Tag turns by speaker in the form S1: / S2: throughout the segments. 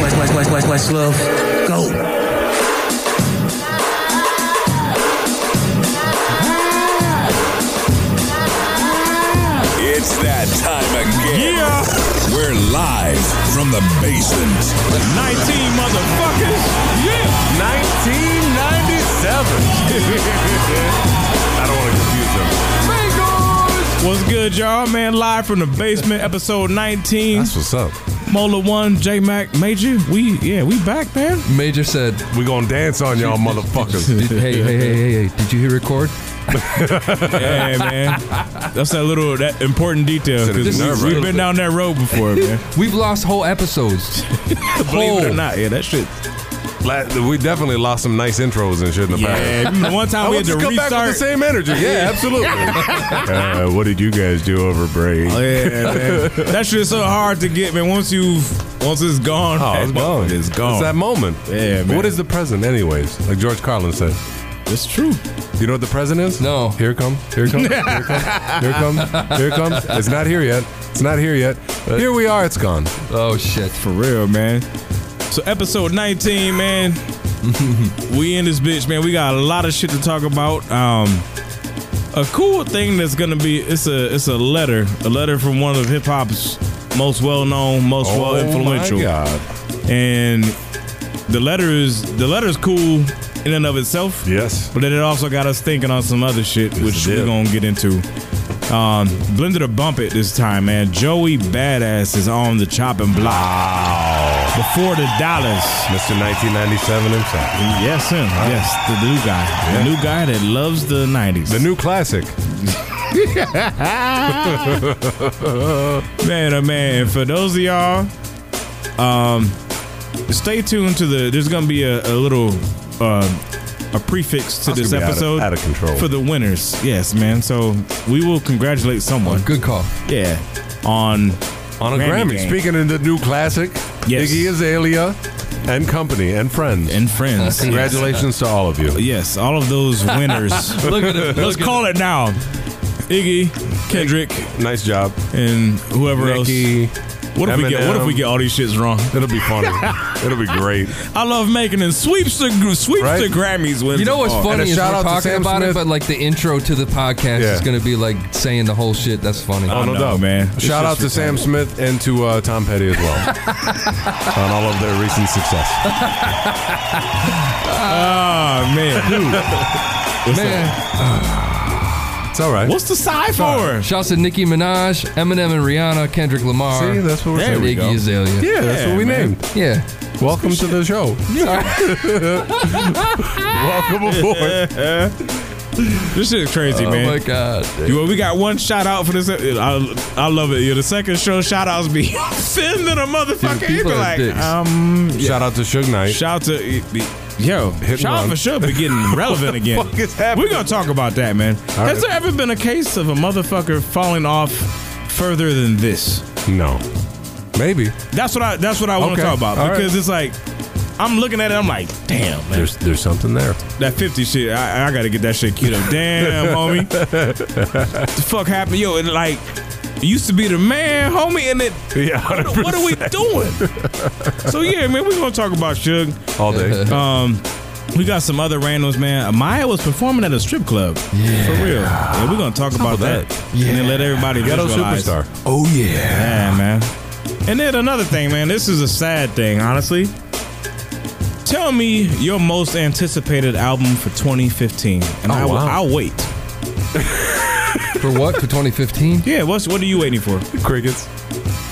S1: Lawrence Westlove. Go.
S2: It's that time again.
S3: Yeah.
S2: We're live from the basement.
S3: 19 motherfuckers. Yeah.
S4: 1997. I don't want to confuse them.
S3: What's good, y'all? Man, live from the basement, episode 19.
S4: That's what's up.
S3: Mola One, J Mac, Major. We yeah, we back, man.
S5: Major said,
S4: We gonna dance on y'all motherfuckers.
S5: did, hey, hey, hey, hey, hey, did you hit record?
S3: Yeah, man. That's that little that important detail
S4: Said it's
S3: because
S4: nerve
S3: we,
S4: wracking.
S3: have been down that road before, man.
S5: We've lost whole episodes.
S3: Believe it or
S5: Whole.
S3: not, yeah, that shit.
S4: La- we definitely lost some nice intros and shit in the past.
S3: Yeah, remember one
S4: I
S3: time we
S4: want
S3: had
S4: to
S3: to
S4: come back with the
S3: restart.
S4: same energy. Yeah, absolutely. uh, what did you guys do over break?
S3: Oh, yeah, man. that shit's so hard to get, man. Once you've once it's gone,
S4: Oh,
S3: man,
S4: it's gone.
S3: It's gone.
S4: It's that moment.
S3: Yeah, man.
S4: What is the present, anyways? Like George Carlin said.
S3: it's true.
S4: You know what the present is?
S5: No.
S4: Here it comes. Here it comes. Here it comes. Here it comes. Here it comes. It's not here yet. It's not here yet. Here we are. It's gone.
S5: Oh shit.
S3: For real, man. So episode 19, man. we in this bitch, man. We got a lot of shit to talk about. Um a cool thing that's gonna be it's a it's a letter. A letter from one of hip hop's most well known, most well influential.
S4: Oh My God.
S3: Uh, And the letter is the letter's cool in and of itself.
S4: Yes.
S3: But then it also got us thinking on some other shit, which
S4: it
S3: we're
S4: did.
S3: gonna get into. Um, blended a bump it this time, man. Joey Badass is on the chopping block
S4: Wow.
S3: before the dollars.
S4: Mr. 1997 himself.
S3: Yes, him. Yes, the new guy. The new guy that loves the 90s.
S4: The new classic.
S3: man, oh man. For those of y'all, um, stay tuned to the. There's gonna be a, a little, uh, a prefix to
S4: That's
S3: this
S4: gonna be out of-
S3: episode
S4: out of control.
S3: for the winners. Yes, man. So we will congratulate someone.
S5: Good call.
S3: Yeah.
S4: On
S3: On
S4: a
S3: Grammy
S4: Grammy.
S3: game.
S4: Speaking of the new classic,
S3: Yes.
S4: Iggy Azalea and company and friends.
S3: and friends.
S4: Congratulations to all of you.
S3: Yes, all of those winners.
S5: Look at it.
S3: Let's call it now. Iggy, Kendrick,
S4: Nice job.
S3: and whoever else.
S4: Nicki.
S3: What if we get What if we get all these shits wrong?
S4: It'll be funny. It'll be great.
S3: I love making and sweeps the sweeps
S4: Right?
S3: the Grammys wins.
S5: You know what's
S3: them all.
S4: And a
S5: funny is we're
S4: shout out to
S5: talking
S4: Sam
S5: about it,
S4: Smith.
S5: but like the intro to the podcast
S4: Yeah.
S5: is gonna be like saying the whole shit. That's funny.
S4: Oh, no
S3: no,
S4: doubt,
S3: man. It's
S4: Shout out to
S3: just
S4: Sam Smith and to uh, Tom Petty as well on all of their recent success.
S3: Ah man, dude. What's,
S5: Man,
S4: It's all right.
S3: The, what's the side for?
S5: shouts to Nicki Minaj, Eminem and Rihanna, Kendrick Lamar,
S4: See, that's what we're
S5: and
S4: saying.
S5: Iggy Azalea.
S4: Yeah, that's what we
S3: man.
S4: named.
S5: Yeah.
S4: Welcome to the show. Welcome aboard.
S3: This shit is crazy,
S5: Oh my
S3: man.
S5: god.
S3: You, well, we got one shout out for this. I, I love it. Yeah, the second show shout outs be sending a motherfucker.
S5: Dude,
S3: you
S5: people
S3: be
S5: are
S3: like,
S5: dicks.
S2: uh,
S3: um,
S4: Shout out to Suge Knight.
S3: shout to yo,
S4: Hit and
S3: shout out
S4: run.
S3: for sure be getting relevant again.
S4: fuck is happening?
S3: We're gonna talk about that, man.
S4: All
S3: Has
S4: right.
S3: there ever been a case of a motherfucker falling off further than this?
S4: No. Maybe.
S3: That's what I. That's what I want
S4: Okay.
S3: to talk about
S4: All right.
S3: because it's like I'm looking at it. I'm like, damn, man,
S4: There's there's something there.
S3: that 50 shit. I, I got to get that shit queued up. Damn, homie, the fuck happened, yo? And like, it used to be the man, homie, and it.
S4: Yeah,
S3: What, what are we doing? so yeah, man, we're gonna talk about Suge.
S4: all day.
S3: Um, we got some other randoms, man. Maya was performing at a strip club. Yeah. For real. Yeah, we're gonna talk about that. And then let everybody
S4: Ghetto
S3: visualize.
S4: superstar.
S5: Oh yeah.
S3: Yeah, man. And then another thing, man. This is a sad thing, honestly. Tell me your most anticipated album for 2015, and I will,
S4: Oh, wow.
S3: I'll wait.
S5: For what? For 2015?
S3: Yeah, what's what are you waiting for?
S4: Crickets.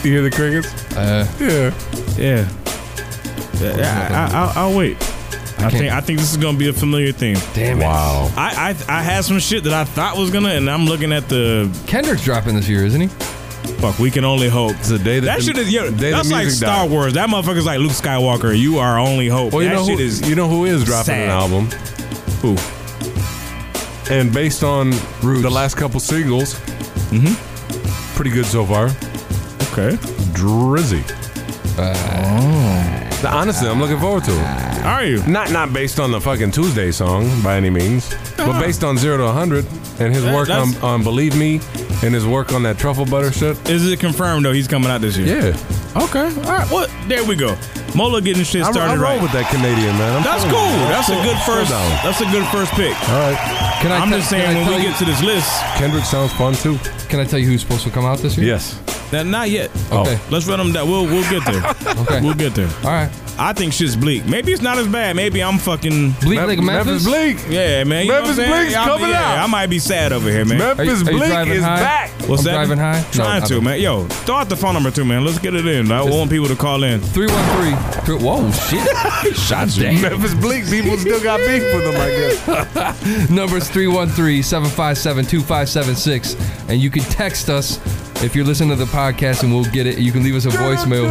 S4: You hear the crickets?
S5: Uh,
S4: Yeah.
S3: Yeah, yeah, I, I, I'll, I'll wait. I,
S5: can't-
S3: think I think this is gonna be a familiar thing.
S5: damn it.
S4: Wow.
S3: I, I I had some shit that I thought was gonna, and I'm looking at the
S5: Kendrick's dropping this year, isn't he?
S3: fuck. We can only hope.
S4: It's the day that
S3: That
S4: the-
S3: shit is yo,
S4: day the
S3: that's like
S4: music
S3: Star
S4: died.
S3: Wars. That motherfucker's like Luke Skywalker. You are only hope.
S4: Well, you
S3: that
S4: know,
S3: shit
S4: who,
S3: is
S4: you know who is dropping
S3: sad.
S4: an album,
S3: ooh.
S4: and based on
S5: Roots.
S4: the last couple singles, pretty good so far.
S3: Okay.
S4: Drizzy. Now, honestly, I'm looking forward to it.
S3: Are you?
S4: Not not based on the fucking Tuesday song by any means,
S3: Ah.
S4: but based on Zero to 100 and his
S3: That-
S4: work on,
S3: that's-
S4: on Believe Me and his work on that truffle butter shit.
S3: Is it confirmed though? He's coming out this year.
S4: Yeah. Okay. All right.
S3: What? There we go. Mola getting shit
S4: I, I
S3: started
S4: roll
S3: right.
S4: with that Canadian man. I'm
S3: That's
S4: cool.
S3: cool.
S4: I'm
S3: That's a
S4: cool-
S3: good
S4: I'm cool
S3: first.
S4: down.
S3: That's a good first pick.
S4: All right.
S5: Can I
S3: I'm
S5: tell-
S3: just saying
S5: can I
S3: when
S5: tell
S3: we
S5: you,
S3: get to this list,
S4: Kendrick sounds fun too.
S5: Can I tell you who's supposed to come out this year?
S4: Yes.
S3: that not yet.
S5: Okay.
S3: Let's run them down. We'll we'll get there.
S5: Oh. Okay.
S3: We'll get there.
S5: All right.
S3: I think shit's bleak. Maybe it's not as bad. Maybe I'm fucking.
S5: Bleak
S4: Mem-
S5: like Memphis.
S4: Bleak.
S3: Yeah, man. You know what I'm
S4: Memphis
S3: saying?
S4: Bleak's
S3: I-
S4: coming
S3: yeah,
S4: out.
S3: I might be sad over here, man.
S4: Memphis
S5: are you
S4: Bleak
S5: driving
S4: is
S5: high?
S4: back.
S3: What's
S5: I'm
S3: that?
S5: driving high? No,
S3: Trying
S5: I'm
S3: to,
S5: not.
S3: man. Yo, throw out the phone number too, man. Let's get it in. I want people to call in.
S5: 313. Three, whoa, shit. Shot damn.
S4: Memphis Bleak people still got beef with them, I guess.
S5: Number's 313 757 2576. And you can text us if you're listening to the podcast and we'll get it. You can leave us a voicemail.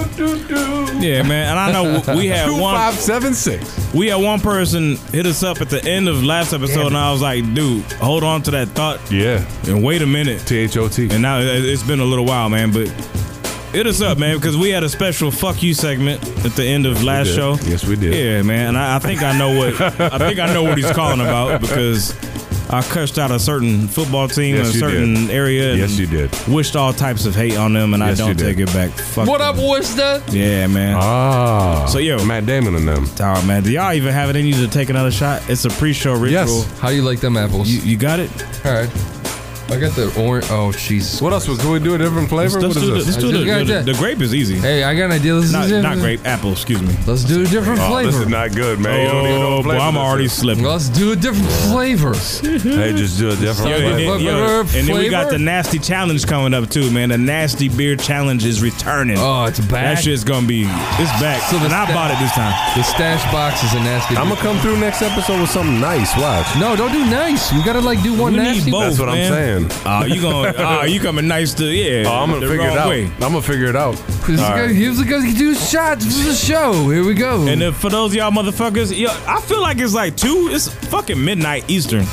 S3: Yeah, man. And I know w- we had
S4: Two
S3: one.
S4: five seven six.
S3: We had one person hit us up at the end of last episode, and I was like, dude, hold on to that thought
S4: Yeah.
S3: and wait a minute.
S4: T H O T.
S3: And now it- it's been a little while, man, but hit us up, man, because we had a special fuck you segment at the end of last
S4: did.
S3: show.
S4: Yes, we did.
S3: Yeah, man. And I, I think I know what I think I know what he's calling about because I cursed out a certain football team
S4: Yes,
S3: in a
S4: you
S3: certain area. and
S4: Yes, you did.
S3: Wished all types of hate on them, and
S4: Yes,
S3: I
S4: you
S3: don't
S4: did.
S3: take it back. Fuck
S5: What
S3: them.
S5: up, Worcester?
S3: Yeah, man.
S4: Ah.
S3: So, yo.
S4: Matt Damon and them.
S3: Tower, man. Do y'all even have it in you to take another shot? It's a pre-show ritual.
S4: Yes.
S5: How do you like them apples?
S3: You, you got it.
S5: All right. I got the orange. Oh, jeez.
S4: What else? was- Can we do a different
S3: Let's,
S4: flavor?
S3: let's
S4: What
S3: do, the,
S4: is
S3: let's
S4: this?
S3: do
S5: I
S3: the,
S5: just got
S3: the-
S5: that.
S3: the grape is easy.
S5: Hey, I got an idea. This is
S3: Not,
S5: different.
S3: not grape, apple. Excuse me.
S5: Let's do a different
S4: Oh,
S5: flavor.
S4: this is not good, man. You don't even know
S3: Oh,
S4: what
S3: boy,
S4: flavor
S3: I'm
S4: this
S3: already
S4: is.
S3: slipping. Yo,
S5: Let's do a different flavor.
S4: Hey, just do a different flavor.
S3: and, then, yo, and then we got the
S5: Flavor?
S3: nasty challenge coming up too, man. The nasty beer challenge is returning.
S5: Oh, it's back.
S3: that shit's gonna be it's back.
S5: So the
S3: and I
S5: sta-
S3: bought it this time.
S5: The stash box is a nasty.
S4: I'm
S5: beer.
S4: gonna come through next episode with something nice. Watch.
S5: no, don't do nice. We gotta like do one
S3: We
S5: nasty.
S3: need both.
S4: That's what I'm
S3: man.
S4: saying.
S3: Oh, you gonna? Oh, you coming nice to? Yeah.
S4: Oh, I'm gonna
S3: the
S4: figure it
S3: wrong
S4: out.
S3: way.
S4: I'm gonna figure it out.
S5: Here's
S4: All
S5: the
S4: right.
S5: guy- Here's the guy who do shots for the show. Here we go.
S3: And if, for those of y'all motherfuckers, yo, I feel like it's like two. It's fucking midnight Eastern.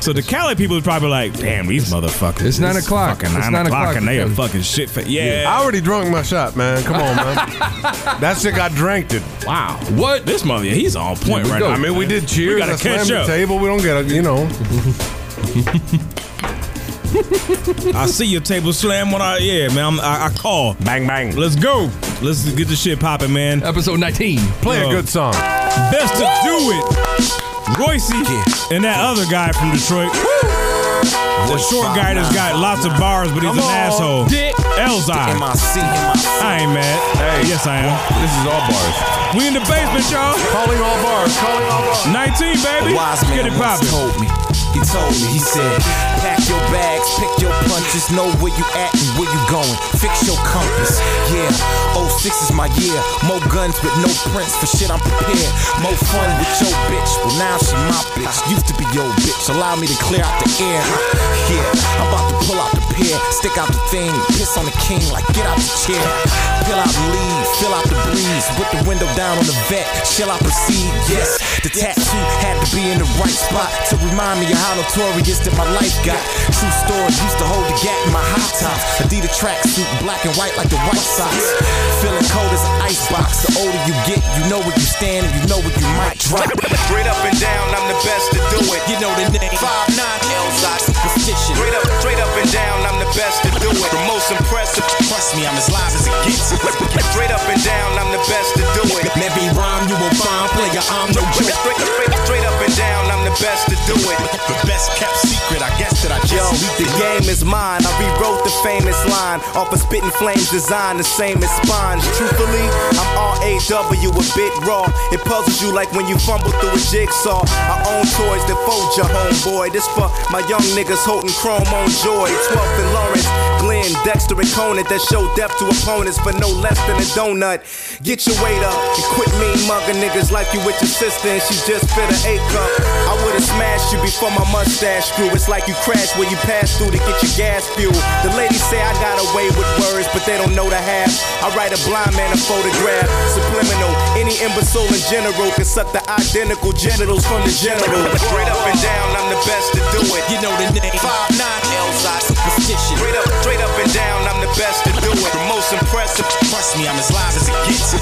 S3: So the Cali people are probably like, damn, these motherfuckers.
S5: it's nine o'clock.
S3: Fucking
S5: It's
S3: nine,
S5: nine
S3: o'clock,
S5: o'clock
S3: and they are
S5: because-
S3: fucking shit. Fa- yeah.
S4: I already drunk my shot, man. Come on, man. that shit got drank it.
S3: wow. What? This mother, he's on point
S5: we
S3: right
S5: go.
S3: now.
S4: I mean, we did cheers.
S3: We gotta
S4: I slammed
S3: catch
S4: the
S3: up.
S4: table. We don't get a, you know.
S3: I see your table slam when I, yeah, man. I'm, I, I call.
S4: Bang bang.
S3: Let's go. Let's get this shit popping, man.
S5: Episode 19.
S4: Play a
S3: Yo.
S4: good song.
S3: Best to do it. Royce and that other guy from Detroit. The short guy that's got lots of bars, but he's an
S4: Come on,
S3: asshole. Elzai. I ain't mad.
S4: Hey.
S3: Yes, I am.
S4: This is all bars.
S3: We in the basement, y'all.
S4: Calling all bars. Calling all bars.
S3: 19, baby.
S6: wise
S3: Let's
S6: man
S3: get it
S6: once
S3: popping.
S6: told me. He told me, he said, pack your bags, pick your punches, know where you at and where you going. Fix your compass. Yeah, 06 is my year. More guns with no prints. For shit, I'm prepared. More fun with your bitch. Well, now she my bitch. Used to be your bitch. Allow me to clear out the air. Yeah, I'm about to pull out the pier, stick out the thing, piss on the king, like get out the chair. Peel out the leaves, fill out the breeze, with the window down on the vet. Shall I proceed? Yes, the tattoo had to be in the right spot to remind me of how notorious that my life got. True story, used to hold the gap in my high tops. Adidas tracksuit, black and white like the White Sox. Feeling cold as an icebox. The older you get, you know where you stand and you know where you might drop.
S7: Straight up and down, I'm the best to do it.
S6: You know the name, 5'9 Elzot superstition.
S7: Straight up, straight up and down, I'm the best to do it. The most impressive.
S6: Trust me, I'm as live as it gets.
S7: Straight up and down, I'm the best to do it.
S6: And every rhyme you will find, player, I'm no
S7: Straight,
S6: joke.
S7: straight, straight, straight up and down, I'm the best to do it.
S6: The best kept secret, I guess that I just
S7: Yo,
S6: leaked
S7: the
S6: it.
S7: game is mine. I rewrote the famous line off a spitting flames design, the same as spines. Truthfully, I'm R-A-W, a bit raw. It puzzles you like when you fumble through a jigsaw. I own toys that fold your homeboy. This for my young niggas holding chrome on joy. 12th and Lawrence, Glenn, Dexter, and Conan that show depth to opponents for no less than a donut. Get your weight up and quit mean mugging niggas like you with your sister and she just fit an A cup. I would've smashed you before my mustache grew. It's like you crashed where you passed through to get your gas fuel. The ladies say I got away with words, but they don't know the half. I write a blind man a photograph. Supreme subliminal. Any imbecile in general can suck the identical genitals from the general. Straight up and down, I'm the best to do it.
S6: You know the name. Five nine L's I superstition.
S7: Straight up, straight up and down, I'm the best to do it. The most impressive.
S6: Trust me, I'm as live as it gets.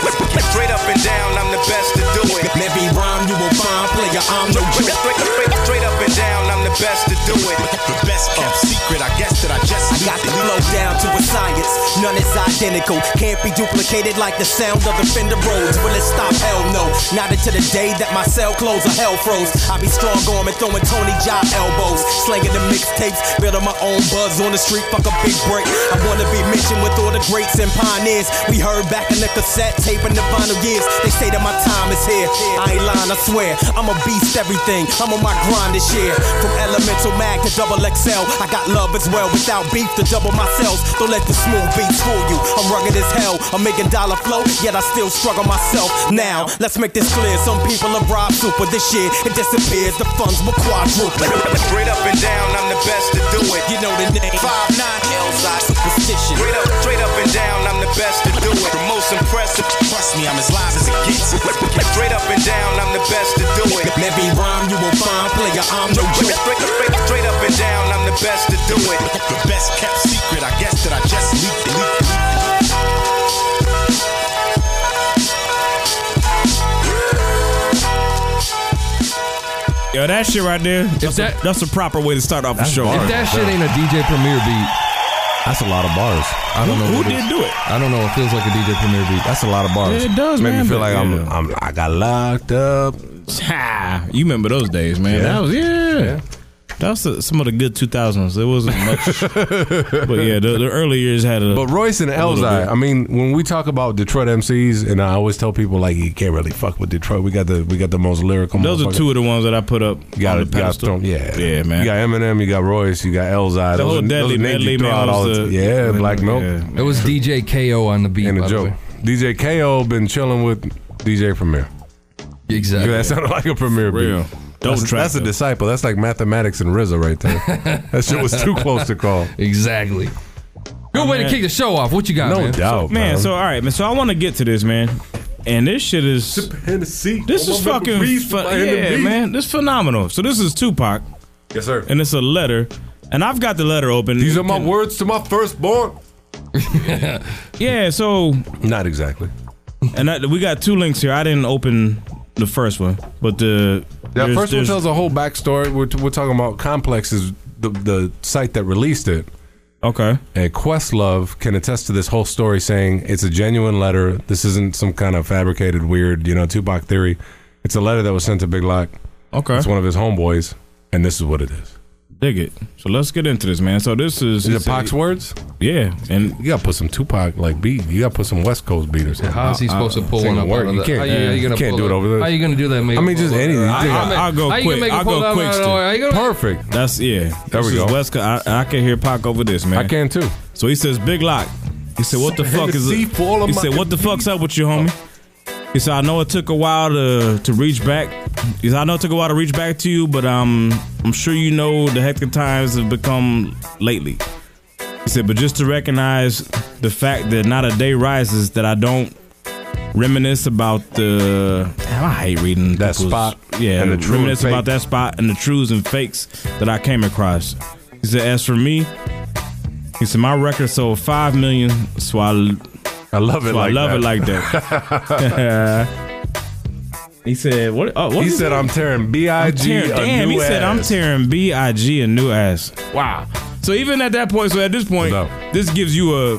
S7: Straight up and down, I'm the best to do it.
S6: Every rhyme you will find, player, I'm no
S7: Straight,
S6: joke.
S7: straight, straight, straight up and down, I'm the best to do it.
S6: The best kept secret, I guess that I just
S8: I got the flow down to a science. None is identical. Can't be duplicated like the sound of the fender roads. Will it stop? Hell no. Not until the day that my cell closed or hell froze. I be strong arm and throwing Tony Jaa elbows. Slanging the mixtapes, building my own buzz on the street. Fuck a big break. I wanna be mentioned with all the greats and pioneers. We heard back in the cassette tape in the final years. They say that my time is here. I ain't lying, I swear. I'm a beast, everything. I'm on my grind this year. From elemental mag to double XL. I got love as well without beef to double myself. Don't let the smooth beats fool you. I'm rugged as hell. I'm making dollar flow, yet I still struggle myself. Now, let's make this clear. Some people are robbed super. This year, it disappears. The funds will quadruple.
S7: Straight up and down, I'm the best to do it.
S6: You know the name. Five nine L's I superstition.
S7: Straight up, straight up and down, I'm the best to do it. The most impressive.
S6: Trust me, I'm as live as it gets.
S7: Straight up and down, I'm the best to do it.
S6: Every rhyme you will find, player, I'm no
S7: Straight,
S6: joke.
S7: straight, straight, straight up and down, I'm the best to do it.
S6: The best kept secret, I guess that I just leaked. leaked.
S3: Yo, that shit right there. That's,
S5: that-
S3: a, that's a proper way to start off the show.
S5: If that shit ain't a DJ Premier beat,
S9: That's a lot of bars.
S5: I don't know.
S3: Who
S5: what it
S3: did
S5: is.
S3: do it?
S5: I don't know. It feels like a DJ Premier beat.
S9: That's a lot of bars.
S3: Yeah, it does,
S9: Made
S3: man,
S9: me feel
S3: but-
S9: like
S3: yeah.
S9: I'm, I'm, I got locked up.
S3: Ha! You remember those days, man? That was yeah. That was the, some of the good 2000s. There wasn't much, but yeah, the, the early years had a.
S4: But Royce and
S3: little
S4: Elzai,
S3: bit.
S4: I mean, when we talk about Detroit MCs, and I always tell people like you can't really fuck with Detroit. We got the we got the most lyrical.
S3: those are
S4: motherfucker.
S3: two of the ones that I put up
S4: You got,
S3: on the
S4: you got
S3: pedestal.
S4: Stone- yeah,
S3: yeah, man.
S4: You got Eminem, you got Royce, you got Elzai.
S3: the
S4: Those
S3: whole
S4: are- those
S3: deadly
S4: are names you
S3: medley
S4: throw
S3: man
S4: out all
S3: was
S4: the
S3: the
S4: t- yeah, Black Milk
S3: yeah.
S5: It was DJ KO on the beat.
S4: and
S5: by
S4: a
S5: the
S4: joke.
S5: way.
S4: DJ KO been chilling with DJ Premier.
S5: Exactly.
S4: That sounded like a Premier
S3: real.
S4: beat.
S3: Don't
S4: that's,
S3: try.
S4: that's a disciple. That's like mathematics and RZA right there. that shit was too close to call.
S5: Exactly. Good way
S3: Oh,
S5: to
S3: man.
S5: kick the show off. What you got,
S4: No
S5: man?
S4: doubt,
S3: man. So all right, man. So I want to get to this, man. And this shit is
S4: Hennessy.
S3: this is fucking ph- yeah, man. This phenomenal. So this is Tupac,
S4: Yes, sir.
S3: and it's a letter, and I've got the letter open.
S4: These are my words to my firstborn.
S3: Yeah. So
S4: Not exactly.
S3: and I, we got two links here. I didn't open the first one, but the
S4: Yeah,
S3: there's-
S4: first one
S3: there's-
S4: tells a whole backstory. We're, we're talking about Complex is the, the site that released it.
S3: Okay.
S4: And Questlove can attest to this whole story, saying it's a genuine letter. This isn't some kind of fabricated, weird, you know, Tupac theory. It's a letter that was sent to Big Lock.
S3: Okay.
S4: It's one of his homeboys, and this is what it is.
S3: Dig it. So let's get into this, man. So this is
S4: Is it Pac's words?
S3: Yeah, and
S4: You gotta put some Tupac like beat. You gotta put some West Coast beat or something.
S5: How is he supposed to pull
S4: it's
S5: one
S4: gonna
S5: up
S4: work.
S5: out of
S4: You
S5: the-
S4: can't-
S5: how you, how you
S4: you
S5: gonna
S4: can't
S5: pull
S4: do it
S5: up-
S4: over the-
S5: How you gonna do that? Make
S4: I
S5: it
S4: mean,
S5: pull
S4: just
S5: up?
S4: anything.
S5: How
S4: You
S5: you
S4: think-
S5: gonna make-
S3: I'll go
S5: how you
S3: quick.
S5: gonna make it
S3: I'll
S5: pull
S3: go
S5: up
S3: quick
S5: out of-
S3: stick.
S5: How you gonna-
S4: Perfect.
S3: that's yeah.
S4: There
S3: this
S4: we
S3: is
S4: go.
S3: West, Co- I, I can hear Pac over this, man.
S4: I can too.
S3: So he says, "Big Lock." He said, "What the fuck is
S4: See,
S3: it?"
S4: for all of
S3: He
S4: my
S3: said, "What the fuck's up with you, homie?" He said, "I know it took a while to to reach back. He said, I know it took a while to reach back to you, but um, I'm sure you know the hectic times have become lately." He said, "But just to recognize the fact that not a day rises that I don't." Reminisce about the damn, I hate reading
S4: That
S3: people's-
S4: spot
S3: Yeah,
S4: and the true
S3: reminisce
S4: and
S3: about
S4: fake.
S3: that spot and the truths and fakes that I came across. He said, "As for me, he said, "My record sold five million, so I,
S4: I love it.
S3: so I
S4: like
S3: love
S4: that.
S3: it like that." he said, "What?" Oh, what
S4: He
S3: is
S4: said,
S3: it?
S4: "I'm tearing Big a
S3: tearing, damn."
S4: new
S3: He said, "I'm
S4: ass."
S3: tearing Big a new ass." Wow. So even at that point, so at this point,
S4: No.
S3: this gives you a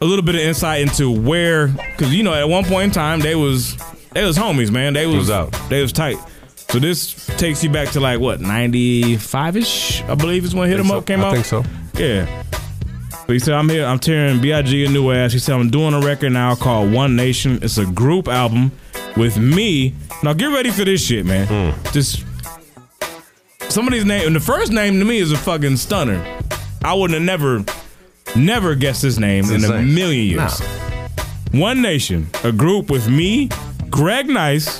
S3: a little bit of insight into where, because you know, at one point in time, they was they was homies, man. They was,
S4: was out.
S3: They was tight. So this takes you back to like what ninety five ish, I believe is when Hit 'Em
S4: Think so.
S3: Up came
S4: I
S3: out.
S4: think so.
S3: Yeah. But he said, I'm here, I'm tearing B.I.G. a new ass. He said, I'm doing a record now called One Nation. It's a group album with me. Now get ready for this shit, man.
S4: Hmm.
S3: Just somebody's name, and the first name to me is a fucking stunner. I would have never, never guessed his name in a
S4: insane.
S3: million years. One Nation, a group with me, Greg Nice,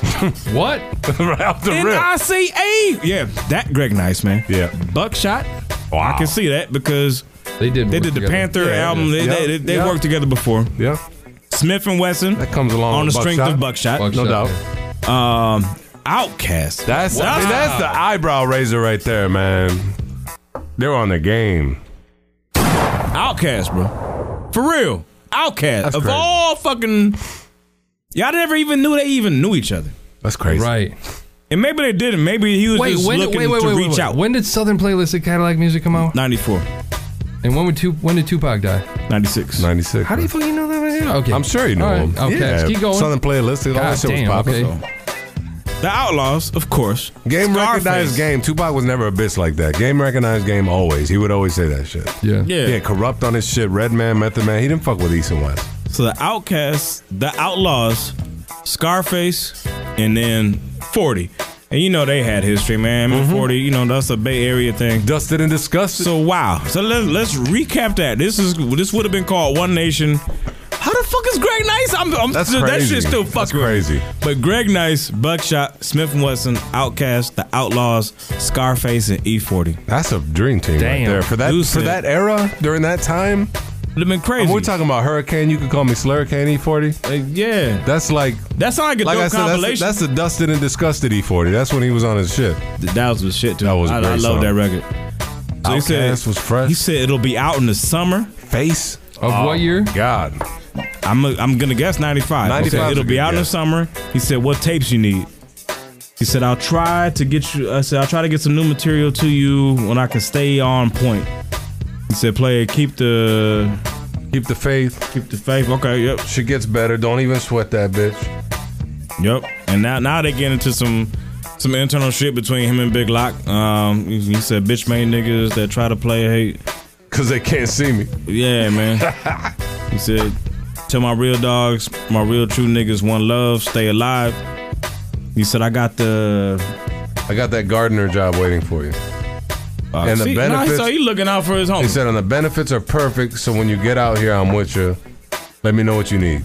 S5: What?
S4: right off the
S3: and
S4: rip.
S3: ICA. Yeah, that Greg Nice, man.
S4: Yeah.
S3: Buckshot. Oh, I can see that because
S5: They did.
S3: they
S5: work
S3: did the
S5: together.
S3: Panther
S4: Yeah,
S3: album. They,
S4: yeah,
S3: they, they
S4: yeah.
S3: worked together before.
S4: Yeah.
S3: Smith and Wesson
S4: That comes along
S3: on the
S4: with
S3: strength of Buckshot.
S4: No doubt.
S3: Um, Outcast.
S4: That's I mean, that's the eyebrow raiser right there, man. They're on the game.
S3: Outcast, bro. For real. Outcast.
S4: That's
S3: of
S4: crazy.
S3: all fucking. Y'all never even knew they even knew each other.
S4: That's crazy.
S5: Right.
S3: And maybe they didn't. Maybe he was
S5: Wait,
S3: just
S5: when, wait,
S3: looking
S5: wait, wait,
S3: to
S5: wait,
S3: reach
S5: wait.
S3: out.
S5: When did Southern Playlist of Cadillac Music come out?
S3: 94,
S5: And when would tu- when did Tupac die?
S3: 96.
S4: Ninety six.
S5: How do you fucking know that right now? Okay.
S4: I'm sure you know
S5: All right,
S4: him.
S5: Okay,
S4: Yeah.
S5: keep going.
S4: Southern playlist. All
S5: God
S4: that shit was
S5: damn,
S4: popping.
S5: okay.
S3: The Outlaws, of course.
S4: Game
S3: Scarface.
S4: recognized game. Tupac was never a bitch like that. Game recognized game always. He would always say that shit.
S5: Yeah.
S3: Yeah.
S4: Yeah, corrupt on his shit. Red Man, Method Man. He didn't fuck with East and West.
S3: So the Outcasts, the Outlaws, Scarface, and then 40. And you know they had history, man. I mean, 40, you know, that's a Bay Area thing.
S4: Mm-hmm. Dusted and disgusted.
S3: So wow. So let, let's recap that. This is this would have been called One Nation. How the fuck is Greg Nice? I'm, I'm
S4: That's
S3: still,
S4: crazy.
S3: That shit's still
S4: That's
S3: fucking with me.
S4: crazy.
S3: But Greg Nice, Buckshot, Smith and Wesson, Outcast, The Outlaws, Scarface, and E E40 would
S4: That's a dream team right
S5: Damn.
S4: there. For that
S3: Lucid.
S4: for that era, during that time,
S3: have been crazy.
S4: and we're talking about Hurricane. You could call me Slurricane E40.
S3: Like, yeah,
S4: That's like,
S3: that sounds like a
S4: like
S3: dope
S4: I said, that's,
S3: compilation.
S4: that's the dusted and disgusted E40. That's when he was on his shit.
S3: that was the shit too.
S4: That was a
S3: I,
S4: great
S3: I
S4: song.
S3: love that record. So he said
S4: Outkast was fresh.
S3: he said it'll be out in the summer.
S4: Face. Oh,
S5: Of what year?
S4: God.
S3: I'm i I'm gonna guess 95.
S4: 95
S3: He said,
S4: is a
S3: it'll be
S4: good
S3: out in the
S4: guess.
S3: summer. He said, "What tapes you need?" He said, "I'll try to get you." I said, "I'll try to get some new material to you when I can stay on point." He said, "Play, keep the
S4: Keep the faith.
S3: keep the faith." Okay, yep,
S4: Shit gets better. Don't even sweat that bitch.
S3: yep. And now now they get into some some internal shit between him and Big Lock. Um, he, he said, "Bitch made niggas that try to play hate."
S4: Cause they can't see me.
S3: Yeah, man. he said, "Tell my real dogs, my real true niggas, one love, stay alive." He said, "I got the." uh,
S4: I got that gardener job waiting for you. and the
S3: See, nah,
S4: benefits.
S3: so he looking out for his
S4: he
S3: homies.
S4: said, and the benefits are perfect. So when you get out here, I'm with you. Let me know what you need.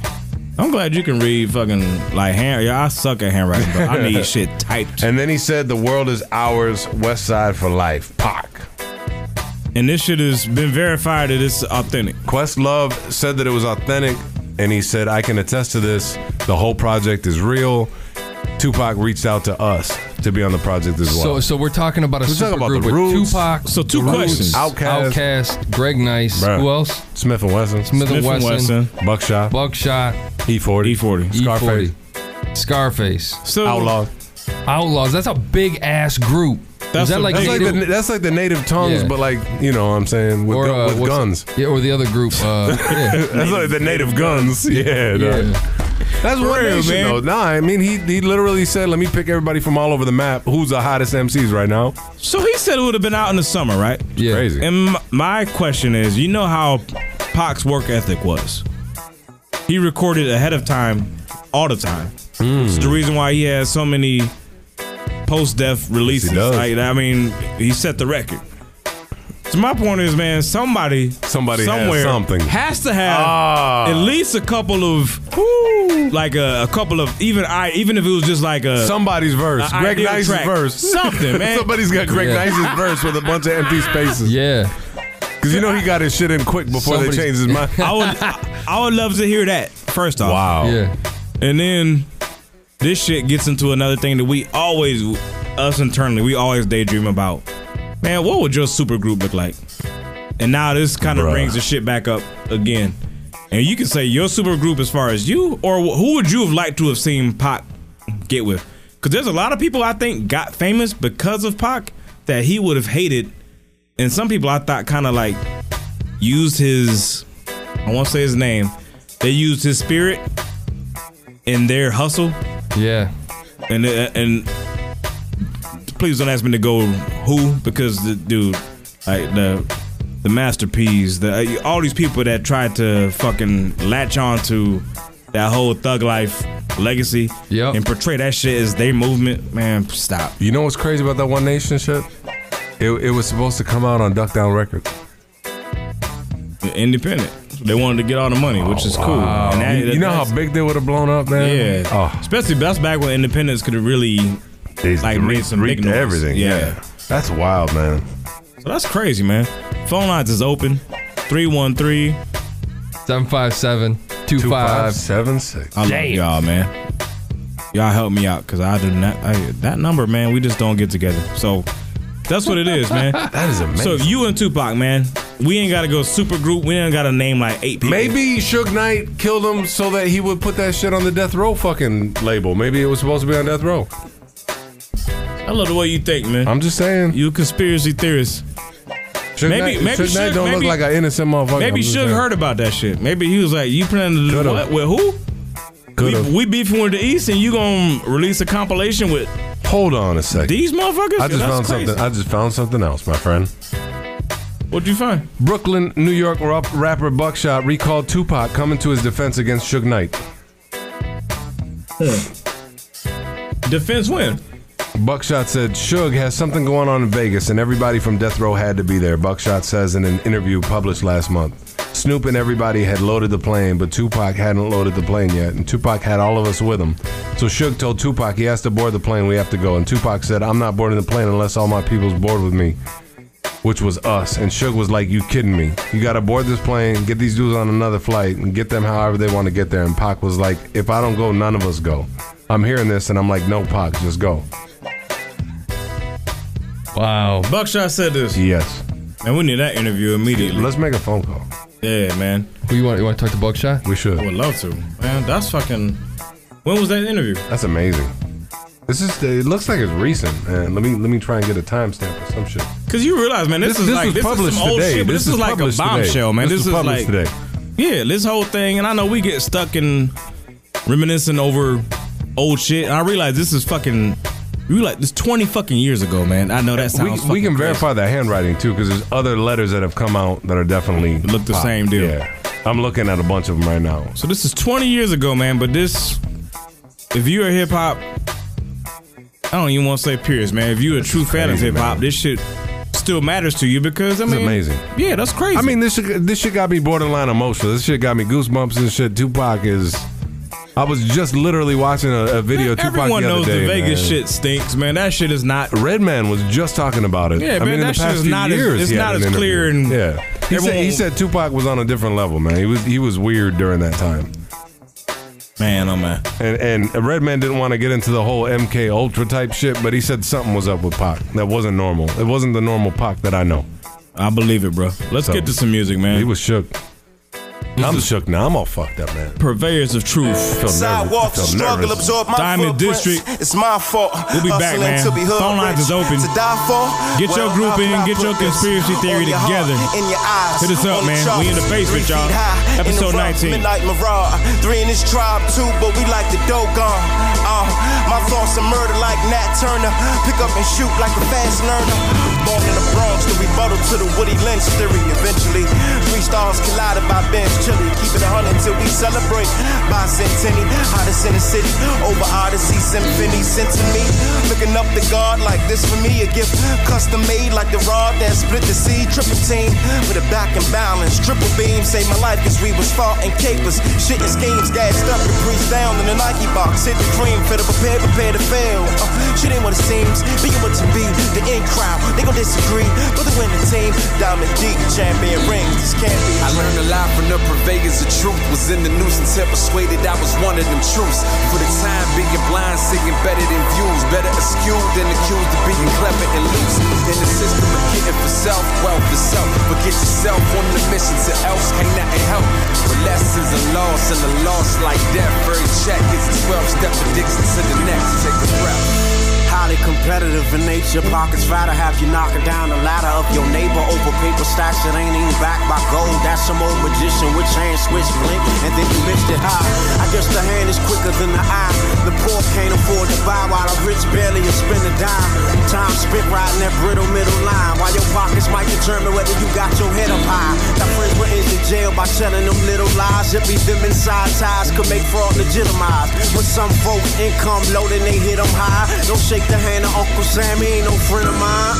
S3: I'm glad you can read fucking like hand. Yeah, I suck at handwriting, bro. I need shit typed. And,
S4: And then he said, the world is ours. West Side for life. Pac.
S3: this shit has been verified that it's authentic.
S4: Questlove said that it was authentic, and he said, "I can attest to this. The whole project is real." Tupac reached out to us to be on the project as well.
S5: So so we're talking about a
S4: We're talking
S5: super
S4: about
S5: group
S4: the
S5: with
S4: Roots.
S5: Tupac,
S3: So two
S5: The Roots,
S3: questions.
S4: Outkast.
S5: Outkast, Greg Nice,
S4: Bruh.
S5: who else?
S4: Smith and Wesson,
S5: Smith,
S3: Smith
S5: and Wesson,
S3: Wesson,
S4: Buckshot,
S5: Buckshot,
S4: E40,
S3: E40.
S4: Scarface,
S5: E40, Scarface,
S3: So
S4: Outlaw.
S5: Outlaws. That's a big ass group.
S3: That's
S5: Is
S3: a
S5: that like,
S4: That's
S3: big
S4: like,
S5: the-
S4: the, that's like the native tongues,
S5: Yeah.
S4: but like you know, what I'm saying with, gu-
S5: uh,
S4: with
S5: what's-
S4: guns.
S5: Yeah, or the other group. Uh, yeah.
S4: That's like the native guns. Yeah, dog.
S5: yeah.
S4: that's
S3: For
S4: one
S3: real,
S4: nation
S3: man.
S4: though. Nah, I mean he he literally said, "Let me pick everybody from all over the map. Who's the hottest MCs right now?"
S3: so he said it would have been out in the summer, right?
S5: Yeah.
S4: Crazy.
S3: And m- my question is, you know how Pac's work ethic was? He recorded ahead of time, all the time.
S4: Hmm.
S3: It's the reason why he has so many post-death releases.
S4: does.
S3: Like, I mean, he set the record. So my point is, man, somebody,
S4: Somebody has
S3: somewhere,
S4: something.
S3: has to have
S4: Ah.
S3: at least a couple of, like a, a couple of even I, even if it was just like a
S4: Somebody's verse.
S3: A
S4: Greg
S3: ideal
S4: Nice's
S3: track.
S4: verse.
S3: Something, man.
S4: Somebody's got Greg
S5: Yeah.
S4: Nice's verse with a bunch of empty spaces.
S5: Yeah.
S4: Because you know he got his shit in quick before
S5: Somebody's-
S4: they changed his mind.
S3: I would, I would love to hear that first off.
S4: Wow.
S5: Yeah.
S3: And then this shit gets into another thing that we always, us internally, we always daydream about. Man, what would your super group look like? And now this kind of
S4: Bruh.
S3: brings the shit back up again. And you can say your super group as far as you, or wh- who would you have liked to have seen Pac get with? Because there's a lot of people I think got famous because of Pac that he would have hated. And some people I thought kind of like used his, I won't say his name, they used his spirit in their hustle
S5: Yeah.
S3: and uh, and please don't ask me to go who because the dude like the the masterpiece the uh, all these people that tried to fucking latch on to that whole thug life legacy
S5: Yep.
S3: and portray that shit as their movement man stop
S4: You know what's crazy about that One Nation shit? It, it was supposed to come out on Duck Down Records.
S3: independent they wanted to get all the money which is cool and that-
S4: you, you know
S3: that's-
S4: how big they would have blown up, man?
S3: yeah
S4: Oh,
S3: especially that's back when independence could have really
S4: they
S3: Like,
S4: re-
S3: made some big
S4: reaped
S3: noise.
S4: everything.
S3: Yeah.
S4: That's wild, man.
S3: so that's crazy man phone lines is open 313
S5: 757 two,
S4: Two
S5: five.
S4: five seven six.
S3: I love y'all, man. Y'all help me out because I do not I, that number, man. We just don't get together. So that's what it is, man.
S4: That is amazing.
S3: so you and Tupac, man, we ain't gotta go super group. We ain't got to name like eight people.
S4: Maybe Suge Knight killed him so that he would put that shit on the death row fucking label. Maybe it was supposed to be on death row.
S3: I love the way you think, man.
S4: I'm just saying.
S3: you a conspiracy theorist.
S4: Suge
S3: Maybe-
S4: Knight,
S3: maybe
S4: Suge Knight
S3: Suge-
S4: don't
S3: maybe-
S4: look like an innocent motherfucker.
S3: Maybe
S4: I'm just
S3: Suge
S4: saying.
S3: heard about that shit. Maybe he was like, "You planning to do
S4: Coulda.
S3: what with who?
S4: Coulda.
S3: We, we beefing with the East, and you gonna release a compilation with
S4: Hold on a second.
S3: these motherfuckers?
S4: I just
S3: That's
S4: found
S3: crazy.
S4: something. I just found something else, my friend.
S3: What'd you find?
S4: Brooklyn, New York rap- rapper Buckshot recalled Tupac coming to his defense against Suge Knight.
S3: Defense win.
S4: Buckshot said Suge has something going on in Vegas, and everybody from Death Row had to be there. Buckshot says in an interview published last month. Snoop and everybody had loaded the plane, but Tupac hadn't loaded the plane yet, and Tupac had all of us with him. So Suge told Tupac he has to board the plane, we have to go. And Tupac said, I'm not boarding the plane unless all my people's board with me, which was us. And Suge was like, You kidding me? You gotta board this plane, get these dudes on another flight, and get them however they wanna get there. And Pac was like, If I don't go, none of us go. I'm hearing this, and I'm like, No, Pac, just go.
S5: Wow.
S3: Buckshot said this,
S4: Yes.
S3: and we need that interview immediately.
S4: Let's make a phone call.
S3: Yeah, man.
S5: Who you want? You want to talk to Buckshot?
S4: We
S3: I
S4: should.
S3: would love to. Man, that's fucking. When was that interview?
S4: That's amazing. This is. It looks like it's recent. Man, let me let me try and get a timestamp or some shit.
S3: Cause you realize, man, this,
S4: This-
S3: is
S4: this
S3: like
S4: was
S3: this is
S4: published
S3: some old
S4: today.
S3: shit, but
S4: This
S3: this,
S4: was
S3: is like a
S4: published today.
S3: bombshell, man.
S4: This
S3: This,
S4: was
S3: is
S4: published
S3: like
S4: today.
S3: yeah, this whole thing, and I know we get stuck in reminiscing over old shit, and I realize this is fucking. You like this twenty fucking years ago, man. I know that
S4: We,
S3: sounds.
S4: we
S3: fucking
S4: can
S3: crazy.
S4: verify the handwriting too, because there's other letters that have come out that are definitely
S3: Look the
S4: pop.
S3: same deal.
S4: Yeah, I'm looking at a bunch of them right now.
S3: So this is 20 years ago, man. But this, if you're a hip hop, I don't even want to say purist, man. If you're a true fan
S4: crazy,
S3: of hip hop,
S4: man.
S3: this shit still matters to you because I mean,
S4: amazing.
S3: Yeah, that's crazy.
S4: I mean, this shit, this shit got me borderline emotional. This shit got me goosebumps and shit. Tupac is. I was just literally watching a, a video. of Tupac
S3: everyone
S4: the other
S3: knows
S4: day,
S3: the Vegas
S4: man.
S3: shit stinks, man. That shit is not.
S4: Redman was just talking about it.
S3: Yeah,
S4: I
S3: man,
S4: mean, in
S3: that
S4: the
S3: shit
S4: past
S3: is
S4: few
S3: not as-
S4: years,
S3: it's
S4: he had
S3: not
S4: an
S3: as
S4: interview.
S3: clear and
S4: yeah. He said, he
S3: everyone-
S4: said Tupac was on a different level, man. He was he was weird during that time,
S3: Man, oh man.
S4: and and Redman didn't want to get into the whole MK Ultra type shit, but he said something was up with Pac that wasn't normal. It wasn't the normal Pac that I know.
S3: I believe it, bro. Let's
S4: So-
S3: get to some music, man.
S4: He was shook. I'm shook now. I'm all fucked up, man.
S3: purveyors of truth.
S4: I feel nervous. I
S7: Sidewalk
S4: feel
S7: struggle,
S4: nervous.
S7: absorb my
S3: Diamond
S7: footprints.
S3: District.
S7: It's my fault.
S3: We'll be back,
S7: Hustling
S3: man.
S7: To be hood
S3: Phone lines is
S7: rich.
S3: open.
S7: To die for?
S3: Get your
S7: Well,
S3: group
S7: how
S3: in,
S7: can I
S3: get
S7: put
S3: your
S7: this
S3: conspiracy
S7: on
S3: theory
S7: your heart,
S3: together.
S7: in your eyes,
S3: Hit us up,
S7: on the
S3: man. We in the
S7: charts,
S3: basement,
S7: three
S3: y'all.
S7: feet high, in the
S3: Episode
S7: rough
S3: 19.
S7: Midnight Mirage. Three in this tribe, too, but we like the dope gone. Uh, my thoughts are murder like Nat Turner. Pick up and shoot like a fast learner. Born in the Bronx to rebuttal to the Woody Lynch theory. Eventually, three stars collided by Ben's chili. Keep it a hundred till we celebrate bicentennial. Hottest in the city, over Odyssey Symphony sent to me. Looking up to God like this for me, a gift custom made like the rod that split the sea. Triple team with a back and balance. Triple beam saved my life cause we was fought in capers. Shit and schemes gassed up, breeze down in the Nike box. Hit the cream, fit up, prepare, prepare to fail. Uh, shit ain't what it seems, be it what you be. The in crowd, they gon' disagree. But they win the team, diamond deep, champion rings. This can't be.
S8: I learned a lot from the purveyors of truth. Was in the news until persuaded I was one of them truths. For the time being blind, seeing better than views. Better skewed than accused of being clever and loose. In the system of getting for self, wealth for self. But get yourself on the mission to else can't nothing help. But lessons are lost and a loss like death. Every check is a 12 step addiction to the next. Take a breath.
S10: Highly competitive in nature, pockets fat to have you knocking down the ladder of your neighbor over paper stacks that ain't even backed by gold. That's some old magician with chain switch blink, and then you missed it high. I guess the hand is quicker than the eye. The poor can't afford to buy while the rich barely is spend a dime. Time spent riding that brittle middle line while your pockets might determine whether you got your head up high. Got friends were in jail by telling them little lies. If be them inside ties could make fraud legitimized. When some folks income low, then they hit them high. Don't shake the hand of Uncle Sam, he ain't no friend of mine.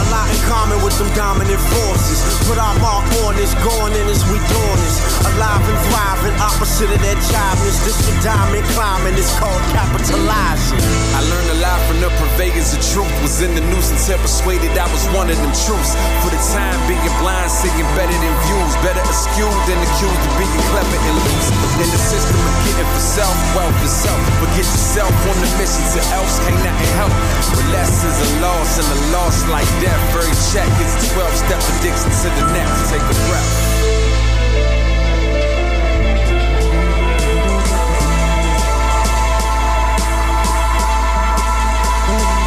S10: A lot in common with them dominant forces. Put our mark on this, going in as we doing this. Alive and thriving, opposite of that jiveness. This the diamond climbing, it's called capitalizing.
S8: I learned a lot from the purveyors.
S11: Vegas, the truth was in the news until persuaded I was one of them truths. For the time being blind, seeing better than views, better eschewed than accused of being clever and loose. In the system of getting for self, wealth for self. But get yourself on the mission to else can't nothing help. But lessons are lost, and a loss like that. Very check is 12 step addiction to the next. Take a breath.
S3: Hmm.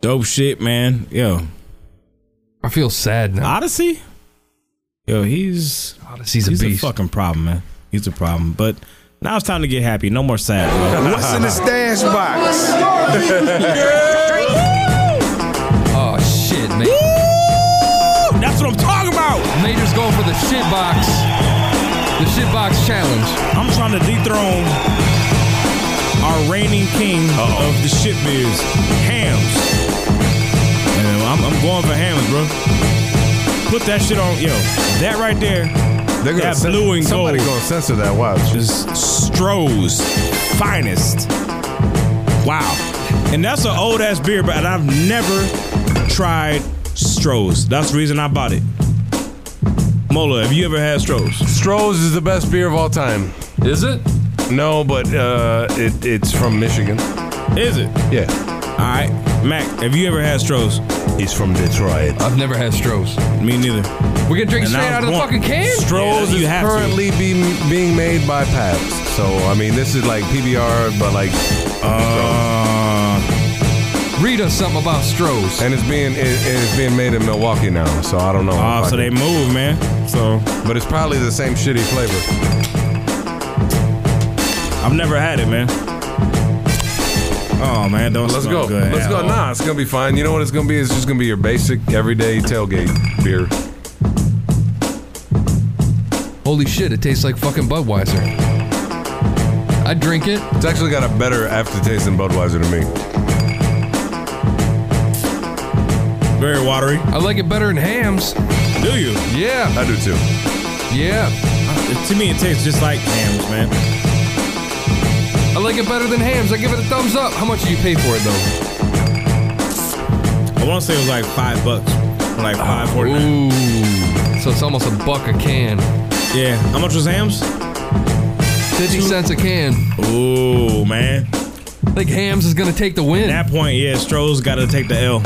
S3: Dope shit, man. Yo.
S5: I feel sad now.
S3: Odyssey? Yo, he's
S5: Odyssey's a
S3: he's
S5: beast.
S3: a fucking problem, man. He's a problem. But now it's time to get happy. No more sad. bro.
S12: What's in the stash box?
S5: Oh shit, man.
S3: That's what I'm talking about.
S5: Mater's going for the shit box. The shit box challenge.
S3: I'm trying to dethrone our reigning king of the shit beers, Hams. And I'm, I'm going for Hams, bro. Put that shit on, yo. That right there.
S4: They're gonna
S3: that
S4: cen-
S3: blue and
S4: somebody
S3: gold.
S4: gonna censor that. Watch.
S3: Is Stroh's finest. Wow. And that's an old ass beer, but I've never tried Stroh's. That's the reason I bought it. Mola, have you ever had Stroh's?
S4: Stroh's is the best beer of all time.
S5: Is it?
S4: No, but uh, it, it's from Michigan.
S3: Is it?
S4: Yeah.
S3: All right, Mac, have you ever had Stroh's?
S4: He's from Detroit.
S5: I've never had Stroh's.
S3: Me neither.
S5: We're gonna drink
S3: And
S5: it straight
S3: I
S5: out of the
S3: want
S5: fucking can.
S3: Stroh's
S4: Stroh's
S3: you
S4: is
S3: have
S4: currently be, being made by Pabst. So I mean, this is like PBR, but like,
S3: uh,
S5: Read us something about Stroh's.
S4: and it's being it, it's being made in Milwaukee now. So I don't know.
S3: Oh,
S4: if I
S3: so they
S4: can-
S3: move, man. So
S4: but it's probably the same shitty flavor.
S3: I've never had it, man. Oh man, don't
S4: Let's
S3: smell
S4: go.
S3: good
S4: Let's
S3: at
S4: go.
S3: all.
S4: Nah, it's gonna be fine. You know what it's gonna be? It's just gonna be your basic everyday tailgate beer.
S5: Holy shit, it tastes like fucking Budweiser. I drink it.
S4: It's actually got a better aftertaste than Budweiser to me.
S3: Very watery.
S5: I like it better than hams.
S3: Do you?
S5: Yeah,
S4: I do too.
S5: yeah.
S3: To me, it tastes just like hams, man.
S5: I like it better than hams. I give it a thumbs up. How much did you pay for it though?
S3: I want to say it was like five bucks, or like five forty nine.
S5: Ooh. So it's almost a buck a can.
S3: Yeah. How much was hams?
S5: 50 cents a can.
S3: Ooh, man.
S5: I think hams is gonna take the win.
S3: At that point, yeah, Stroh's got to take the L.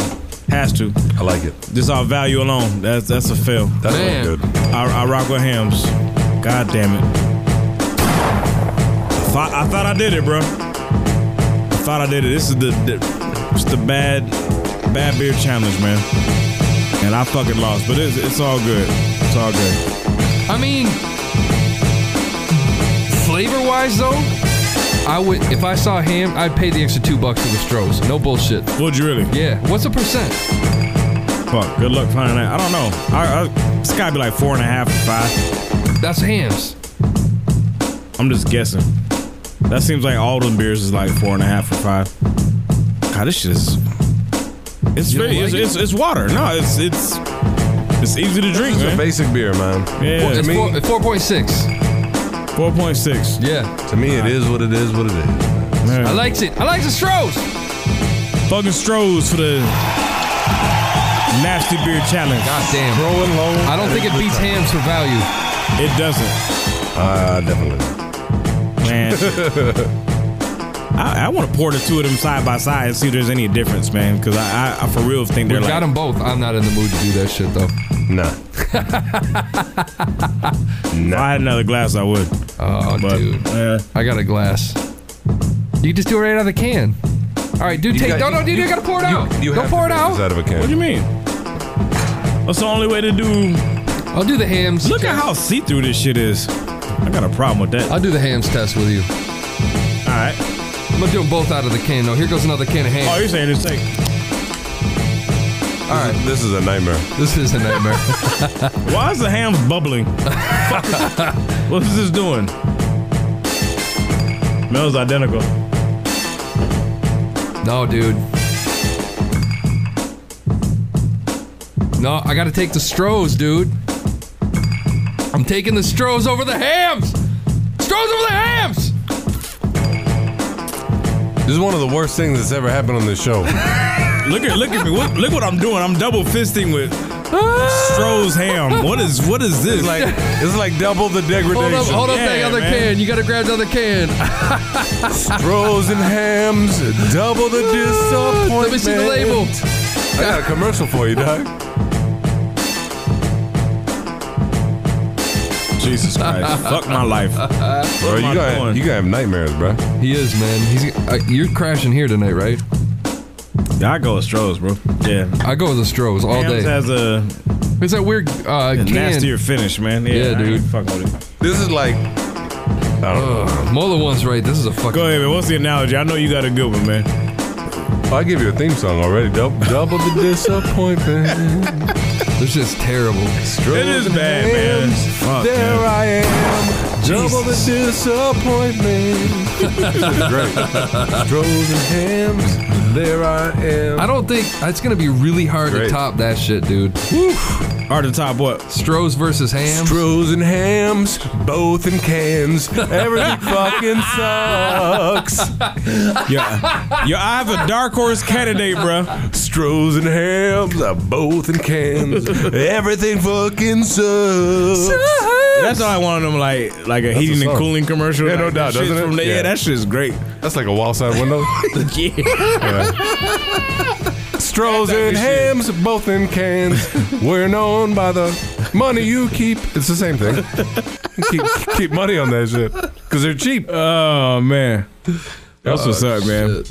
S3: Has to.
S4: I like it.
S3: Just our value alone. That's that's a fail.
S4: That's
S5: Man.
S4: really good.
S3: I, I rock with hams. God damn it. I thought I, thought I did it, bro. I thought I did it. This is the, the it's the bad bad beer challenge, man. And I fucking lost, but it's, it's all good. It's all good.
S5: I mean, flavor wise though, I would if I saw ham, I'd pay the extra two bucks for the Stroh's. No bullshit.
S3: Would you really?
S5: Yeah. What's a percent?
S3: Fuck. Good luck finding that. I don't know. I, I, it's gotta be like four and a half or five.
S5: That's hams.
S3: I'm just guessing. That seems like all them beers is like four and a half or five. God, this shit is. It's
S5: You don't
S3: very,
S5: like
S3: it's,
S5: it?
S3: it's, it's water. No, it's it's it's easy to drink,
S4: It's a
S3: man.
S4: basic beer, man.
S3: Yeah.
S4: To
S5: It's
S4: me,
S5: four- 4.6.
S3: Four point six.
S5: Yeah.
S4: to me, it is what it is. What it is.
S5: I liked it. I liked the Strohs.
S3: fucking Strohs for the nasty beer challenge.
S5: God damn.
S4: Rolling low.
S5: I don't think it beats hams for value.
S3: It doesn't,
S4: Uh, definitely.
S3: man. I, I want to pour the two of them side by side and see if there's any difference, man. Because I, I, I for real think
S5: We
S3: they're
S5: got 'em got
S3: like
S5: them both. I'm not in the mood to do that shit though.
S4: Nah.
S3: if I had another glass, I would.
S5: Oh,
S3: But
S5: dude.
S3: uh,
S5: I got a glass. You just do it right out of the can. All right, dude,
S3: You got-
S5: take. no, no, dude, you, gotta pour it out.
S4: you
S5: Don't
S4: have
S5: pour
S4: to
S5: it
S4: drink
S5: out.
S4: this out of a can.
S3: What do you mean? That's the only way to do.
S5: I'll do the hams.
S3: Look at how see through this shit is. I got a problem with that.
S5: I'll do the hams test with you.
S3: All right.
S5: I'm gonna do them both out of the can though. Here goes another can of hams.
S3: Oh, you're saying it's like.
S4: All right, this is a nightmare.
S5: This is a nightmare.
S3: Why is the hams bubbling? what is this doing? Smells identical.
S5: No, dude. No, I gotta take the Strohs, dude. I'm taking the Strohs over the hams. Strohs over the hams.
S4: This is one of the worst things that's ever happened on this show.
S3: Look at look at me. What, look what I'm doing. I'm double fisting with Stroh's ham. What is what is this?
S4: It's like it's like double the degradation.
S5: Hold up, hold up, that other can. You gotta grab the other can.
S4: Bros and hams, double the disappointment.
S5: Let me see the label.
S4: I got a commercial for you, dog.
S3: Jesus Christ. Fuck my life.
S4: Bro,
S3: What
S4: you
S3: am I
S4: got
S3: doing?
S4: you got have nightmares, bro.
S5: He is, man. He's. Uh, you're crashing here tonight, right?
S3: Yeah, I go with Stroh's, bro. Yeah.
S5: I go with the Strohs all
S3: Hams
S5: day.
S3: has a,
S5: It's that weird uh,
S3: a
S5: can.
S3: nastier finish, man. Yeah,
S5: Yeah,
S3: I ain't
S5: dude.
S3: Fuck with it.
S4: This is like I don't know.
S5: Ugh, Mola one's right. This is a fucking.
S3: Go ahead, man. What's the analogy? I know you got a good one, man.
S4: I give you a theme song already. Double, double the disappointment.
S5: This is terrible.
S4: Bros
S3: It is
S4: and
S3: bad, man.
S4: hams,
S3: Fuck,
S4: There
S3: man.
S4: I am. Double the disappointment. Great. Bros and hams. There I am.
S5: I don't think it's gonna be really hard to
S4: Great.
S5: top that shit, dude.
S3: Hard to top what?
S5: Strohs versus hams.
S4: Bros and hams, both in cans. Everything fucking sucks.
S3: Yeah. Yo, I have a dark horse candidate, bro.
S4: Strohs and hams are both in cans. Everything fucking sucks.
S3: That's all I want them like like a
S4: a
S3: heating and
S4: song.
S3: cooling commercial.
S4: Yeah, no
S3: Like,
S4: doubt,
S3: that shit's
S4: doesn't it?
S3: from the- yeah.
S4: Yeah.
S3: that shit's great.
S4: That's like a wall side window.
S3: Yeah.
S4: Strohs
S3: That type
S4: and
S3: of
S4: hams, both in cans. We're known by the money you keep. It's the same thing. keep, keep money on that shit because they're cheap. Oh,
S3: oh man. That's what's up, man.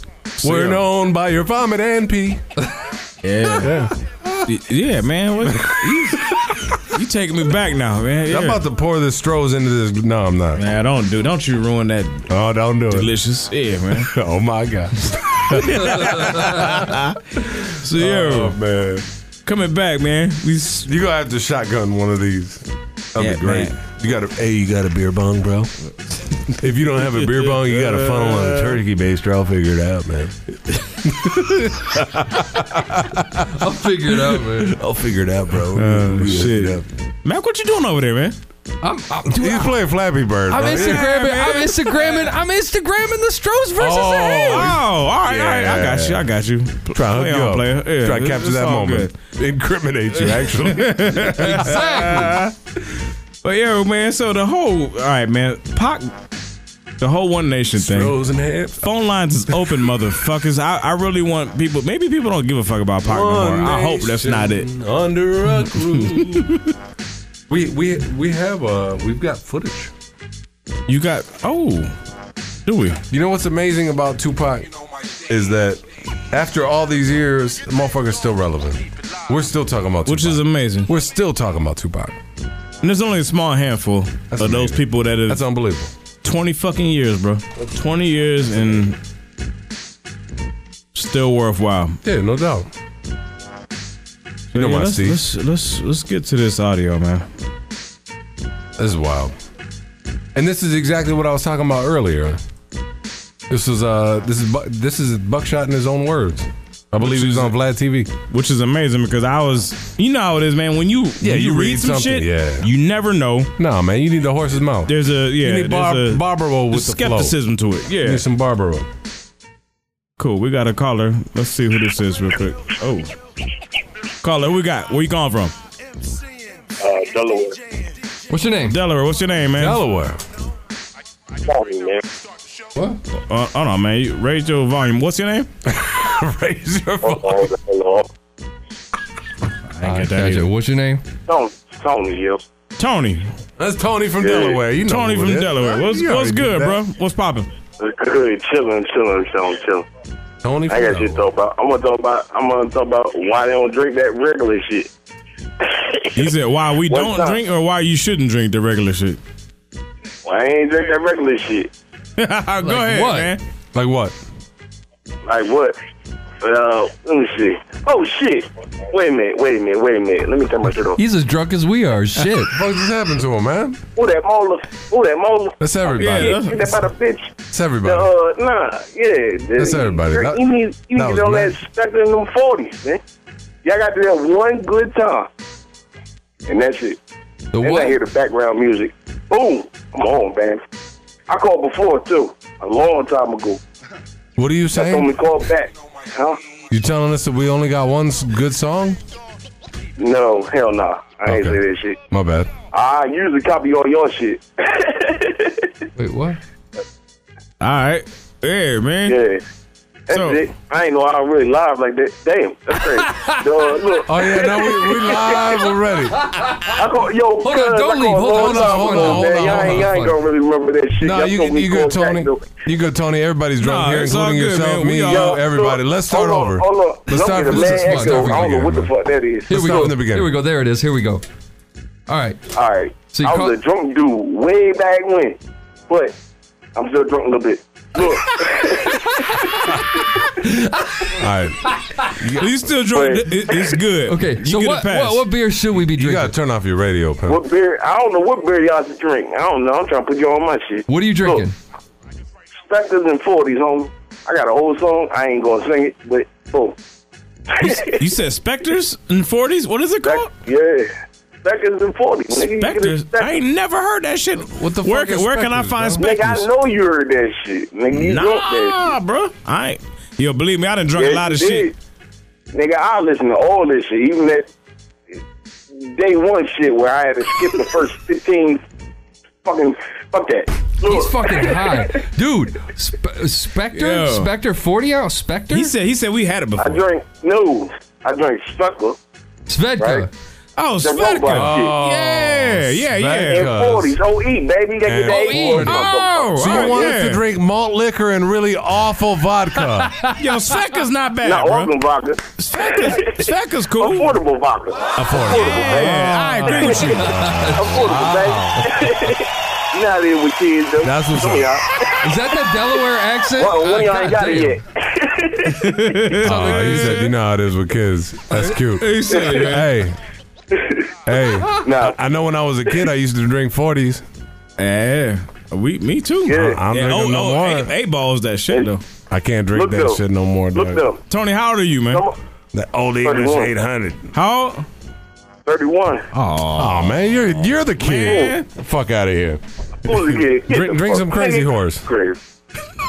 S4: We're known by your vomit and pee.
S3: Yeah.
S4: Yeah.
S3: Y- yeah, man. What, you, you taking me back now, man. Yeah.
S4: I'm about to pour this Strohs into this. No, I'm not.
S3: Nah, don't do. Don't you ruin that
S4: Oh, don't do it.
S3: delicious. Yeah, man.
S4: Oh my god.
S3: So yeah,
S4: Oh man.
S3: coming back, man. We s-
S4: You gonna have to shotgun one of these. That'd
S3: Yeah,
S4: be great.
S3: man.
S4: You got a hey, you got a beer bong, bro. if you don't have a beer bong, you got a funnel on a turkey baster. I'll figure it out, man.
S5: I'll figure it out, man.
S4: I'll figure it out, bro.
S3: Oh,
S4: We'll
S3: shit.
S4: figure it out.
S3: Mac, what you doing over there, man?
S5: I'm, I'm, dude,
S4: He's playing Flappy Bird.
S5: I'm
S4: bro.
S5: Instagramming. I'm Instagramming. I'm Instagramming the Strohs versus
S4: Oh,
S3: Oh,
S5: the hams.
S3: all right, all right. I got you. I got you.
S4: Try to hook
S3: Play
S4: you
S3: on,
S4: up.
S3: player. Yeah,
S4: Try to
S3: it's-
S4: capture
S3: it's
S4: that
S3: all
S4: moment. Incriminate you, actually.
S5: Exactly.
S3: But yeah, man. So the whole, all right, man. Pac, the whole One Nation thing.
S4: Frozen half.
S3: Phone lines is open, motherfuckers. I, I really want people. Maybe people don't give a fuck about Pac no more. I hope that's not it.
S4: Under a groove. we we we have uh we've got footage.
S3: You got oh, do we?
S4: You know what's amazing about Tupac is that after all these years, the motherfucker's still relevant. We're still talking about Tupac.
S3: Which is amazing.
S4: we're still talking about Tupac.
S3: And there's only a small handful of those
S4: amazing.
S3: people that
S4: That's
S3: is
S4: unbelievable.
S3: 20 fucking years, bro. 20 years and still worthwhile.
S4: Yeah, no doubt. You know
S3: Yeah,
S4: why,
S3: let's,
S4: Steve?
S3: let's let's let's get to this audio, man.
S4: This is wild. And this is exactly what I was talking about earlier. This is uh this is Bu- this is Buckshot in his own words. I believe he was on Vlad TV.
S3: which is amazing because I was, you know how it is, man. When you yeah,
S4: you
S3: you, read,
S4: read
S3: some
S4: something,
S3: shit,
S4: yeah.
S3: you never know.
S4: Nah, man, you need the horse's mouth.
S3: There's a yeah,
S4: you need bar-
S3: there's a,
S4: Barbaro with
S3: there's
S4: the
S3: skepticism to it.
S4: Flow. You
S3: Yeah,
S4: need some Barbaro.
S3: cool. We got a caller. Let's see who this is real quick. Oh, caller, who we got where you calling from?
S13: Uh, Delaware.
S5: What's your name?
S3: Delaware. What's your name, man?
S4: Delaware.
S13: Sorry, man.
S3: Uh, hold on, man. You raise your volume. What's your name?
S4: Raise your
S13: Hold on, hold on.
S3: I get that
S5: Gotcha.
S3: either.
S5: What's your name?
S13: Tony, Tony, yeah.
S3: Tony.
S4: That's Tony from Delaware. You know
S3: Tony
S4: who
S3: from
S4: it is.
S3: Delaware. What's
S4: You
S3: what's
S4: already
S3: good,
S4: did
S3: bro?
S4: that.
S3: What's popping?
S13: Good, chilling, chilling, chilling, chilling.
S4: Tony.
S13: I got shit to talk about. I'm gonna talk about. I'm gonna talk about why they don't drink that regular shit.
S3: He said, "Why we
S13: One
S3: don't
S13: time.
S3: drink, or why you shouldn't drink the regular shit."
S13: Why I ain't drink that regular shit?
S3: Go ahead,
S13: what?
S3: man.
S4: Like what?
S13: Like what? Uh, let me see. Oh shit! Wait a minute. Wait a minute. Wait a minute. Let me turn my shit off.
S5: He's as drunk as we are. Shit.
S4: what just happened to him, man?
S13: Who that mola? Who that mola?
S4: That's everybody.
S13: Yeah, that's, that about a bitch.
S4: That's everybody.
S13: Uh, nah, yeah.
S4: That's everybody.
S13: You,
S4: That-
S13: you need, you
S4: that
S13: need
S4: was
S13: all
S4: mad.
S13: that stuck in them forties, man. Y'all got to have one good time, and that's it.
S5: The
S13: then I hear the background music. Boom, I'm on, man. I called before too, a long time ago.
S4: What are you
S13: I told
S4: saying?
S13: me call back, huh?
S4: You telling us that we only got one s- good song?
S13: No, hell nah. I ain't
S4: Okay.
S13: say that shit.
S4: My bad.
S13: I usually copy all your shit.
S5: Wait, what?
S3: All right. Yeah, man.
S13: Yeah. That's it. I ain't know I really live like that. Damn, that's crazy. Dog, look.
S4: Oh yeah, no, we, we live already.
S13: I call, yo,
S5: Hold on,
S13: cuz, I
S5: don't
S13: called
S5: leave. Hold on,
S4: hold on,
S13: all the time,
S4: hold on,
S13: man.
S4: hold
S13: Y'all
S4: on,
S13: ain't,
S4: hold
S13: y'all
S4: on.
S13: ain't gonna really remember that shit.
S4: Nah,
S13: Y'all
S4: you
S13: told me
S4: you good,
S13: call back,
S4: Tony.
S13: though.
S4: You good, Tony. Everybody's drunk
S3: Nah,
S4: here,
S3: it's all
S4: including
S3: good,
S4: yourself,
S3: man.
S4: me,
S3: We
S4: you,
S3: all-
S4: everybody. Let's start
S13: hold
S4: over.
S13: On, hold on.
S4: Let's
S13: Don't
S4: start
S13: get
S4: from
S13: a
S4: let's
S13: mad
S4: start
S13: echo.
S4: from
S13: I don't know
S4: the
S13: what the
S4: beginning.
S13: fuck that is.
S5: Here we
S4: Let's start
S5: go.
S4: from the beginning.
S5: Here we go. There it is. Here we go. All right.
S13: All right.
S5: So you
S13: I
S5: call-
S13: was a drunk dude way back when, but I'm still drunk a little bit. Look,
S4: All right,
S3: You still drunk? It- it- it's good.
S5: Okay.
S3: You
S5: so
S3: get
S5: what,
S3: a pass.
S5: what what beer should we be
S4: you
S5: drinking?
S4: gotta turn off your radio, pimp.
S13: what beer? I don't know what beer y'all should drink. I don't know. I'm trying to put you on my shit.
S5: What are you drinking?
S13: Spectres and 40s, homie. I got a whole song. I ain't gonna sing it, but boom.
S3: You, s- you said specters in forties. What is it called?
S13: Yeah. Spectres and 40s. Nigga, you get a
S3: Specters. I ain't never heard that shit.
S4: What the
S3: Where
S4: fuck
S3: can
S4: is
S3: where can I
S4: Spectres,
S3: find
S4: bro?
S13: Nigga, I
S3: specters?
S13: know you heard that shit. Nigga, you drunk that
S3: Nah, bro. I ain't. Yo, believe me, I done
S13: shit.
S3: drunk a lot of
S13: Yes, you
S3: shit.
S13: did. Nigga, I listen to all this shit, even that day one shit where I had to skip the first 15 fucking. Fuck that. Look,
S5: He's fucking high, dude. Spe- Spectre,
S3: Yo.
S5: Spectre, forty ounce Spectre,
S3: He said he said we had it
S13: I
S3: before.
S13: drink, no, I drink Speckle
S5: Svedka.
S13: Right.
S3: Oh,
S13: The robot
S3: Svedka.
S13: shit.
S3: Yeah, yeah, yeah.
S13: and 40s. OE, baby. They get that
S4: And-
S13: OE.
S3: Oh,
S4: So you
S3: oh,
S4: want us
S3: yeah.
S4: to drink malt liquor and really awful vodka?
S3: Yo, Svedka's not bad,
S13: Not
S3: bro.
S13: Oakland vodka.
S3: Svedka's, Svedka's cool.
S13: Affordable vodka.
S4: Affordable.
S3: Yeah, I agree with you.
S13: Affordable, baby. you not here with kids, though.
S4: That's what's
S13: Come
S4: up.
S13: here, y'all.
S5: Is that the Delaware accent?
S13: One, one
S5: Ah,
S13: of y'all ain't got
S5: goddamn.
S13: it yet.
S4: Aw, he said, "You know how it is with kids. That's cute."
S3: He said, yeah.
S4: Hey, hey.
S13: Nah.
S4: I know when I was a kid, I used to drink forties.
S3: Yeah, we, me too.
S13: Yeah.
S4: I- I'm
S3: yeah,
S4: drinking
S3: oh,
S4: no
S3: oh,
S4: more.
S3: eight- eight balls that shit though.
S4: I can't drink
S13: Look
S4: that
S13: though.
S4: shit no more.
S13: Look
S4: dog.
S13: though.
S3: Tony, how old are you, man?
S13: Come on.
S4: That old English
S13: 31.
S4: eight hundred.
S3: How? old?
S13: 31.
S3: Oh,
S4: Oh man, you're you're the kid. Fuck out of here.
S13: Who's the kid? Get
S4: Drink-
S13: the
S4: drink
S13: fuck-
S4: some Crazy
S13: nigga,
S4: Horse.
S13: Crazy.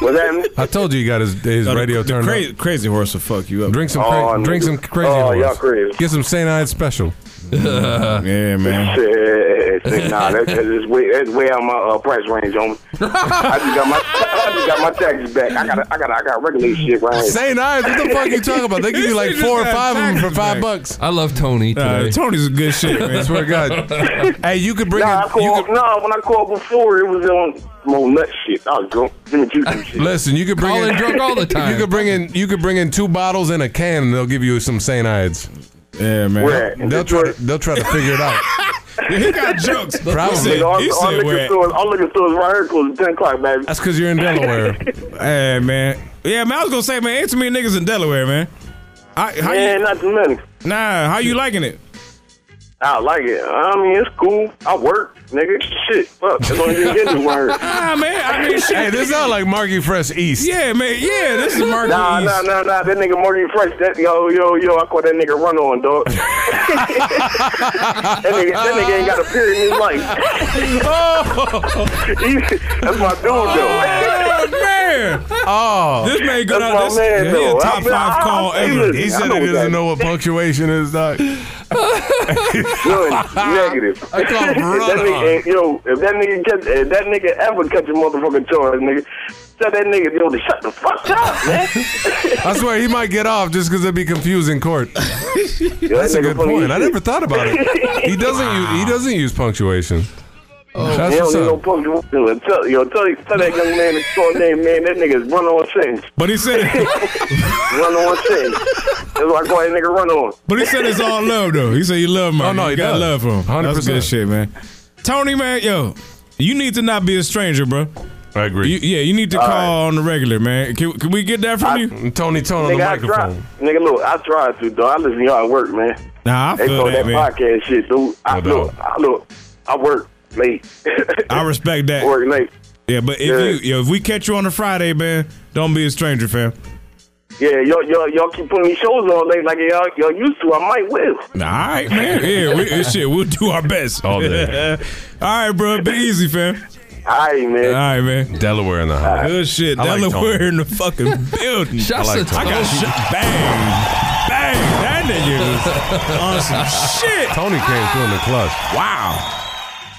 S13: What's happening?
S4: I told you he got his his
S3: No, the-
S4: radio
S3: the,
S4: turned
S3: cra-
S4: up.
S3: Crazy horse will fuck you up.
S4: Drink some
S13: Oh,
S4: cra-
S13: nigga.
S4: drink some crazy
S13: Oh, y'all
S4: horse.
S13: crazy.
S4: Get some Saint Ives special.
S3: Yeah, man.
S13: Shit, nah, that, that is way that's way out my uh, price range, homie. I just got my I just got my taxes back. I got I got I got regular shit right here.
S4: Saint Ives, what the fuck you talking about? They give
S3: He
S4: you like
S3: said
S4: four or
S3: just had
S4: five of them for
S3: taxes
S4: five
S3: back.
S4: bucks.
S5: I love Tony
S3: Uh,
S5: today.
S3: Tony's a good shit,
S4: I
S3: man.
S4: swear to God. hey, you could bring.
S13: Nah, I
S4: in, you
S13: called,
S4: could,
S13: nah, when I called before, it was on some old nut shit. I was drunk. Give me juice and shit.
S4: Listen, you could bring
S5: Calling
S4: in
S5: drunk all the time.
S4: You could bring in you could bring in two bottles and a can, and they'll give you some Saint Ides.
S3: Yeah, man.
S13: Where at? In
S4: They'll try to,
S13: Detroit?
S4: they'll try to figure it out.
S3: Yeah, he got jokes.
S4: Probably.
S3: He said,
S13: Nigga, Our,
S3: he
S13: our
S3: said
S13: liquor
S3: where at?
S13: stores, our liquor stores right here close at 10 o'clock, baby.
S4: That's because you're in Delaware.
S3: Hey, man. Yeah, man. I was gonna say, man, ain't too many niggas in Delaware, man. I, how
S13: Man,
S3: you,
S13: not too many.
S3: nah, how you liking it?
S13: I like it. I mean, it's cool. I work, nigga. Shit, fuck. As long as you get this word.
S3: Nah, Ah, man. I mean, shit.
S4: hey, this sounds like Marky Fresh East.
S3: yeah, man. Yeah, this is Mark.
S13: Nah,
S3: East.
S13: nah, nah, nah. That nigga Morgan Fresh. That yo, yo, yo. I call that nigga run on, dog. that, nigga, that nigga ain't got a period in his life.
S4: Oh.
S13: He- That's my dude,
S3: Oh,
S13: though.
S3: man.
S4: Oh,
S3: This man good
S13: That's
S3: out. This
S13: my man,
S3: he a
S13: though. I
S3: top
S13: mean,
S3: five
S13: I-
S3: call
S13: I- I-
S3: ever.
S13: listen,
S4: he
S13: I
S4: said
S13: know
S4: he doesn't
S13: that.
S4: know what punctuation is. Dog.
S13: Good, negative.
S4: I call him
S13: If that
S4: run on.
S13: nigga, eh, yo, if that nigga catch, if that nigga ever catch a motherfucking charge, nigga, tell that nigga, yo, to shut the fuck up, man.
S4: I swear he might get off just because it'd be confused in court.
S13: Yo,
S4: That's a
S13: that nigga
S4: good
S13: funny as
S4: point. I
S13: shit.
S4: never thought about it. He doesn't use he doesn't use punctuation.
S13: they don't need no punk to do it. Tell, yo, tell, tell that young man his short name, man. That nigga's run on sentence.
S3: But he said
S13: run on sentence. That's why I call that nigga run on.
S3: But he said it's all love though. He said you love him. Oh no, you got love for him. 100%. That's good shit, man. Tony, man, yo, you need to not be a stranger, bro.
S4: I agree.
S3: You, yeah, you need to
S13: All
S3: call
S13: right.
S3: on the regular, man. Can, can we get that from you?
S4: Tony Tone
S13: nigga, I tried. Nigga, look, I tried to though. I listen to y'all at work, man.
S3: Nah, I
S13: they
S3: feel
S13: throw
S3: that,
S13: that,
S3: man.
S13: podcast shit, dude. I
S3: No
S13: look, I look, I work late.
S3: I respect that.
S13: work late.
S3: Yeah, but if you yo, if we catch you on a Friday, man, don't be a stranger, fam.
S13: Yeah, y'all, y'all, y'all keep putting these shows on late like y'all, y'all used to. I might win.
S3: All right, man. Yeah, we, shit, we'll do our best. All
S4: day.
S3: right, bro. Be easy, fam.
S13: All right, man. All
S3: right, man.
S4: Delaware in the house.
S3: Good shit.
S4: I like
S3: Delaware
S4: Tony.
S3: in the fucking building.
S4: Shots I like to
S3: I got
S4: Tony.
S3: shot. Bang. Bang. That nigga was on some shit.
S4: Tony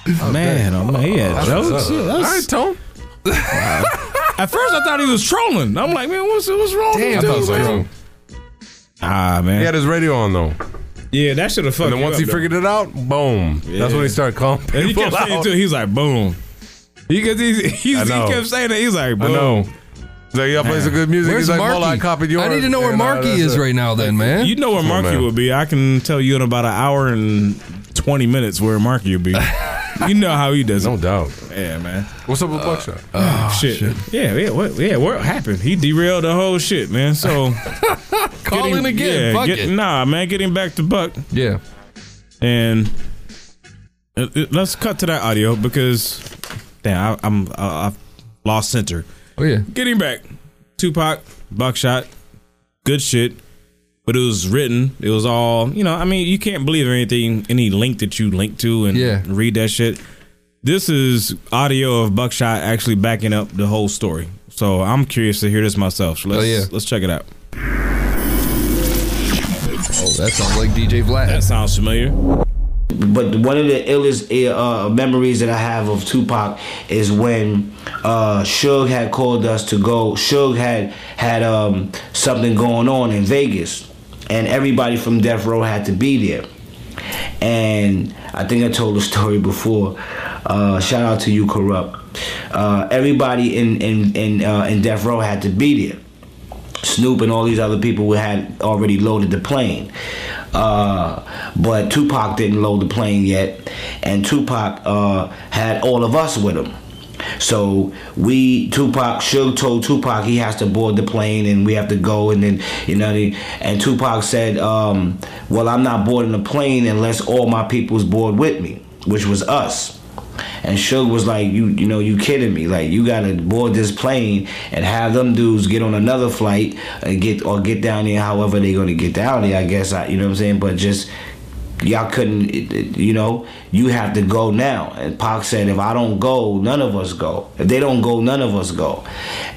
S4: came through in the clutch.
S3: Wow. Man, oh man, he had
S4: That's
S3: jokes.
S4: what's up. All right,
S3: Tone. At first, I thought he was trolling. I'm like, man, what's what's wrong? with
S4: Damn,
S3: this
S4: that was
S3: dude, man?
S4: wrong.
S3: Ah, man.
S4: He had his radio on though.
S3: Yeah, that should have fucked.
S4: And then
S3: you
S4: once
S3: up,
S4: he
S3: though.
S4: figured it out, boom. That's when he started calling people
S3: And he kept saying
S4: out.
S3: too. He's like, boom. He, cause he, he's, he
S4: I know.
S3: kept saying that. He's like,
S4: I
S3: boom.
S4: know. So y'all play some good music.
S5: Where's
S4: He's like,
S5: Marky?
S4: well, I copied yours.
S5: I need to know where
S4: And, uh,
S5: Marky
S4: that's
S5: is
S4: it.
S5: right now, then, man.
S3: You know where
S4: Come on,
S3: Marky
S4: man.
S3: will be. I can tell you in about an hour and twenty minutes where Marky will be. you know how he does. No
S4: doubt.
S3: Yeah, man. Oh,
S4: What's up with Buckshot?
S3: shit.
S5: Oh,
S3: Yeah, yeah. What? Yeah, what happened? He derailed the whole shit, man. So
S5: Call
S3: get
S5: him again.
S3: yeah,
S5: Fuck
S3: get-
S5: it.
S3: Nah, man. Get him back to Buck.
S5: Yeah.
S3: And uh, uh, let's cut to that audio because damn, I, I'm I, I've lost center.
S5: Oh yeah.
S3: Getting back, Tupac, Buckshot, good shit. But it was written. It was all you know. I mean, you can't believe anything, any link that you link to and
S5: Yeah.
S3: read that shit. This is audio of Buckshot actually backing up the whole story. So I'm curious to hear this myself. So let's
S5: Oh, yeah.
S3: let's check it out.
S5: Oh, that sounds like DJ Vlad. That
S3: sounds familiar.
S14: But one of the illest uh, memories that I have of Tupac is when uh, Suge had called us to go. Suge had had um, something going on in Vegas, and everybody from Death Row had to be there. And I think I told the story before. Uh, shout out to you, corrupt. Uh, everybody in in in uh, in Death Row had to be there. Snoop and all these other people who had already loaded the plane. Uh, but Tupac didn't load the plane yet, and Tupac uh, had all of us with him. So we Tupac Suge told Tupac he has to board the plane and we have to go and then you know they- and Tupac said um, well I'm not boarding the plane unless all my people's board with me which was us and Suge was like, "You, you know, you kidding me? Like, you gotta board this plane and have them dudes get on another flight and get or get down there. However, they gonna get down there. I guess I, you know what I'm saying. But just y'all couldn't, it- it- you know, you have to go now." And Pac said, "If I don't go, none of us go. If they don't go, none of us go."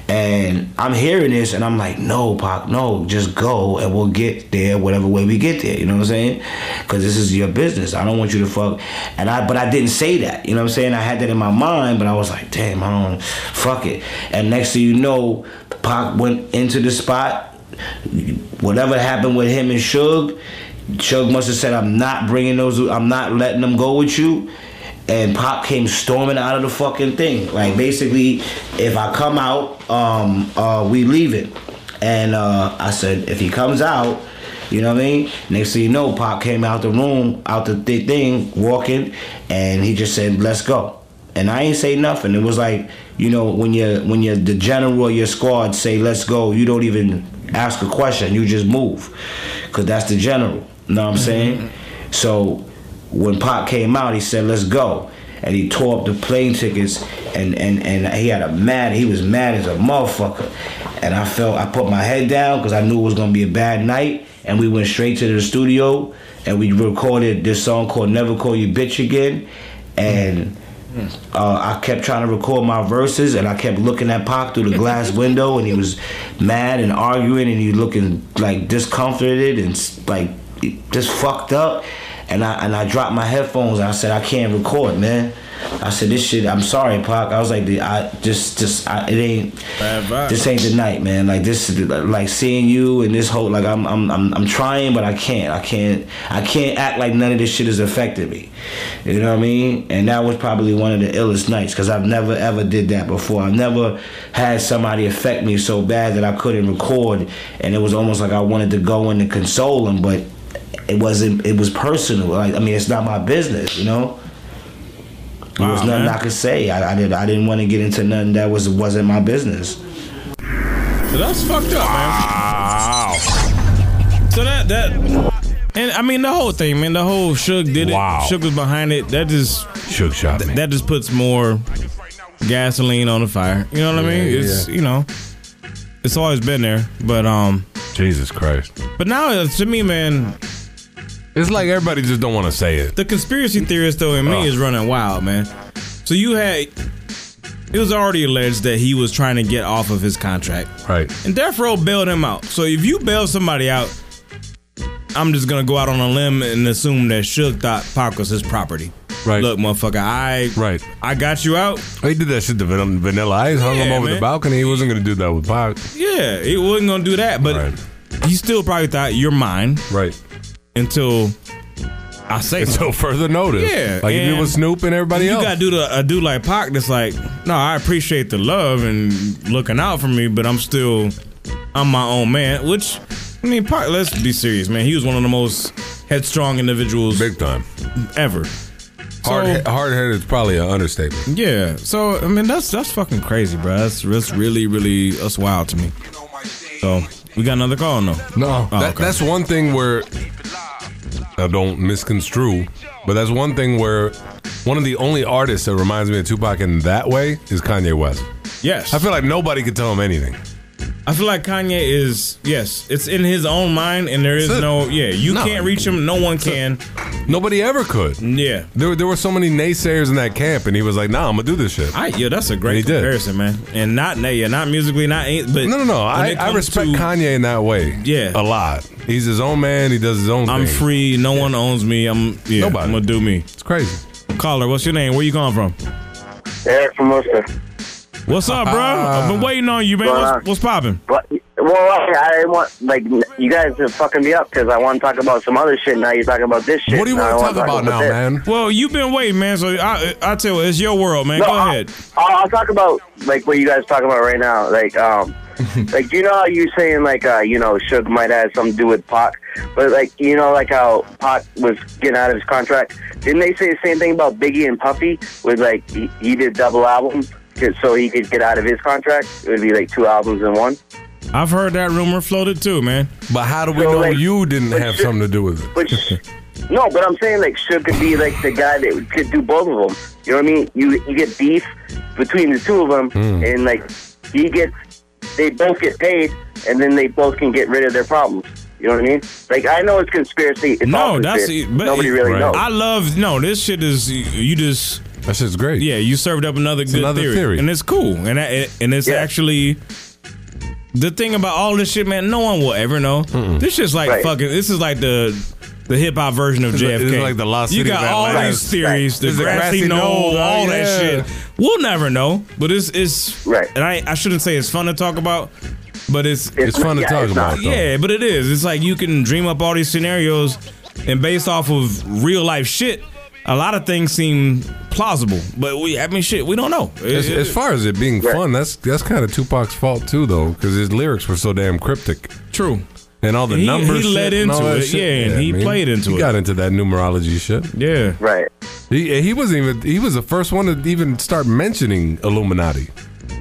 S14: And I'm hearing this, and I'm like, "No, Pac, no, just go, and we'll get there whatever way we get there." You know what I'm saying? Because this is your business. I don't want you to fuck. And I, but I didn't say that. You know what I'm saying? I had that in my mind, but I was like, "Damn, I don't fuck it." And next thing you know, Pac went into the spot. Whatever happened with him and Suge, Suge must have said, "I'm not bringing those. I'm not letting them go with you." and Pop came storming out of the fucking thing. Like basically, if I come out, um, uh, we leave it. And uh, I said, if he comes out, you know what I mean. Next thing you know, Pop came out the room, out the thi- thing, walking, and he just said, "Let's go." And I ain't say nothing. It was like, you know, when you when you the general or your squad say, "Let's go," you don't even ask a question. You just move, cause that's the general. Know what I'm saying? So when Pop came out, he said, "Let's go," and he tore up the plane tickets, and and and he had a mad. He was mad as a motherfucker, and I felt I put my head down because I knew it was gonna be a bad night, and we went straight to the studio, and we recorded this song called "Never Call You Bitch Again," and. Uh, I kept trying to record my verses, and I kept looking at Pac through the glass window, and he was mad and arguing, and he looking like discomforted and s- like just fucked up. and I and I dropped my headphones and I said I can't record, man. I said this shit. I'm sorry, Pac. I was like, I just just I, it ain't this ain't the night, man. Like this is the- like seeing you and this whole like I'm I'm I'm I'm trying, but I can't. I can't I can't act like none of this shit has affected me. You know what I mean? And that was probably one of the illest nights because I've never ever did that before. I've never had somebody affect me so bad that I couldn't record, and it was almost like I wanted to go in and console them, but it wasn't. It was personal. Like I mean, it's not my business, you know. There was
S3: Wow,
S14: nothing
S3: man.
S14: I could say. I, I did. I didn't want to get into nothing that was wasn't my business.
S3: That's fucked up, man. So that that and I mean the whole thing, man. The whole Shook did it.
S2: Wow.
S3: Shook was behind it. That just
S4: Shook shot
S3: me. That just puts more gasoline on the fire. You know what I
S4: Yeah,
S3: mean? It's
S4: yeah.
S3: you know, it's always been there, but um.
S4: Jesus Christ.
S3: But now it's- to me, man.
S4: It's like everybody just don't want to say it.
S3: The conspiracy theorist though in me
S4: Ugh.
S3: is running wild, man. So you had it was already alleged that he was trying to get off of his contract.
S4: Right.
S3: And Death Row bailed him out. So if you bail somebody out, I'm just gonna go out on a limb and assume that Suge thought Pac was his property.
S4: Right.
S3: Look, motherfucker, I
S4: right.
S3: I got you out.
S4: He did that shit to Van- Vanilla Ice, hung him
S3: Yeah,
S4: over
S3: man.
S4: the balcony. He wasn't gonna do that with Pac.
S3: Yeah, it wasn't gonna do that, but he still probably thought you're mine.
S4: Right.
S3: Until I say
S4: Until
S3: something.
S4: further notice.
S3: Yeah.
S4: Like you did with Snoop and everybody
S3: you
S4: else.
S3: You gotta do the a dude like Pac that's like, no, I appreciate the love and looking out for me, but I'm still I'm my own man. Which I mean, Pac, let's be serious, man. He was one of the most headstrong individuals
S4: big time.
S3: Ever.
S4: Hard
S3: So-
S4: hard headed is probably an understatement.
S3: Yeah. So I mean, that's that's fucking crazy, bro. That's that's really really that's wild to me. So we got another call, no?
S4: No,
S3: Oh,
S4: that,
S3: okay.
S4: that's one thing where I don't misconstrue, but that's one thing where one of the only artists that reminds me of Tupac in that way is Kanye West.
S3: Yes,
S4: I feel like nobody could tell him anything.
S3: I feel like Kanye is yes, it's in his own mind, and there is
S4: That's it.
S3: no yeah. You
S4: No.
S3: can't reach him. No one can.
S4: Nobody ever could.
S3: Yeah,
S4: there were- there were so many naysayers in that camp, and he was like, "Nah, I'm gonna do this shit."
S3: I yeah, that's a great
S4: And he did.
S3: comparison, man. And not na- yeah, not musically, not ain't, but
S4: No, no, no.
S3: when
S4: I,
S3: it
S4: I
S3: comes
S4: respect
S3: to,
S4: Kanye in that way.
S3: Yeah.
S4: a lot. He's his own man. He does his own.
S3: I'm
S4: thing.
S3: free. No one owns me. I'm yeah.
S4: Nobody.
S3: I'm gonna do me.
S4: It's crazy.
S3: Caller, what's your name? Where you calling from?
S13: Eric from Worcester.
S3: What's up, bro?
S4: Ah.
S3: I've
S13: Uh,
S3: been waiting on you, man.
S13: Going
S3: What's,
S13: on?
S3: what's popping?
S13: But well, I, I want like you guys to fucking me up because I want to talk about some other shit. Now you're talking about this shit. Now I wanna this.
S3: Well, you've been waiting, man. So I, I tell you, it's your world, man.
S13: No,
S3: Go
S13: I-
S3: ahead.
S13: I'll, I'll talk about like what you guys talking about right now. Like, um, like you know how you saying like uh, you know Suge might have something to do with Pac, but like you know like how Pac was getting out of his contract. Didn't they say the same thing about Biggie and Puffy? Was like he, he did double album 'cause- so he could get out of his contract. It would be like two albums in one.
S3: I've heard that rumor floated too, man.
S4: But how do we know you didn't have something to do with it?
S13: No, but I'm saying like Suge could be like the guy that could do both of them. You know what I mean? You you get beef between the two of them,
S3: Hmm.
S4: Mm.
S13: and like he gets, they both get paid, and then they both can get rid of their problems. You know what I mean? Like I know it's conspiracy. It's all
S3: no, that's
S13: conspiracy.
S3: but
S13: nobody
S3: it-
S13: really knows.
S3: I love no. This shit is you just.
S4: That shit's great.
S3: Yeah, you served up another good
S4: another theory.
S3: and it's cool, and I, and it's actually the thing about all this shit, man. No one will ever know. This shit's like
S4: Right.
S3: fucking. This is like the. The hip hop version of
S4: It's like-
S3: JFK.
S4: it's like the Lost
S3: You
S4: City
S3: got
S4: of
S3: all
S4: Atlanta.
S3: these theories,
S4: Right. It's
S3: the
S4: a
S3: grassy,
S4: grassy
S3: knoll,
S4: knoll, yeah.
S3: all that shit. We'll never know, but it's it's right. And I, I shouldn't say it's fun to talk about, but it's
S4: It's fun to yeah, talk it's about, not. though.
S3: Yeah, but it is. It's like you can dream up all these scenarios, and based off of real life shit, a lot of things seem plausible. But we, I mean, shit, we don't know. It-
S4: As,
S3: it-
S4: as far as it being fun, that's that's kind of Tupac's fault too, though, because his lyrics were so damn cryptic.
S3: True.
S4: And all the
S3: He-
S4: numbers,
S3: he led
S4: shit and all
S3: into
S4: that
S3: it,
S4: shit.
S3: yeah, and he played into
S4: he
S3: it.
S4: Got into that numerology shit.
S3: Yeah,
S13: right.
S4: He he wasn't even he was the first one to even start mentioning Illuminati.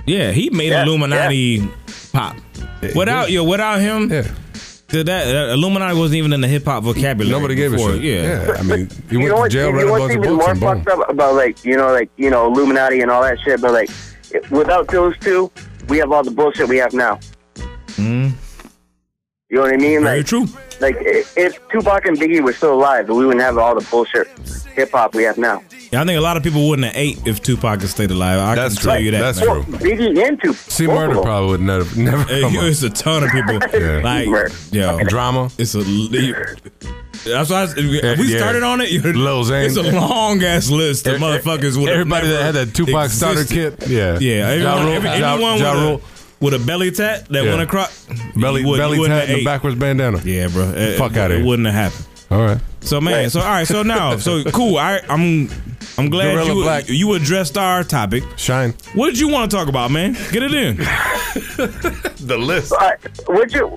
S3: Yeah, he made Illuminati pop. Without yo, without him,
S4: yeah.
S3: That, that Illuminati wasn't even in the hip hop vocabulary.
S4: Nobody gave a
S3: before.
S4: shit.
S3: Yeah,
S4: Yeah, I mean, he
S13: you know what's, you know what's even more fucked up about like you know like you know Illuminati and all that shit, but like it- without those two, we have all the bullshit we have now. You know what I mean?
S3: Very
S13: like,
S3: true.
S13: Like i- if Tupac and Biggie were still alive, we wouldn't have all the bullshit hip hop we have now.
S3: Yeah, I think a lot of people wouldn't have ate if Tupac had stayed alive. I
S4: That's
S3: can tell
S4: true.
S3: you that.
S4: That's
S3: man.
S4: true.
S13: Biggie and Tupac.
S4: See, murder probably would never never.
S3: Hey,
S4: come up.
S3: it's a ton of people.
S4: Yeah.
S3: Like, yo,
S4: drama.
S3: It's a. That's why I, we
S4: Yeah.
S3: started on it.
S4: Lil Zane.
S3: It's a long ass list of
S4: Eh, eh,
S3: motherfuckers. Would
S4: everybody that had that Tupac starter kit, yeah.
S3: yeah.
S4: Ja
S3: Everyone,
S4: Rule-
S3: every,
S4: Ja-
S3: anyone
S4: Ja
S3: with,
S4: Rule.
S3: a, with a belly tat that
S4: Yeah.
S3: went across
S4: Belly,
S3: you wouldn't-
S4: belly
S3: you wouldn't
S4: tat
S3: have
S4: and a
S3: ate.
S4: backwards bandana.
S3: Yeah, bro. Eh,
S4: Fuck out of
S3: It
S4: here.
S3: wouldn't have happened.
S4: All right.
S3: So man, so all right, so now, so cool. I, I'm I'm glad
S4: Gorilla
S3: you
S4: Black.
S3: you addressed our topic.
S4: Shine.
S3: What did you want to talk about, man? Get it in.
S4: the list.
S13: would you?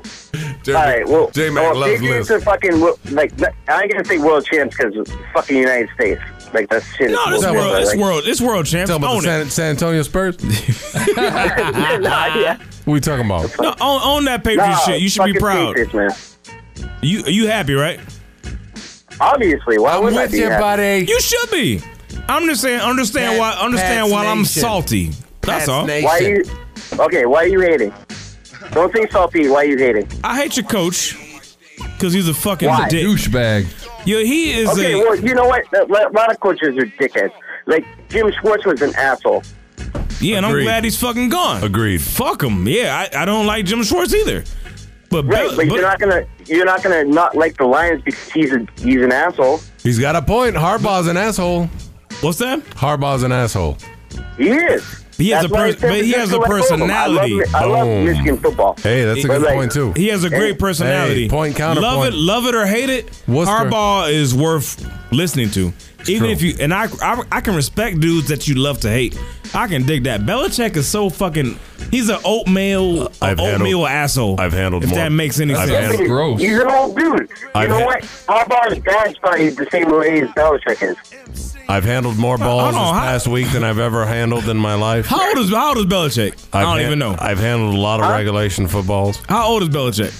S4: J-
S13: All right. Well,
S4: J-Mac
S13: well,
S4: loves
S13: they did
S4: lists.
S13: the fucking wo- like. th- I ain't gonna say world champs because fucking United States. Like that shit.
S3: No,
S13: is
S3: this
S13: bullshit,
S3: world,
S13: but,
S3: this
S13: like-
S3: world, this world champs
S4: Talking about
S3: own
S4: the
S3: it.
S4: San, San Antonio Spurs?
S13: Nah, yeah.
S4: we talking about?
S3: No, own, own that Patriots
S13: Nah,
S3: shit. You should be
S13: fucking
S3: proud.
S13: Patriots, man.
S3: You you happy, right?
S13: Obviously, why wouldn't I be happy?
S3: You should be. I'm just saying. Understand
S13: Pat-
S3: why? Understand
S13: Pat's
S3: why I'm
S13: Nation.
S3: salty. That's all.
S13: Why you? Okay, why are you hating? Don't think salty. Why are you hating?
S3: I hate your coach because he's a fucking
S13: Why?
S3: dick.
S5: douchebag.
S3: Yeah, he is
S13: okay,
S3: a.
S13: well, you know what? A lot- a lot of coaches are dickheads. Like Jim Schwartz was an asshole.
S3: Yeah, and I'm
S13: Agreed.
S3: glad he's fucking gone.
S4: Agreed.
S3: Fuck him. Yeah, I, I don't like Jim Schwartz either. But
S13: Right,
S3: Bill-
S13: but,
S3: but-
S13: you're not gonna you're not gonna not like the Lions because he's a, he's an asshole.
S4: He's got a point. Harbaugh's an asshole.
S3: What's that?
S4: Harbaugh's an asshole.
S13: He is.
S3: He has
S13: That's
S3: a
S13: why I
S3: pers-
S13: said
S3: but he has a
S13: Michigan was over them.
S3: personality.
S13: I love, Mi- I love
S4: Boom.
S13: Michigan football.
S4: Hey, that's a
S13: But,
S4: good
S13: like,
S4: point too.
S3: He has a great
S13: Hey,
S3: personality.
S4: Hey, point counterpoint.
S3: Love it, love it or hate it.
S4: What's the-
S3: Harbaugh is worth listening to, even
S4: true.
S3: if you and I, I. I can respect dudes that you love to hate. I can dig that. Belichick is so fucking. He's an oatmeal, an
S4: I've handled-
S3: oatmeal asshole.
S4: I've handled
S3: If
S4: more.
S3: that makes any
S4: I've
S3: sense.
S4: handled-
S13: He's an old Oh, dude.
S4: I've
S13: you know
S4: had-
S13: what? Harbaugh is bashed by the same way as Belichick is.
S4: I've handled more balls
S3: hold on,
S4: this
S3: how-
S4: past week than I've ever handled in my life.
S3: How old is How old is Belichick?
S4: I've
S3: I don't
S4: han-
S3: even know.
S4: I've handled a lot of regulation footballs.
S3: How old is Belichick?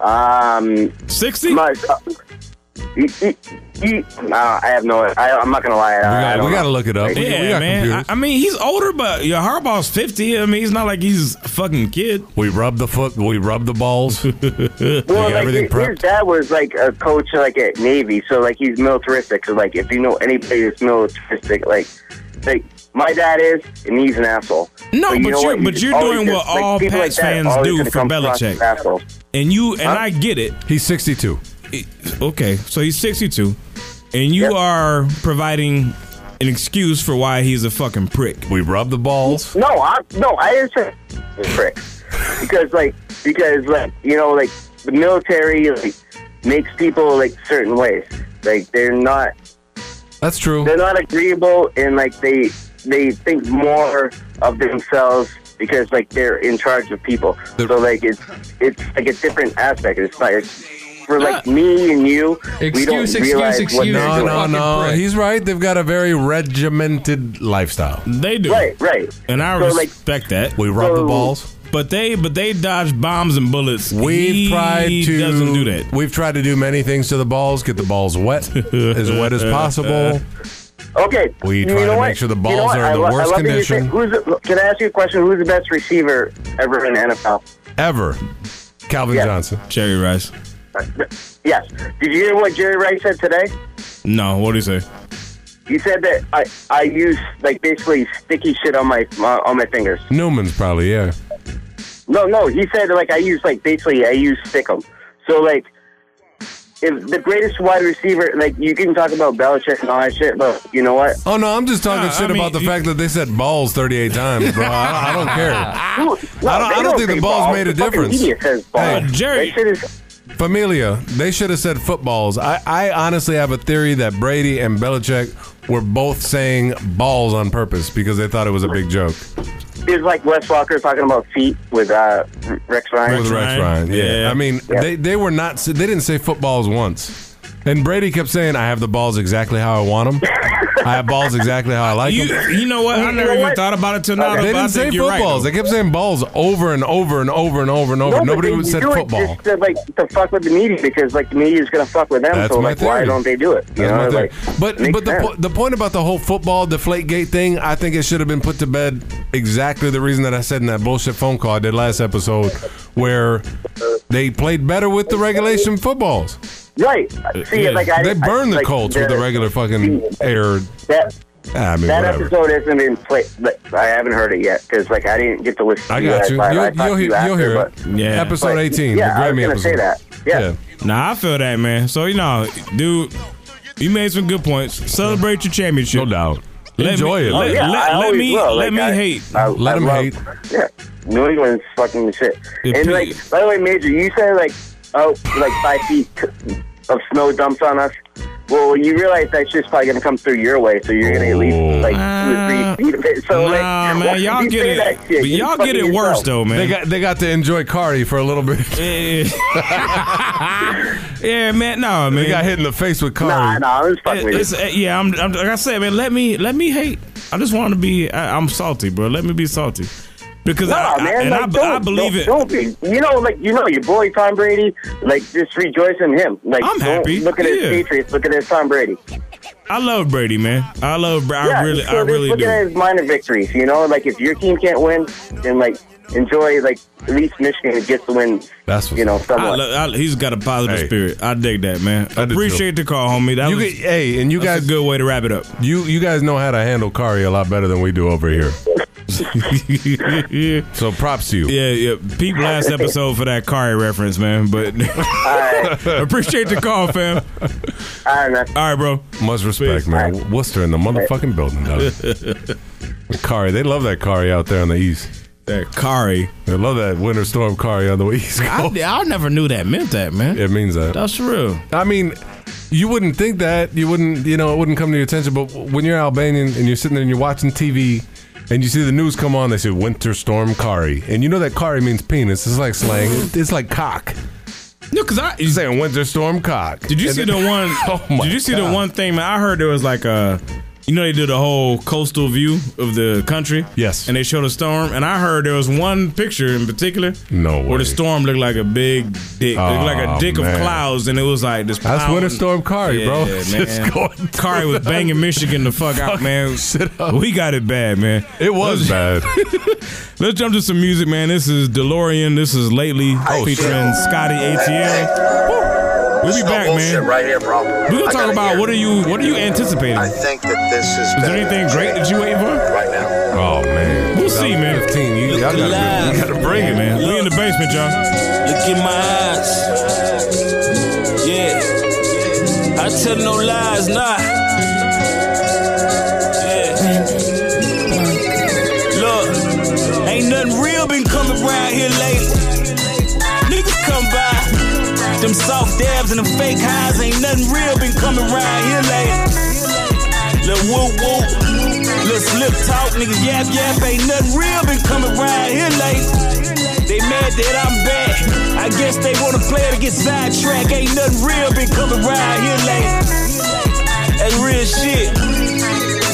S13: Um,
S3: sixty.
S13: My, uh, he- he- he- nah, I have no. I, I'm not gonna lie.
S4: We
S13: I, I
S4: got,
S13: don't
S4: we
S13: know.
S4: got to look it up.
S13: Like,
S4: We- we,
S3: Yeah,
S4: got
S3: man.
S4: computers.
S3: I, I mean, he's older, but your Harbaugh's fifty. I mean, he's not like he's a fucking kid.
S4: we rub the foot. We rub the balls. we got
S13: Well, like
S4: everything
S13: his, his
S4: prepped.
S13: dad was like a coach, like at Navy, so like he's militaristic. So like, if you know anybody that's militaristic, like, like my dad is, and he's an asshole.
S3: No,
S13: you
S3: but
S13: know
S3: you're-
S13: what? You
S3: but
S13: just
S3: you're
S13: always
S3: doing what
S13: like,
S3: all
S13: people
S3: Pats
S13: that
S3: fans
S13: always
S3: do
S13: gonna
S3: for
S13: come across
S3: Belichick.
S13: as assholes.
S3: And you and I get it.
S4: He's sixty-two.
S3: Okay, so he's 62, and you are providing an excuse for why he's a fucking prick.
S4: We rub the balls.
S13: No, I no, I didn't say he's a prick because like because like you know like the military like makes people like certain ways. Like they're not
S4: That's true.
S13: they're not agreeable and like they they think more of themselves because like they're in charge of people. so like it's it's like a different aspect. It's like for like me and you, we don't
S5: Uh, Excuse, excuse,
S13: realize what
S5: excuse.
S13: they're
S4: No,
S13: doing.
S4: no,
S5: fucking
S4: no.
S5: prick.
S4: He's right. They've got a very regimented lifestyle.
S3: They do,
S13: Right, right.
S3: and I
S13: So, like-
S3: respect that.
S4: We rub the
S13: So-
S4: balls.
S3: But they but they dodge bombs and bullets.
S4: We've
S3: he
S4: tried to
S3: doesn't do that.
S4: We've tried to do many things to the balls. Get the balls wet, as wet as possible.
S13: Okay.
S4: We
S13: you
S4: try
S13: know
S4: to make
S13: what?
S4: sure the
S13: You
S4: balls
S13: know what?
S4: are in
S13: I
S4: the
S13: lo- I
S4: worst
S13: love that you
S4: condition.
S13: said- who's the, can I ask you a question? Who's the best receiver ever in the NFL?
S4: Ever, Calvin
S13: Yeah.
S4: Johnson.
S3: Cherry rice.
S13: Yes. Did you hear what Jerry Rice said today?
S3: No, what do you say?
S13: He said that I, I use like basically sticky shit on my on my fingers.
S4: Newman's probably yeah.
S13: No, no. He said like I use like basically I use stickum. So like, if the greatest wide receiver, like you can talk about Belichick and all that shit, but you know what?
S4: Oh no, I'm just talking
S3: Nah, I
S4: shit
S3: mean,
S4: about the
S3: you-
S4: fact that they said balls 38 times, bro. I, I don't care.
S13: No,
S4: I don't-
S13: they
S4: I don't think
S13: say
S4: the balls made a
S13: The fucking
S4: difference.
S13: Media says balls.
S3: Hey, Uh, Jerry-
S13: That shit is-
S4: Familia, they should have said footballs. I, I honestly have a theory that Brady and Belichick were both saying balls on purpose because they thought it was a big joke.
S13: is like Wes Walker talking about feet with uh, Rex Ryan.
S4: With Rex
S3: Ryan.
S4: Ryan, yeah.
S3: Yeah.
S4: I mean,
S13: Yeah.
S4: they they were not. They didn't say footballs once. And Brady kept saying, "I have the balls exactly how I want them. I have balls exactly how I like
S3: You
S4: them."
S3: you know what? I
S13: You
S3: never
S13: know
S3: even
S13: what?
S3: thought about it till now.
S4: They
S3: but I
S4: didn't say
S3: think you're right,
S4: footballs.
S3: though.
S4: they kept saying balls over and over and over and over and over.
S13: but
S4: Nobody
S13: they
S4: said
S13: do it
S4: football.
S13: Just to, like to fuck with the media because like the media is gonna fuck with them.
S4: That's
S13: so
S4: my
S13: like, why
S4: theory.
S13: don't they do it? You
S4: That's my
S13: know,
S4: theory.
S13: like,
S4: but
S13: makes
S4: but the,
S13: sense.
S4: po- the point about the whole football deflategate thing, I think it should have been put to bed exactly the reason that I said in that bullshit phone call I did last episode, where they played better with the regulation footballs.
S13: right? See,
S3: Uh, yeah.
S13: like I,
S4: Uh, They
S13: I-
S4: burned the
S13: like,
S4: Colts with the regular fucking air.
S13: That
S3: Ah,
S4: I mean,
S13: that
S4: whatever.
S13: episode hasn't been played. Like, I haven't heard it yet because like I didn't get to listen.
S4: I
S13: to
S4: got
S13: guys
S4: you.
S13: live. I
S4: You'll,
S13: talked
S4: you'll,
S13: to
S4: he-
S13: you
S4: you'll
S13: after,
S4: hear it.
S13: but-
S3: Yeah.
S4: Episode
S13: but,
S4: 18.
S13: Yeah,
S4: the
S13: I was
S4: Grammy
S13: gonna
S4: episode.
S13: say that. Yeah.
S3: Nah, I feel that, man. So you know, dude, you made some good points. Celebrate your championship, no
S4: doubt.
S3: Let
S4: Enjoy
S3: me,
S4: it, man.
S3: Let,
S4: Oh,
S3: let-
S4: yeah, I
S3: let
S4: always
S3: me
S4: will.
S3: let
S4: Like,
S3: me
S4: I-
S3: hate.
S13: I-
S4: Let
S13: I
S4: him
S13: love-
S4: hate.
S13: Yeah, New England's fucking the shit.
S3: Yeah,
S13: and like,
S3: please.
S13: by the way, Major, you said like, oh, like five feet of snow dumps on us. Well, you realize that shit's probably gonna come through your way, so you're gonna at least like two or three feet of it. So like,
S3: Nah,
S13: why
S3: man,
S13: would
S3: y'all
S13: you
S3: get
S13: say that
S3: it.
S13: shit?
S3: But
S13: You
S3: y'all
S13: fucking
S3: get it worse
S13: yourself.
S3: though, man.
S4: They got they got to enjoy Cardi for a little bit.
S3: yeah, man. No, man.
S4: They got hit in the face with Cardi.
S13: Nah, nah, I'm just fucking with you.
S3: It's- uh, yeah, I'm, I'm. Like I said, man. Let me let me hate. I just want to be. I, I'm salty, bro. Let me be salty because
S13: Nah,
S3: I, I-
S13: man,
S3: and
S13: like,
S3: I,
S13: don't,
S3: I believe
S13: don't-
S3: it.
S13: Don't be, you know, like you know, your boy Tom Brady. Like, just rejoice in him. Like,
S3: I'm
S13: don't
S3: happy,
S13: Look at
S3: yeah.
S13: his Patriots. Look at his Tom Brady.
S3: I love Brady, man. I love. Bra-
S13: yeah,
S3: I really,
S13: so
S3: I
S13: just
S3: really
S13: look
S3: do.
S13: at his minor victories. You know, like if your team can't win, then like enjoy. Like at least Michigan gets the win.
S4: That's
S13: you know,
S3: I
S13: somewhat.
S3: lo- I- he's got a positive
S4: Hey.
S3: spirit. I dig that,
S4: I
S3: man.
S4: do, too.
S3: Appreciate the call, homie. That
S4: You
S3: was
S4: get- hey, and you
S3: that's
S4: guys-
S3: a good way to wrap it up.
S4: You you guys know how to handle Kari a lot better than we do over here.
S3: yeah,
S4: So props to you.
S3: yeah. Peep last episode for that Kari reference, man. But
S13: Alright.
S3: appreciate the call, fam.
S13: All right, man.
S3: All right, bro.
S4: Much respect, man. Worcester in the motherfucking building, dog. Kari, they love that Kari out there on the east.
S3: That Kari.
S4: They love that winter storm Kari on the east coast.
S3: I, I never knew that meant that, man.
S4: It means that.
S3: That's real.
S4: I mean, you wouldn't think that. You wouldn't, you know, it wouldn't come to your attention. But when you're Albanian and you're sitting there and you're watching TV and you see the news come on, they say winter storm Kari. And you know that Kari means penis. It's like slang, it's like cock.
S3: No, because I.
S4: You're saying winter storm cock.
S3: Did you
S4: And
S3: see the
S4: then-
S3: one?
S4: Oh my
S3: did you see
S4: God.
S3: the one thing, man? I heard there was like a, you know, they did a whole coastal view of the country.
S4: Yes.
S3: And they showed a storm, and I heard there was one picture in particular.
S4: No
S3: Where
S4: way.
S3: the storm looked like a big dick, looked like a
S4: Oh,
S3: dick
S4: man.
S3: of clouds, and it was like this.
S4: That's
S3: plowing-
S4: winter storm Kari, bro.
S3: Yeah,
S4: Just
S3: man.
S4: going through
S3: Kari was
S4: that.
S3: banging Michigan the fuck out, man. We got it bad, man.
S4: It was bad.
S3: Let's jump to some music, man. This is DeLorean. This is Lately
S15: Oh,
S4: Oh,
S3: featuring Scotty ATL. Woo. We'll be
S15: No
S3: back,
S15: bullshit
S3: man.
S15: Right here, bro. We're
S3: gonna talk about what are you- what are you anticipating?
S15: I think that this is.
S3: Is there anything great that you waiting for?
S15: Right now.
S4: Oh man,
S3: We'll see, man.
S4: 15, you, y'all gotta, you gotta bring it, man.
S3: man. We in the basement, y'all.
S16: Look in my eyes. Yeah. I tell no lies, nah. Yeah. Look, ain't nothing real been coming around here lately. Niggas come by. Them soft dabs and them fake highs ain't nothing real been coming around here lately. Lil' whoop whoop, lil' slip talk, niggas yap yap, ain't nothing real been coming around here lately. They mad that I'm back. I guess they wanna play to get sidetracked. Ain't nothing real been coming around here lately. That's real shit.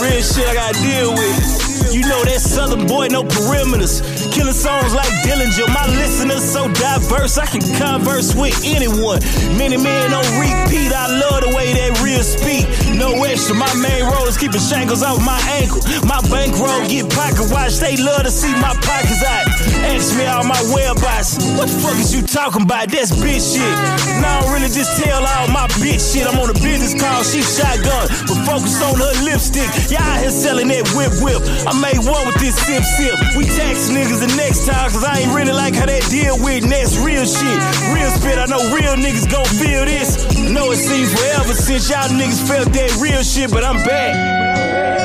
S16: Real shit I gotta deal with. You know that southern boy, no perimeters. Killing songs like Dillinger. My listeners so diverse, I can converse with anyone. Many men don't repeat. I love the way that real speak. No extra. My main role is keeping shankles off my ankle. My bankroll get pocket watch. They love to see my pockets out. Ask me all my whereabouts. What the fuck is you talking about? That's bitch shit. Now I don't really just tell all my bitch shit. I'm on a business call. She shotgun, but focus on her lipstick. Y'all out here selling that whip whip. I made one with this sip sip. We tax niggas the next time, cause I ain't really like how that deal with. And that's real shit. Real spit, I know real niggas gon' feel this. Know it seems forever since y'all niggas felt that real shit, but I'm back.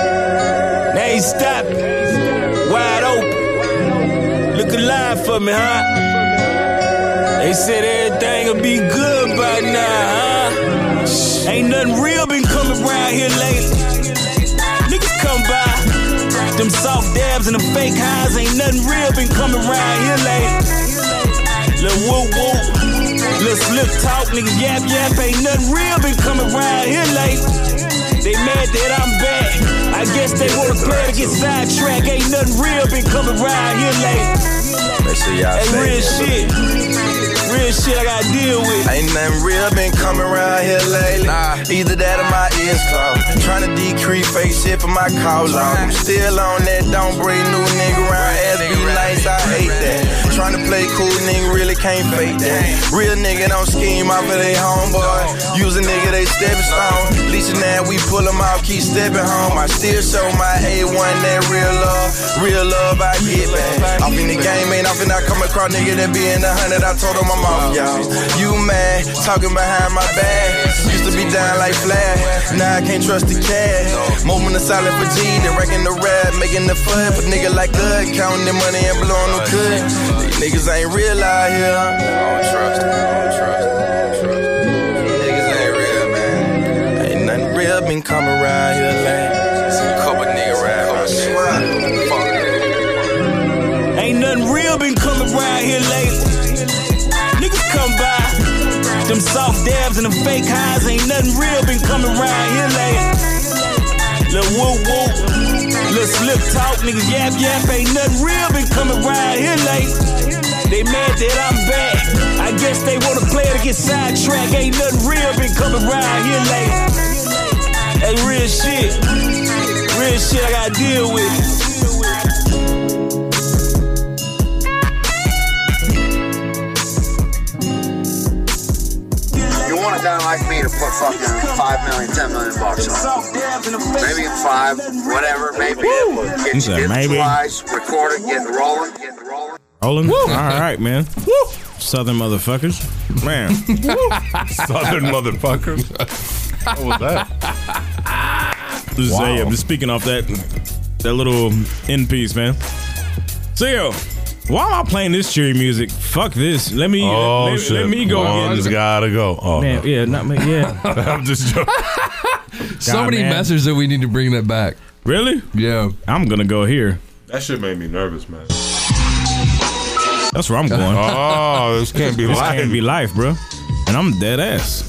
S16: They ain't stop. Wide open. Look alive for me, huh? They said everything'll be good by now, huh? Ain't nothing real been coming around here lately. Niggas come by. Them soft dabs and them fake highs ain't nothing real been coming around here lately. Lil' woo woo, lil' slip talk, niggas yap yap ain't nothing real been coming around here lately. They mad that I'm back. I guess they wanna play to get sidetracked. Ain't nothing real been coming around here lately.
S15: Make sure y'all
S16: That
S15: stay
S16: real
S15: in the
S16: shit. Real shit I gotta deal with.
S15: Ain't nothing real been coming around here lately. Nah, either that or my ears closed. Trying to decrease fake shit for my call out. I'm still on that don't bring new nigga around. SB nights, I hate that. Trying to play cool nigga, really can't fake that. Real nigga don't scheme off of they homeboy. Use a nigga, they stepping stone. Leeching that, we pull 'em out, keep stepping home. I still show my A1 that real love. Real love I get back. I'm in the game, ain't I finna come across nigga that be in the hundred. I told 'em I'm off, y'all. You mad, talking behind my back. Used to be down like flag, now I can't trust the cat. Moment of silence for G, they wrecking the rap, making the flood. But nigga like good, counting the money and blowing the cut. These niggas ain't real out here. I don't trust, I don't trust. Niggas ain't real, man. Ain't nothing real been coming around here late. It's a couple nigga rap.
S16: Ain't nothing real been coming around here lately. Niggas come by. Them soft dabs and them fake highs ain't nothing real been coming around here lately. Lil' woo woo, lil' slip talk, niggas yap yap, ain't nothing real been coming around here lately. They mad that I'm back. I guess they want a player to get sidetracked. Ain't nothing real been coming around here lately. That's real shit. Real shit I gotta deal with.
S17: You want a guy like me to put fucking five million, ten million bucks on. it. Maybe five, whatever, maybe it. Get,
S3: He said
S17: get
S3: maybe.
S17: twice, record it, get it rolling.
S3: Rolling. All right, man. Southern motherfuckers, man.
S4: Southern motherfuckers. What was that?
S3: This
S4: Wow.
S3: is AM. Just speaking off that that little end piece, man. So yo, why am I playing this cheery music? Fuck this. Let me
S4: Oh,
S3: let,
S4: shit.
S3: let me go.
S4: One's
S3: again.
S4: gotta go. Oh,
S3: Man, yeah, not me. Yeah,
S4: I'm just joking.
S5: so many messages that we need to bring that back.
S3: Really?
S5: Yeah.
S3: I'm gonna go here.
S4: That shit made me nervous, man.
S3: That's where I'm going.
S4: Oh, this can't be
S3: this
S4: life.
S3: Can't be life, bro. And I'm dead ass.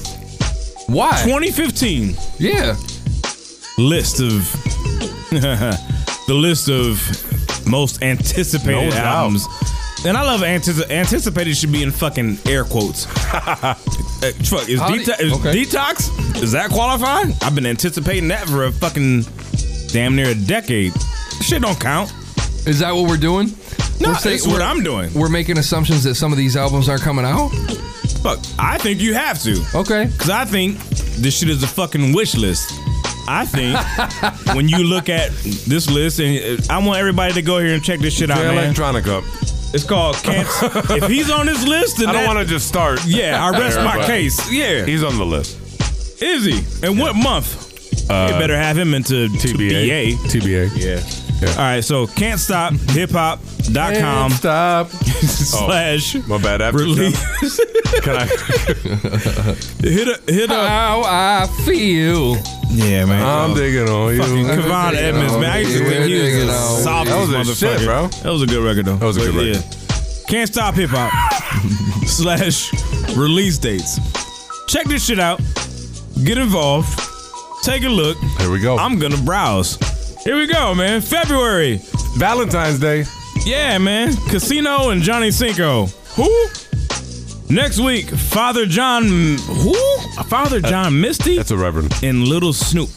S5: Why?
S3: 2015.
S5: Yeah.
S3: List of the list of most
S4: No
S3: anticipated
S4: doubt.
S3: albums. And I love antici- anticipated should be in fucking air quotes. Uh, fuck, is,
S4: How do-
S3: deta- is
S4: okay.
S3: detox? Does that qualify? I've been anticipating that for a fucking damn near a decade. Shit don't count.
S5: Is that what we're doing?
S3: No,
S5: We're saying-
S3: it's what
S5: we're-
S3: I'm doing.
S5: We're making assumptions that some of these albums aren't coming out.
S3: Fuck, I think you have to.
S5: Okay.
S3: Because I think this shit is a fucking wish list. I think when you look at this list, and uh, I want everybody to go here and check this shit out,
S4: Play
S3: man.
S4: electronic up.
S3: It's called can't. if he's on this list, then
S4: I don't
S3: that-
S4: want to just start.
S3: Yeah, I rest
S4: there,
S3: my
S4: but
S3: case. Yeah.
S4: he's on the list. Uh,
S3: Is he? And what month? they better have him into TBA.
S4: TBA.
S3: Yeah. All right, so can't stop hip hop.com
S4: Can't stop Oh,
S3: slash
S4: my bad after
S3: release.
S4: Can I
S3: hit a, hit up
S5: how I feel.
S3: Yeah, man. um,
S4: I'm digging on you.
S3: Fucking Kevon Edmonds, man. I used to think he was the softest
S4: That was a
S3: motherfucker.
S4: shit, bro.
S3: That was a good record, though. That
S4: was a good record.
S3: Can't Stop Hip Hop slash release dates. Check this shit out. Get involved. Take a look.
S4: Here we go.
S3: I'm gonna browse. Here we go, man. February.
S4: Valentine's Day.
S3: Yeah, man. Casino and Johnny Cinco. Who? Next week, Father John. Who? Father John Misty?
S4: That's a reverend.
S3: and Little Snoop.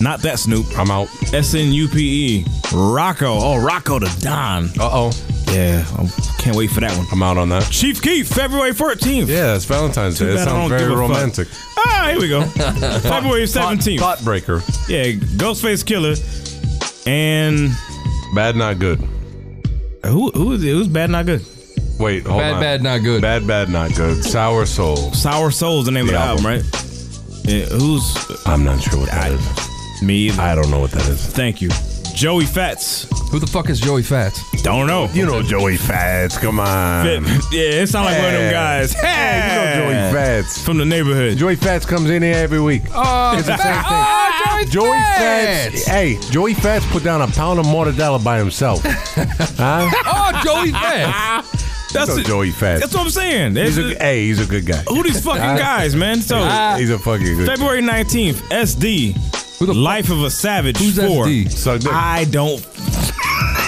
S3: Not that Snoop.
S4: I'm out.
S3: S N U P E. Rocco. Oh, Rocco the Don.
S4: Uh oh.
S3: Yeah, I can't wait for that one.
S4: I'm out on that.
S3: Chief Keef, February 14th.
S4: Yeah, it's Valentine's
S3: Too
S4: Day. It
S3: bad I
S4: sounds
S3: don't give
S4: very
S3: a fuck.
S4: romantic.
S3: Ah, here we go. February 17th.
S4: Thought breaker.
S3: Yeah, Ghostface Killer. And
S4: Bad, not good.
S3: who who is it? Who's bad not good?
S4: Wait, hold
S5: Bad,
S4: on.
S5: bad, not good.
S4: Bad, bad, not good. Sour soul.
S3: Sour Souls the name
S4: The
S3: of the album, right? Yeah, who's
S4: I'm not sure what that is.
S3: me either.
S4: I don't know what that is.
S3: Thank you. Joey Fats.
S5: Who the fuck is Joey Fats?
S3: Don't know.
S4: You know Joey Fats. Come on.
S3: Fit- yeah, it sounds like one of
S4: Yeah.
S3: them guys.
S4: Hey, you know Joey Fats.
S3: From the neighborhood.
S4: Joey Fats comes in here every week.
S5: Oh,
S4: It's the
S5: Fats.
S4: same thing.
S5: Oh, Joey,
S4: Joey
S5: Fats.
S4: Fats. Hey, Joey Fats put down a pound of mortadella by himself. huh?
S5: Oh, Joey Fats.
S3: That's
S4: You know
S3: it.
S4: Joey Fats.
S3: That's what I'm saying.
S4: he's
S3: That's
S4: a,
S3: it.
S4: hey, he's a good guy.
S3: who these fucking guys, man? So uh,
S4: He's a fucking good guy.
S3: February 19th, SD.
S5: the
S3: Life of a Savage
S5: Who's
S3: 4.
S5: SD?
S4: Suck dick.
S3: I don't.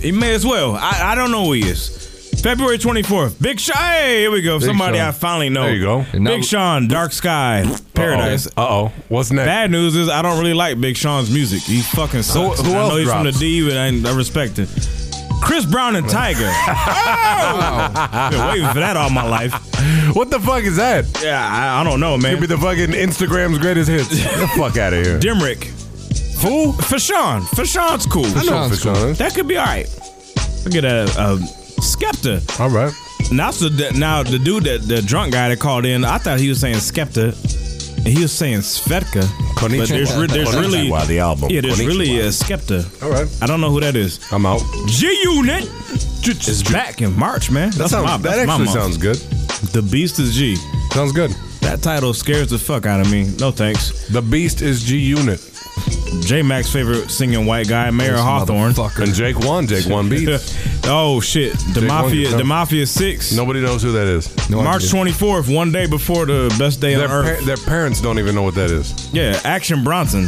S3: he may as well. I, I don't know who he is. February 24th, Big Sean. Hey, here we go. Somebody
S5: Sean.
S3: I finally know.
S4: There you go.
S5: And now-
S3: Big Sean, Dark Sky, Paradise.
S4: Uh oh. What's next?
S3: Bad news is I don't really like Big Sean's music. He fucking sucks.
S4: who
S3: I
S4: else
S3: know he's from the
S4: drops?
S3: D, but I, I respect it. Chris Brown and Tiger.
S4: Ah,
S3: oh! Been waiting for that all my life.
S4: What the fuck is that?
S3: Yeah, I, I don't know,
S4: Could
S3: man.
S4: be the fucking Instagram's greatest hits. Get the fuck out of here.
S3: Dimrick. Who? Fashawn. Fashawn's cool. I know
S5: Fashawn's
S4: cool.
S3: That could be all right. Look at a, a Skepta.
S4: All right.
S3: Now, so the, now the dude that the drunk guy that called in, I thought he was saying Skepta. and He was saying Svetka,
S9: Konnichiwa.
S3: but there's, re- there's really
S9: Konnichiwa, the album.
S3: Yeah, there's really
S9: Konnichiwa.
S3: a Skepta. All right, I don't know who that is. I'm out. G Unit is back in March, man.
S4: That
S3: That's
S4: sounds-
S3: my,
S4: that
S3: that's my
S4: actually
S3: month.
S4: sounds good.
S3: The Beast is G. Sounds good. That title scares the fuck out of me. No thanks. The Beast is G Unit. J Mac's favorite singing white guy, Mayor
S4: This
S3: Hawthorne.
S4: motherfucker. And Jake One, Jake One Beats.
S3: oh shit. The
S4: Jake One
S3: Mafia
S4: gets
S3: the
S4: up.
S3: Mafia Six.
S4: Nobody knows who that is.
S3: March twenty fourth, one day before the best day
S4: Their,
S3: on earth.
S4: par- their parents don't even know what that is.
S3: Yeah, Action Bronson.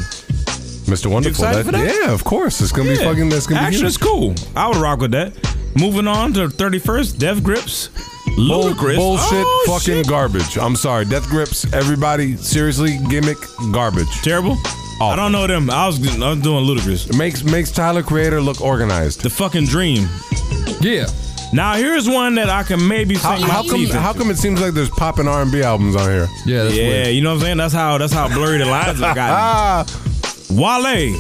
S4: Mr. Wonderful.
S3: excited for that?
S4: Yeah, of course. It's gonna be
S3: Yeah.
S4: fucking. That's gonna
S3: Action
S4: be
S3: is cool. I would rock with that. Moving on to thirty first, Dev Grips.
S4: Bull-
S3: Ludacris.
S4: bullshit,
S3: Oh,
S4: fucking garbage. I'm sorry. Death grips, everybody. Seriously, gimmick, garbage.
S3: Terrible. I don't know them. I was I was doing ludicrous.
S4: It makes makes Tyler Creator look organized.
S3: The fucking dream.
S5: Yeah.
S3: Now here's one that I can maybe sing
S4: How,
S3: my
S4: how come?
S3: teeth
S4: How come it seems like there's pop and R and B albums on here?
S5: Yeah,
S3: yeah, you know what I'm saying? That's how that's how blurry the lines have
S4: Ah.
S3: gotten. Wale,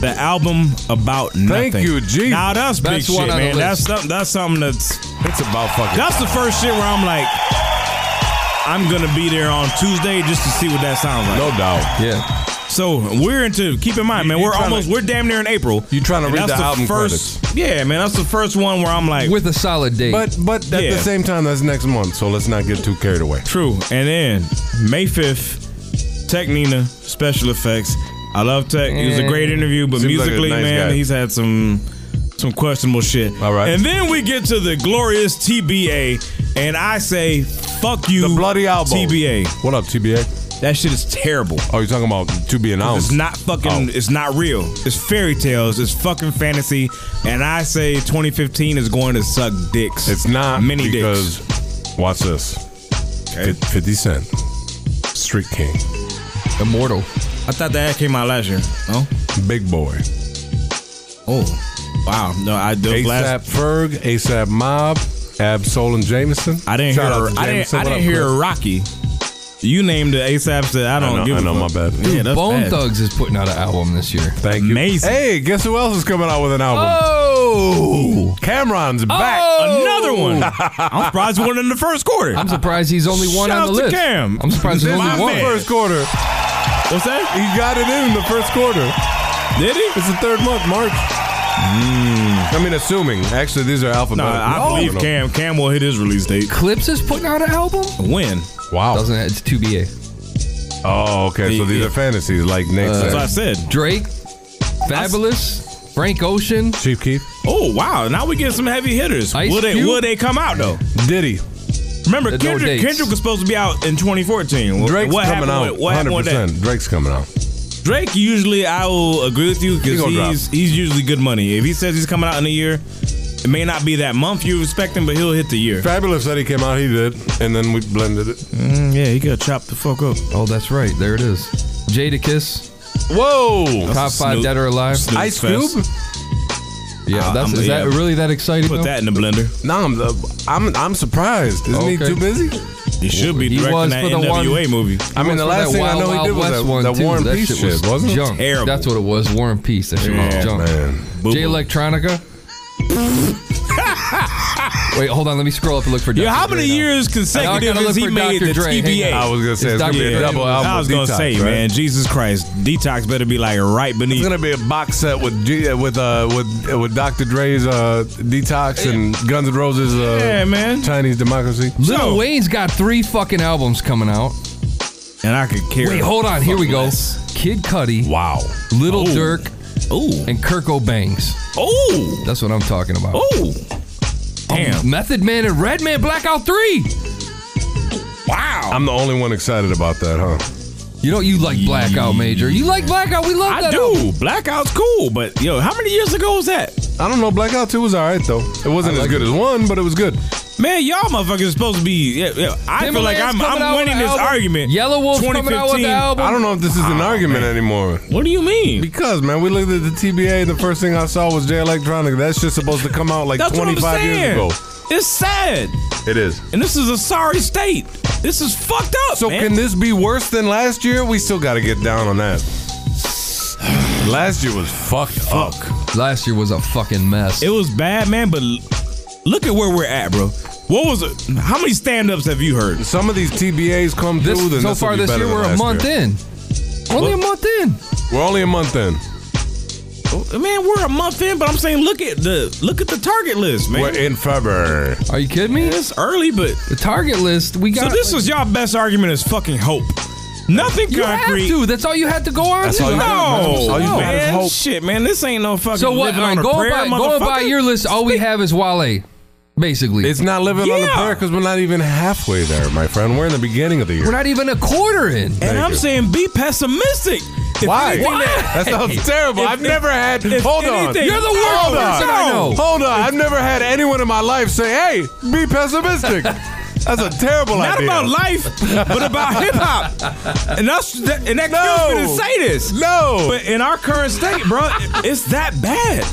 S3: the album about nothing.
S4: Thank you, G.
S3: Now that's big
S4: That's one
S3: shit,
S4: on the
S3: man.
S4: list.
S3: That's something. That's something that's
S4: it's about fucking.
S3: That's the first shit where I'm like, I'm gonna be there on Tuesday just to see what that sounds like.
S4: No doubt.
S5: Yeah.
S3: So we're into. Keep in mind, man.
S4: you
S3: we're
S4: tryna-
S3: almost. We're damn near in April. You
S4: trying to read
S3: that's
S4: the album
S3: first? Yeah, man. That's the first one where I'm like,
S5: with a solid date.
S4: But but at
S3: Yeah.
S4: the same time, that's next month. So let's not get too carried away.
S3: True. And then May 5th, Tech Nina, special effects. I love Tech. It was a great interview, but
S4: Seems like a
S3: musically,
S4: nice
S3: man,
S4: guy.
S3: he's had some some questionable shit. All right. And then we get to the glorious TBA, and I say, fuck you, the bloody
S4: elbow.
S3: TBA.
S4: What up, TBA?
S3: That shit is terrible.
S4: Oh, you're talking about to be announced?
S3: It's not fucking.
S4: Oh.
S3: It's not real. It's fairy tales. It's fucking fantasy. And I say 2015 is going to suck dicks.
S4: It's not
S3: many dicks.
S4: because watch this. Fif- Fifty Cent, Street King,
S5: Immortal.
S3: I thought that came out last year. No,
S4: Big Boy.
S3: Oh, wow. No, I do.
S4: ASAP
S3: last-
S4: Ferg, ASAP Mob, Absol and Jameson.
S3: I didn't
S4: Shout
S3: hear.
S4: out to
S3: I didn't,
S4: Jameson.
S3: I
S4: What
S3: didn't
S4: up,
S3: hear
S4: Chris?
S3: Rocky. You named the ASAPs that I don't
S4: know,
S3: give.
S4: I know,
S3: a
S4: my
S3: fuck.
S4: bad.
S3: Yeah,
S5: Dude,
S3: that's
S5: Bone
S3: bad.
S5: Thugs is putting out an album this year.
S4: Thank you.
S3: Amazing.
S4: Hey, guess who else is coming out with an album?
S5: Oh,
S4: Cameron's back.
S3: Another one. Oh! I'm surprised it wasn't in the first quarter.
S5: I'm surprised he's only one
S3: Shout
S5: on the
S3: out to
S5: list.
S3: Cam.
S5: I'm surprised there's
S3: My
S5: only one.
S3: man.
S4: First quarter.
S3: What's that?
S4: He got it in the first quarter.
S3: Did he?
S4: It's the third month, March. I mean, assuming. Actually, these are Oh. alphabetical.
S3: No, I believe Cam. Cam will hit his release date.
S5: Clips is putting out an album.
S3: When?
S4: Wow.
S5: Doesn't it's two BA?
S4: Oh, okay. So these are fantasies, like
S5: Uh,
S4: Nate
S3: That's what I
S4: said.
S3: said.
S5: Drake, Fabulous, Frank Ocean,
S4: Chief Keith,
S3: Oh wow! Now we get some heavy hitters.
S5: Ice
S3: will they?
S5: Cube?
S3: Will they come out though?
S4: Diddy.
S3: Remember,
S5: There's no
S3: Kendrick.
S5: dates.
S3: Kendrick was supposed to be out in 2014. What-
S4: Drake's
S3: what
S4: coming
S3: happened
S4: out.
S3: With, what happened with that?
S4: 100%. Drake's coming out.
S3: Drake usually I will agree with you
S4: He
S3: because
S4: gonna drop.
S3: he's he's usually good money. If he says he's coming out in a year, it may not be that month you expect him, but he'll hit the year.
S4: Fabulous that he came out, he did, and then we blended it.
S3: Mm, yeah, he got chopped the fuck up.
S5: Oh, that's right. There it is. Jada Kiss,
S3: Oh.
S4: Whoa!
S5: top
S3: a
S5: five
S3: Snoop-
S5: dead or alive.
S3: Snoop
S4: Ice
S3: fest.
S4: Cube?
S5: Yeah, that's
S3: I'm-
S5: is
S3: yeah.
S5: that really that exciting?
S3: Put
S5: though?
S3: that in the blender.
S4: No, I'm, the, I'm I'm surprised. Isn't he
S5: Okay.
S4: too busy?
S3: He should be
S5: He
S3: directing
S5: was
S3: that
S5: for the one-
S3: NWA movie.
S4: I mean, the
S5: What's
S4: last
S5: with
S4: thing
S5: Wild
S4: I know
S5: Wild
S4: he did was
S5: West
S4: that,
S5: one,
S4: that
S5: too?
S4: War and
S5: That
S4: Peace shit, wasn't it?
S5: junk.
S3: Terrible.
S5: That's what it was. War and Peace. That shit was junk.
S4: Man.
S3: Boo-boo.
S5: J Electronica. Wait, hold on. Let me scroll up and look for. Dr.
S3: Yo, how many
S5: Dre now.
S3: years
S5: Now I
S3: consecutive
S5: gotta
S3: has
S5: look
S3: he
S5: for
S3: made
S5: Dr.
S3: the
S5: Dre. Hang
S3: TBA?
S5: on.
S4: I was gonna say it's,
S5: It's
S4: gonna be a
S5: Dr.
S4: double
S5: Dre.
S4: album.
S3: I was gonna
S4: detox,
S3: say,
S4: right?
S3: man, Jesus Christ, detox better be like right beneath.
S4: It's gonna be a box set with G, with uh with uh, with Dr. Dre's uh detox and Guns N' Roses uh
S3: Yeah, man.
S4: Chinese democracy.
S5: Lil
S3: So-
S5: Wayne's got three fucking albums coming out.
S3: and I could care.
S5: Wait, hold on. Here we go.
S3: less.
S5: Kid Cudi,
S4: Wow.
S5: Little Dirk,
S3: Oh,
S5: and Kirko Bangs.
S3: oh,
S5: That's what I'm talking about. Um,
S3: oh, damn!
S5: Method Man and Redman Blackout 3.
S3: Wow.
S4: I'm the only one excited about that, huh?
S5: You know you like Blackout, Major. You like Blackout. We love
S3: I
S5: that.
S3: do.
S5: album.
S3: Blackout's cool, but yo, how many years ago was that?
S4: I don't know. Blackout Two was all right though. It wasn't as good as one, but it was good.
S3: Man, y'all motherfuckers supposed to be. Yeah, yeah. I feel like
S5: Timberland's
S3: I'm,
S5: coming out
S3: I'm
S5: with
S3: winning
S5: an
S3: this
S5: album.
S3: argument.
S5: Yellow Wolf's coming out with an
S3: 2015.
S5: album.
S4: I don't know if this is an argument anymore.
S3: What do you mean?
S4: Because man, we looked at the TBA. and The first thing I saw was J Electronic. That's just supposed to come out like
S3: That's what I'm
S4: 25 years
S3: saying.
S4: ago.
S3: It's sad,
S4: It is.
S3: and this is a sorry state. This is fucked up.
S4: So
S3: man.
S4: can this be worse than last year? We still got to get down on that. last year was fucked up.
S5: Last year was a fucking mess.
S3: It was bad, man, but l- look at where we're at, bro. What was it? How many stand-ups have you heard?
S4: Some of these TBAs come
S5: This- through, then so this will far be this better year, than we're a last month year. in. Only a month in.
S4: We're only a month in.
S3: Man, we're a month in, but I'm saying look at the look at the target list, man.
S4: We're in February.
S5: Are you kidding me?
S3: It's early, but
S5: the target list we got.
S3: So this was y'all best argument is fucking hope. Nothing
S5: You had
S3: concrete.
S5: to. That's all you had to go on.
S3: That's
S5: to.
S3: all you got.
S5: No.
S3: That's all you
S5: No.
S3: got is hope. Shit, man, this ain't no fucking.
S5: So what?
S3: living on
S5: Like,
S3: a prayer,
S5: going by going by
S3: motherfucker.
S5: your list, all we have is Wale, basically.
S4: It's not living on the
S3: Yeah.
S4: prayer because we're not even halfway there, my friend. We're in the beginning of the year.
S5: We're not even a quarter in.
S4: Thank
S3: And I'm
S4: you.
S3: saying be pessimistic. If
S4: Why?
S3: anything
S4: Why? That sounds terrible. I've never had-
S3: if
S4: hold on.
S5: You're the worst
S4: Hold on.
S5: person I know.
S4: Hold on. I've never had anyone in my life say, hey, be pessimistic. That's a terrible
S3: Not
S4: idea.
S3: about life, but about hip hop. And that's that, and that kills me to say this.
S4: No.
S3: But in our current state, bro, it's that bad.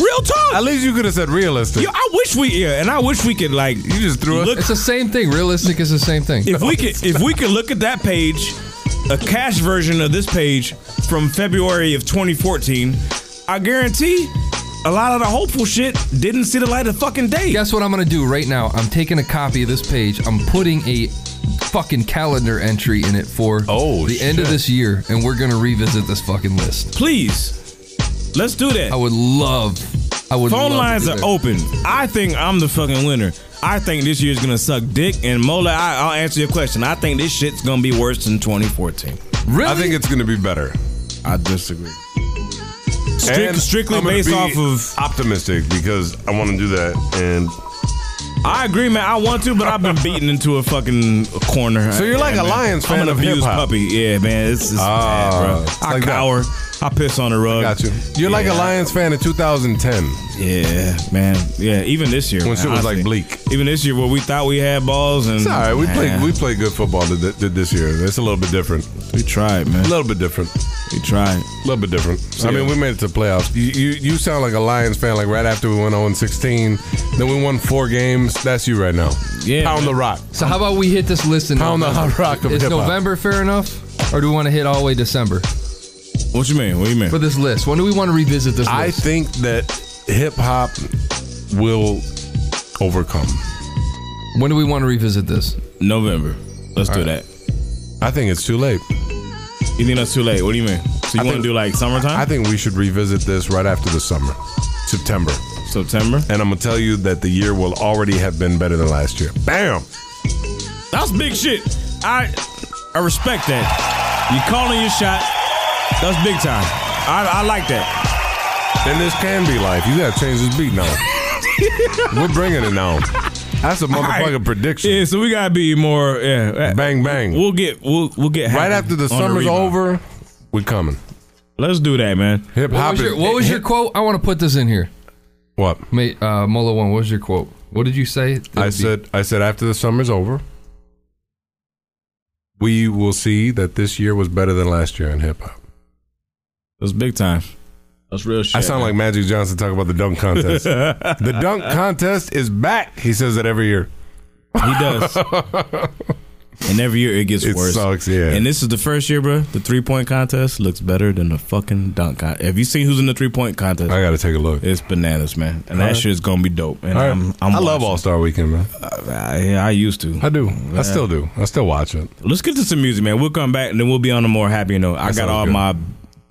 S3: Real talk.
S4: At least you could have said realistic.
S3: Yo, I wish we yeah, and I wish we could like you
S4: just threw
S3: look,
S5: It's the same thing. Realistic is the same thing.
S3: if we could if we could look at that page, a cash version of this page from February of 2014, I guarantee a lot of the hopeful shit didn't see the light of fucking day.
S5: Guess what I'm gonna do right now? I'm taking a copy of this page. I'm putting a fucking calendar entry in it for
S4: oh,
S5: the end of
S4: shit.
S5: this year, and we're gonna revisit this fucking list.
S3: Please, let's do that.
S5: I would love. I would.
S3: Phone
S5: love
S3: lines
S5: to
S3: are
S5: do that.
S3: open. I think I'm the fucking winner. I think this year's gonna suck dick. And Mola, I, I'll answer your question. I think this shit's gonna be worse than 2014.
S5: Really?
S4: I think it's going to be better. I disagree.
S3: Strict, strictly
S4: I'm gonna
S3: based
S4: be
S3: off of.
S4: optimistic because I want to do that. And
S3: I agree, man. I want to, but I've been beaten into a fucking corner.
S4: So you're
S3: Yeah,
S4: like a
S3: man.
S4: Lions
S3: I'm
S4: fan
S3: an
S4: of
S3: abused
S4: hip-hop.
S3: puppy. Yeah, man. It's, it's
S4: Ah,
S3: bad, bro.
S4: it's
S3: I
S4: like that.
S3: cower. I piss on the rug.
S4: got you. You're like a
S3: Yeah.
S4: Lions fan in 2010.
S3: Yeah, man. Yeah, even this year
S4: When
S3: man,
S4: shit was, like,
S3: honestly.
S4: bleak.
S3: Even this year, where we thought we had balls and
S4: It's all right. We
S3: Nah,
S4: played we played good football th- th- this year. It's a little bit different.
S3: we tried, man.
S4: A little bit different.
S3: We tried.
S4: A little bit different. I mean, we made it to playoffs. You, you you sound like a Lions fan. Like right after we went 0 16, then we won four games. That's you right now.
S3: Yeah,
S4: Pound
S3: man.
S4: the rock.
S5: So how about we hit this list in
S4: Pound the
S5: November?
S4: hot rock of
S5: Is
S4: hip hop.
S5: November fair enough, or do we want to hit all the way December
S3: What you mean? What do you mean?
S5: for this list? When do we want to revisit this
S4: I
S5: list?
S4: think that hip hop will overcome.
S5: when do we want to revisit this?
S3: November. Let's do that.
S4: I think it's too late.
S3: You think that's too late? What do you mean? So
S4: I
S3: you want to
S4: think-
S3: do like summertime?
S4: I think we should revisit this right after the summer, September.
S3: September.
S4: And I'm gonna tell you that the year will already have been better than last year. Bam.
S3: That's big shit. I I respect that. You calling your shot. That's big time. I, I like that.
S4: Then this can be life. You gotta change this beat now. We're bringing it now. That's a motherfucking
S3: Alright.
S4: prediction.
S3: Yeah, so we gotta be more. Yeah,
S4: Bang bang.
S3: We'll get we'll we'll get
S4: right
S3: happy
S4: after the
S3: on
S4: summer's
S3: rebound.
S4: over, we coming.
S3: Let's do that, man.
S4: Hip
S5: What
S4: hop.
S5: was
S4: is-
S5: your, what was your quote? I want to put this in here.
S4: What?
S5: Mate, uh, Mola one. What was your quote? What did you say? That'd
S4: I
S5: be-
S4: said. I said after the summer's over, we will see that this year was better than last year in hip hop.
S3: That's big time. That's real shit.
S4: I sound like Magic Johnson talking about the dunk contest. the dunk contest is back. He says that every year.
S3: he does. and every year it gets
S4: It
S3: worse.
S4: sucks, yeah.
S3: And this is the first year, bro. The three point contest looks better than the fucking dunk contest. Have you seen who's in the three point contest?
S4: I got to take a look.
S3: It's bananas, man. And that
S4: Alright.
S3: shit's gonna be dope. And
S4: All right.
S3: I'm, I'm
S4: I love All Star Weekend, man.
S3: Yeah, I used to.
S4: I do. I still do. I still watch it.
S3: Let's get to some music, man. We'll come back and then we'll be on a more happy note. I got
S4: sounds
S3: all
S4: good.
S3: my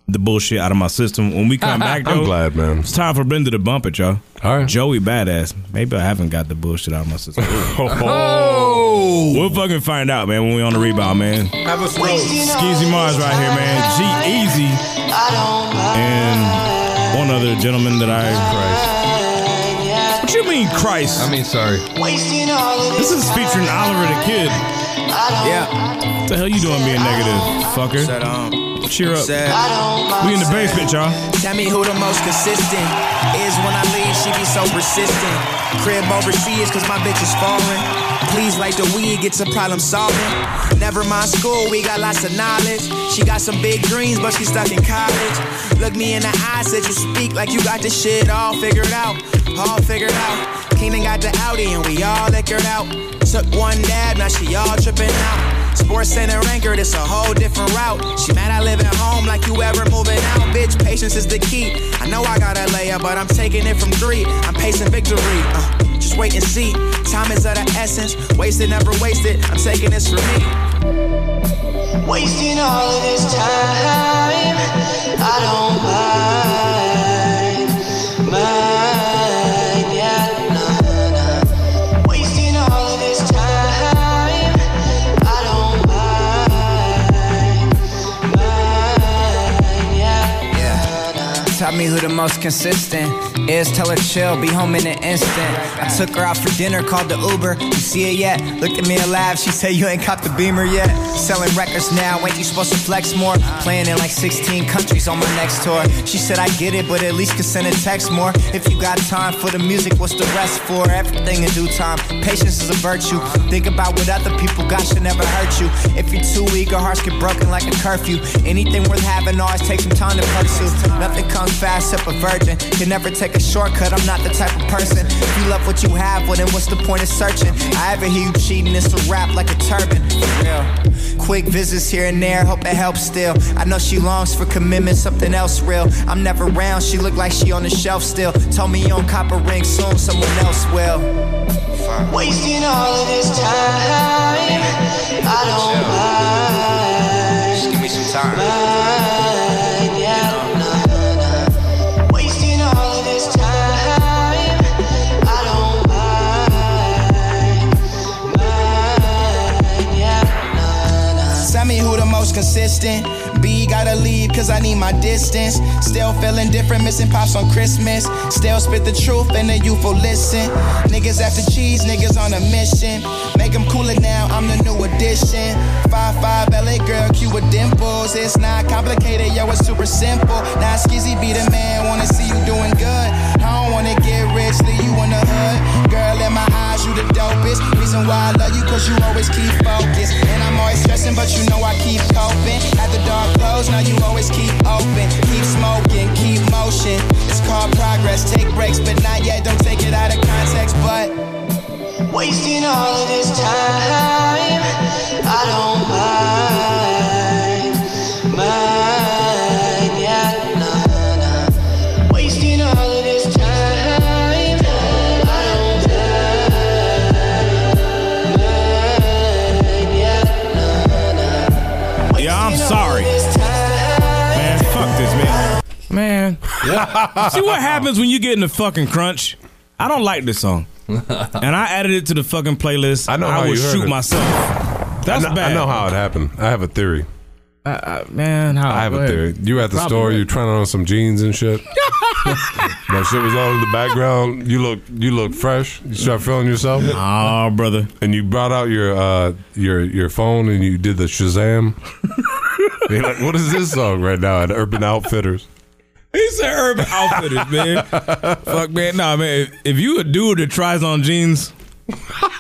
S3: the bullshit out of my system. When we come back, though,
S4: I'm glad, man.
S3: It's time for Brenda to bump it, y'all.
S4: All right.
S3: Joey badass. Maybe I haven't got the bullshit out of my system.
S4: Oh.
S3: We'll fucking find out, man. When we on the rebound, man.
S4: Have a smoke.
S3: Skeezy Mars right here, man. G Easy and one other gentleman that I. Christ. What you mean, Christ?
S5: I mean, sorry.
S3: This is featuring Oliver the Kid.
S18: Yeah.
S3: What the hell you doing being negative, fucker? Cheer up. We in the basement, y'all.
S18: Tell me who the most consistent is when I leave, she be so persistent. Crib overseas, cause my bitch is foreign. Please like the weed, get some problem solving. Never mind school, we got lots of knowledge. She got some big dreams, but she stuck in college. Look me in the eye, said you speak like you got this shit all figured out. All figured out. Keenan got the Audi and we all liquored out. Took one dab, now she all tripping out. Sports center anchored, it's a whole different route. She mad I live at home like you ever moving out. Bitch, patience is the key. I know I got a layup, but I'm taking it from three. I'm pacing victory. Uh, just just wait and see. Time is of the essence. Wasted, never wasted. I'm taking this for me.
S19: Wasting all of this time, I don't mind, mind, yeah, no, no. Wasting all of this time, I don't mind, mind, yeah.
S20: Taught me who the most consistent is. Tell her chill, be home in an instant. I took her out for dinner, called the Uber. You see it yet? Looked at me and laughed. She said, You ain't caught the beamer yet. Selling records now, ain't you supposed to flex more? Playing in like 16 countries on my next tour. She said, I get it, but at least can send a text more. If you got time for the music, what's the rest for? Everything in due time. Patience is a virtue. Think about what other people got should never hurt you. If you're too eager, hearts get broken like a curfew. Anything worth having always takes some time to pursue. Nothing comes fast, except a virgin. Can never take a shortcut, I'm not the type of person. If you love what you have, well then what's the point of searching? I ever hear you cheating, it's a rap like a turban. For real. Quick visits here and there, hope it helps still. I know she longs for commitment, something else real. I'm never round, she look like she on the shelf still. Told me you don't copper ring soon, someone else will.
S19: Wasting all of this time, I don't mind. Just give me some time. Mind, yeah, no, no. Wasting all of this time, I don't mind. Mind, yeah,
S20: Tell me who the most consistent. B gotta leave cause I need my distance. Still feeling different, missing pops on Christmas. Still spit the truth and the youthful listen. Niggas after cheese, niggas on a mission. Make them cooler now, I'm the new addition. 5'5 five, five, LA girl, cute with dimples. It's not complicated, yo, it's super simple. Now Skizzy be the man, wanna see you doing good. I don't wanna get rich, leave you in the hood. Girl, in my eyes, you the dopest. Reason why I love you, cause you always keep focused. And I'm always stressing, but you know I keep coping. At the dark close, now you always keep open. Keep smoking, keep motion. It's called progress. Take breaks, but not yet. Don't take it out of context, but.
S19: Wasting all of this time, I don't mind, mind, yeah, no, no. Wasting all of this time, I don't mind, mind, yeah,
S3: Yeah, I'm sorry. Man, fuck this, man. Man. See what happens when you get in the fucking crunch? I don't like this song. and I added it to the fucking playlist. I know
S4: how
S3: I will
S4: you heard
S3: shoot
S4: it.
S3: myself. That's
S4: I know,
S3: bad. Uh,
S4: I know how it happened. I have a theory.
S3: man, how?
S4: I have
S3: Go
S4: a
S3: ahead.
S4: theory. You at the
S3: Probably.
S4: store, you trying on some jeans and shit. that shit was all in the background. You look, you look fresh. You start feeling yourself.
S3: Ah, brother.
S4: And you brought out your uh, your your phone and you did the Shazam. You're like, what is this song right now at Urban Outfitters?
S3: He said Urban Outfitters, man. Fuck, man. Nah, man. If, if you a dude that tries on jeans,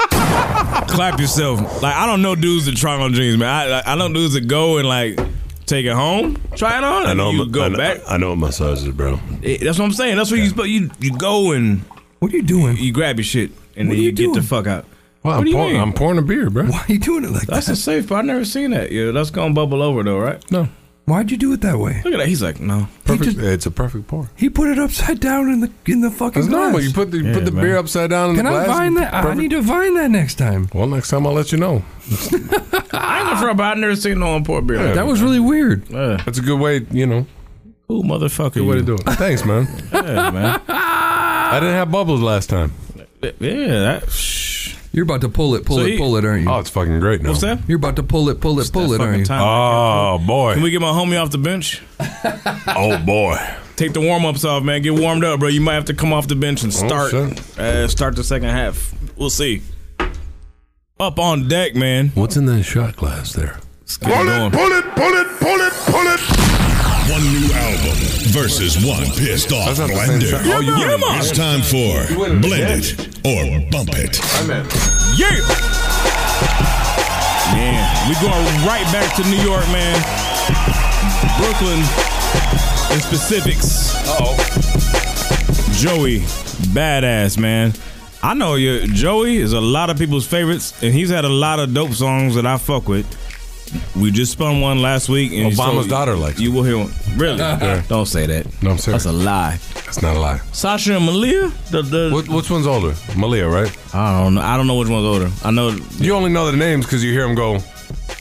S3: clap yourself. Like I don't know dudes that try on jeans, man. I I- I don't dudes that go and like take it home, try it on, and
S4: know
S3: you
S4: my-
S3: go
S4: I know,
S3: back.
S4: I know my sizes, bro.
S3: It- that's what I'm saying. That's what you supposed you you go and what are you doing? You grab your shit and then you, get the fuck out.
S4: Well, I'm
S3: what do you
S4: pouring-
S3: mean?
S4: I'm pouring a beer, bro.
S3: Why
S4: are
S5: you doing it like
S3: that's that? That's a safe. I've never seen that. Yeah, that's gonna bubble over though, right?
S4: No.
S5: Why'd you do it that way?
S3: Look at that. He's like, no.
S4: Perfect. it's a perfect pour.
S5: He put it upside down in the in the fucking.
S4: It's
S5: glass.
S4: normal. You put the you
S5: Yeah,
S4: put the
S5: man.
S4: beer upside down. In
S5: Can
S4: the
S5: I
S4: glass.
S5: find that? I
S4: Perfect.
S5: need to find that next time.
S4: Well, next time I'll let you know.
S3: I ain't gonna front, but I've never seen no one pour beer. like
S4: Yeah.
S5: That was really weird.
S4: That's a good way, you know.
S3: Cool motherfucker.
S4: Good way to do it. Thanks, man.
S3: Yeah, man.
S4: I didn't have bubbles last time.
S3: Yeah, that.
S5: You're about to pull it, pull
S3: So
S5: it,
S3: he-
S5: pull it, aren't you?
S4: Oh, it's fucking great now.
S3: What's that?
S5: You're about to pull it, pull it, pull it, aren't you?
S4: Oh boy.
S3: Can we get my homie off the bench?
S4: oh boy.
S3: Take the warm ups off, man. Get warmed up, bro. You might have to come off the bench and
S4: Oh,
S3: start uh, start the second half. We'll see. Up on deck, man.
S4: What's in that shot glass there?
S3: Let's get going.
S2: pull it, pull it, pull it, pull it. One new album versus one pissed off
S4: That's not the same
S2: blender.
S4: shot. Oh, you Yeah, win. man.
S2: it's time for
S4: You win.
S2: Blend It or Bump It.
S4: I'm in.
S3: Yeah. Man, we going right back to New York, man. Brooklyn in specifics.
S4: Oh,
S3: Joey, badass man. I know you. Joey is a lot of people's favorites, and he's had a lot of dope songs that I fuck with. We just spun one last week. And
S4: Obama's
S3: daughter likes You will hear one. Really? Uh,
S4: Yeah.
S3: Don't say that.
S4: No, I'm serious.
S3: That's a lie.
S4: That's not a lie.
S3: Sasha and Malia? The, the,
S4: which one's older? Malia, right?
S3: I don't know. I don't know which one's older. I know.
S4: You only know the names because you hear them go,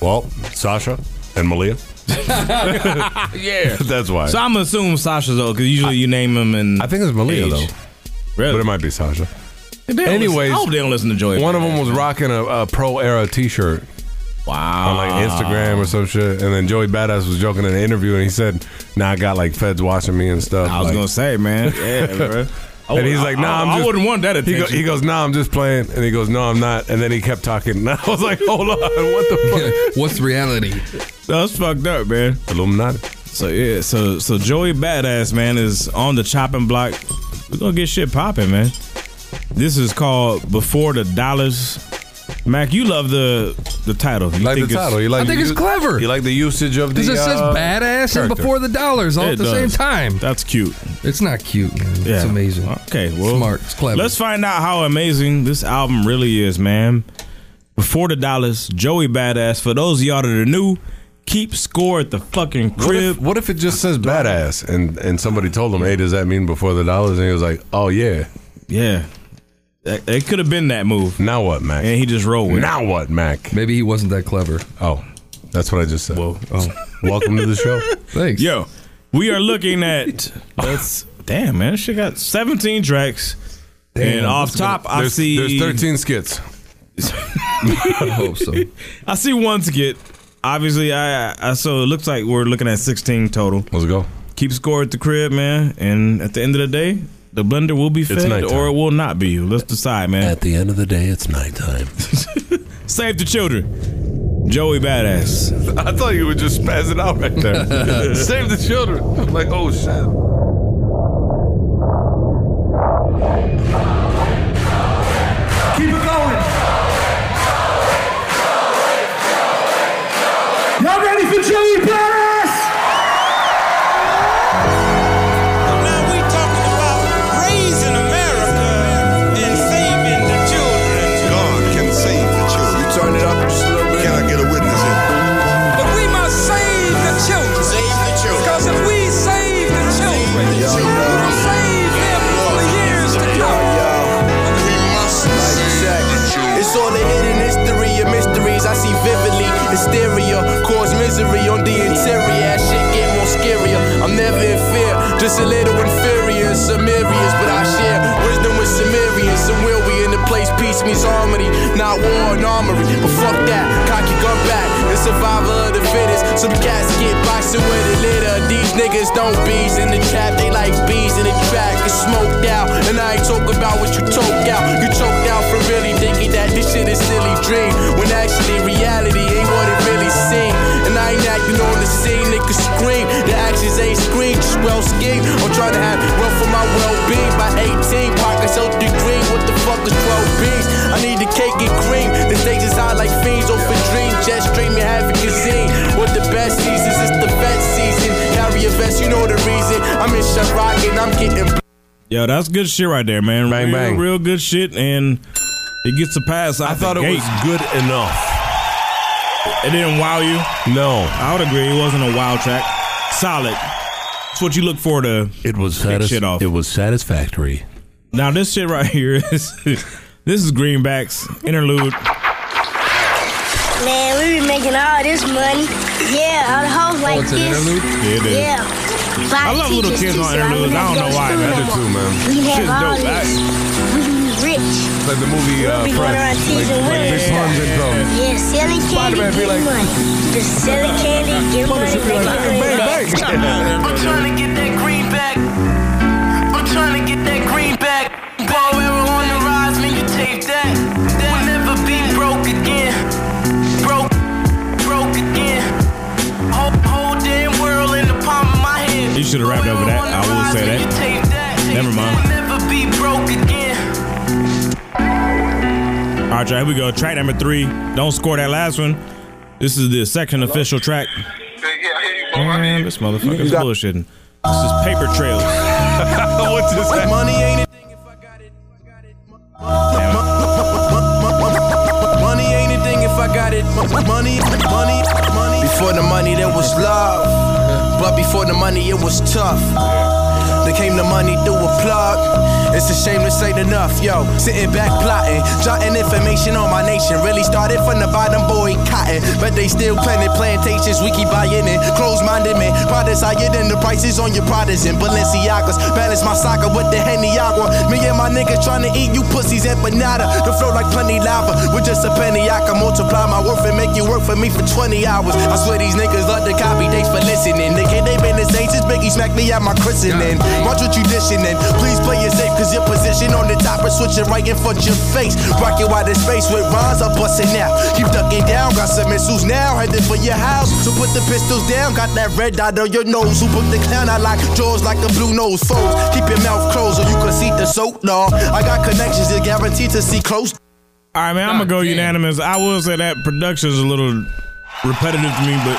S4: well, Sasha and Malia.
S3: yeah.
S4: That's why.
S3: So I'm gonna assume Sasha's old because usually you name him and
S4: I think it's Malia,
S3: age.
S4: though.
S3: Really?
S4: But it might be Sasha.
S3: They don't
S4: Anyways,
S3: listen- I hope they don't listen to Joy.
S4: One of them was rocking a, a pro era t shirt.
S3: Wow.
S4: On like Instagram or some shit. And then Joey Badass was joking in an interview and he said, Nah, I got like feds watching me and stuff. I
S3: was gonna say, man. Yeah, bro. I
S4: and he's
S3: would-
S4: like,
S3: I-
S4: nah,
S3: I-
S4: I'm
S3: I
S4: just-
S3: wouldn't want that
S4: He go-
S3: attention.
S4: He, goes, nah, I'm just playing. And he goes, no, I'm not. And then he kept talking. And I was like, hold on, what the
S5: fuck? What's reality?
S3: That's fucked up, man.
S4: Illuminati.
S3: So yeah, so so Joey Badass man is on the chopping block. We're gonna get shit popping, man. This is called Before the Dollars. Mac, you love the the title. You
S4: Like the
S3: think it's-
S4: title. You like
S5: I think
S4: the
S5: it's
S4: use-
S5: clever.
S4: You like the usage of the.
S5: Because it says
S4: uh,
S5: badass and
S4: character.
S5: before the dollars all
S3: It
S5: at the
S3: does.
S5: same time.
S3: That's cute.
S5: It's not cute, man.
S3: Yeah.
S5: It's amazing.
S3: Okay, well,
S5: smart. It's clever.
S3: Let's find out how amazing this album really is, man. Before the Dollars, Joey Badass. For those of y'all that are new, keep score at the fucking crib.
S4: What if, what if it just says badass and, and somebody told him, hey, does that mean before the dollars? And he was like, oh, yeah.
S3: Yeah. That- It could have been that move.
S4: Now what, Mac?
S3: And he just rolled with it.
S4: Now what, Mac?
S5: Maybe he wasn't that clever.
S4: Oh, that's what I just said. Oh. Welcome to the show.
S5: Thanks.
S3: Yo, we are looking at. That's damn man. This shit got 17 tracks.
S4: Damn,
S3: and off
S4: that's gonna-
S3: top, I
S4: there's- there's
S3: see
S4: 13 skits.
S3: I
S5: hope so.
S3: I see one skit. Obviously, I, I so it looks like we're looking at 16 total.
S4: Let's go.
S3: Keep score at the crib, man. And at the end of the day, the blender will be fed
S4: nighttime.
S3: or it will not be. Let's decide, man. At
S21: the end of the day, it's nighttime.
S3: Save the children. Joey Badass.
S4: I thought you would just spaz it out right there. Save the children. I'm like, oh shit.
S22: Keep it going. Y'all ready for Joey Badass?
S16: Now we talking about raising America and saving the children.
S23: God can save the children. You turn it up just a little bit. Can I get a witness here?
S16: But we must save the children. Save the children. Because if we save the children, we'll save them for years to come.
S24: We must check.
S6: It's all the hidden history of mysteries I see vividly. Hysteria cause misery on the interior. As shit get more scarier. I'm never in fear, just a little inferior. Sumerians, but I share wisdom with Sumerians. And will we in the place peace means harmony, not war and armory. But fuck that, cock your gun back. The survivor of the fittest. Some cats get boxing with it litter. These niggas don't bees in the trap, they like bees in the trap. Get smoked out, and I ain't talking about what you choked out. You choked out for really thinking that this shit is silly dream. When actually reality ain't what it really seems. And I ain't acting on the scene, niggas scream. The actions ain't scream, just well scheme. I'm trying to have wealth for my well-being by 18. Pockets out the green, what the fuck is 12 beans? I need the cake and cream. The stage is high like fiends off a dream. Jet stream, you haven't seen. What the best seasons is the vet season. Carry a vest, you know the reason. I'm in Chirac and I'm getting.
S3: Yo, that's good shit right there, man. Bang real,
S4: bang.
S3: real good shit, and it gets a pass. I
S4: thought it was good enough.
S3: It didn't wow you.
S4: No,
S3: I would agree. It wasn't a wow track. Solid. It's what you look for to.
S21: It was
S3: Kick
S21: satis-
S3: shit off.
S21: It was satisfactory.
S3: Now this shit right here is this is Greenback's interlude.
S2: Man, we be making all this money. Yeah, on a hoes
S21: Oh,
S2: like
S3: it's an
S2: this.
S3: interlude? Yeah, it is.
S2: Yeah.
S3: I love little kids on interludes. I don't know why.
S4: I do too, man.
S2: We
S4: Shit's
S2: have all
S4: dope.
S2: this. We can be rich.
S4: It's like the movie uh,
S2: We going
S4: Friends. Like,
S2: around teasing
S4: like
S2: women.
S4: Big Puns and Pro.
S2: Yeah, selling candy,
S4: Spider-Man be
S2: get
S4: like-
S2: money. The selling candy, get money,
S4: should be
S2: make
S4: like,
S2: money.
S4: bang, bang.
S16: I'm trying to get that green back. I'm trying to get that green back. Ball ever on the rise, man, you take that. We'll never be broke again. Broke, broke again. Whole, whole damn world in the palm of my hand.
S3: You should have wrapped over that. I will say that. Never mind.
S16: Never be broke again.
S3: All right, y'all, here we go. Track number three. Don't score that last one. This is the second official track. Man, this motherfucker's bullshitting. This is Paper Trails.
S4: What's this?
S6: Money ain't a thing if I got it. Money ain't a thing if I got it. Money, money, money. Before the money, there was love. But before the money, it was tough. There came the money through a plug. It's a shame this ain't enough, yo. Sitting back plotting, jotting information on my nation. Really started from the bottom, boy, cotton. But they still planted plantations, we keep buying it. Closed minded men, products higher than the prices on your products and Balenciagas. Balance my soccer with the Henny Agua. Me and my niggas trying to eat you pussies empanada. The flow like plenty lava. With just a penny, I can multiply my worth and make you work for me for 20 hours. I swear these niggas love to copy, thanks for listening. Nigga, they been the same since Biggie smacked me at my christening. Watch what you dishing in. Please play it safe, cause your position on the top is switching right in front your face. Rocket wide in space with rhymes, I'm busting now. Keep ducking down, got some missiles now, headed for your house. So put the pistols down, got that red dot on your nose. Who put the clown out like jaws like the blue nose foes? Keep your mouth closed or you can see the soap, no. I got connections that guarantee to see close.
S3: All right, man, I'm gonna go unanimous. I will say that production's a little repetitive to me, but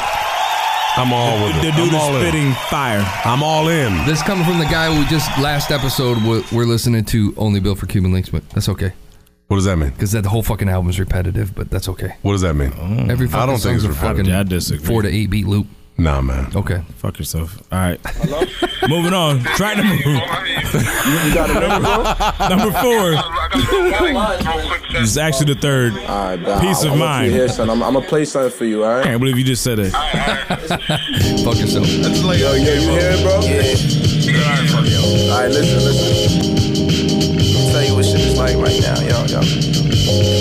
S4: I'm all with
S3: the,
S4: it.
S3: The dude
S4: I'm all
S3: is
S4: in.
S3: spitting fire.
S4: I'm all in.
S5: This coming from the guy who just last episode we're, we're listening to only built for Cuban links, but that's okay.
S4: What does that mean?
S5: Because that the whole fucking album is repetitive, but that's okay.
S4: What does that mean?
S5: Every fucking
S4: I don't think
S5: song's
S4: it's
S5: a fucking
S4: repetitive.
S5: four to eight beat loop.
S4: Nah, man.
S5: Okay,
S3: fuck yourself. All right, moving on. Track number number, number four. This is actually the third. Peace of mind.
S25: I'm, gonna play something for you,
S3: I
S25: alright?
S3: can't believe you just said that.
S5: Fuck yourself.
S25: That's like, yo,
S2: Oh,
S25: yeah, you hear it, bro? Yeah. Alright, listen, listen.
S6: tell you what shit is like right now, yo, yo.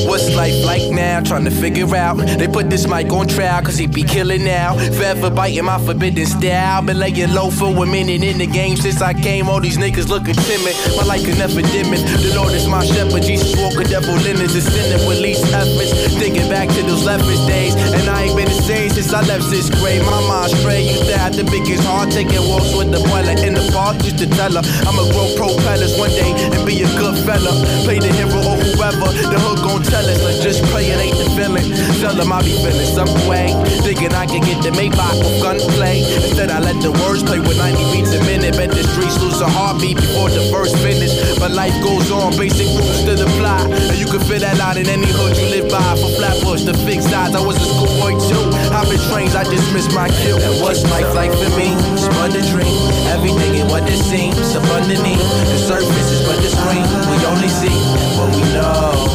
S6: What's life like now? Trying to figure out. They put this mic on trial, cause he be killing now. Forever biting my forbidden style. Been laying low for a minute in the game since I came. All these niggas looking timid. My life is never dimming. The Lord is my shepherd. Jesus walk a devil in his descendant with least efforts. Thinking back to those leopard days. And I ain't been the same since I left sixth grade. My mind stray. Used to have the biggest heart. Taking walks with the boiler in the park. Used to tell her, I'ma grow propellers one day and be a good fella. Play the hero or whoever. The hood gon' tell us, let's just pray it ain't the villain. Tell them I be feeling some way. Thinking I can get the Maybach with gunplay. Instead, I let the words play with 90 beats a minute. Bet the streets lose a heartbeat before the verse finish. But life goes on, basic rules still apply. And you can feel that out in any hood you live by. From Flatbush to Big Sides, I was a schoolboy too. Hopping trains, I just missed my cue. And what's life like for me? Spun the dream. Everything in what it seems. Up underneath the surface is but the screen. We only see what we know.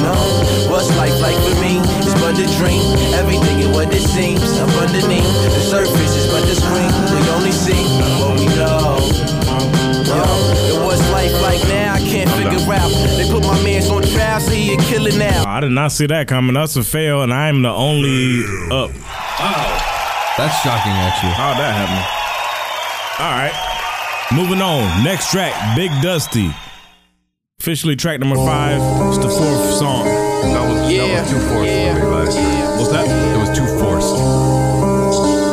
S6: No, what's life like for me? It's but a dream. Everything is what it seems. Up underneath the surface is but the screen. We only see what we know. No, and what's life like now? I can't figure out. They put my man's on trial, so he a killer now.
S3: Oh, I did not see that coming. That's a fail, and I'm the only up.
S5: That's shocking, actually.
S3: How'd that happen? All right. Moving on. Next track, Big Dusty. Officially track number five. It's the fourth song.
S4: That was, that was too forced for me last time.
S3: What's that?
S4: It was too forced.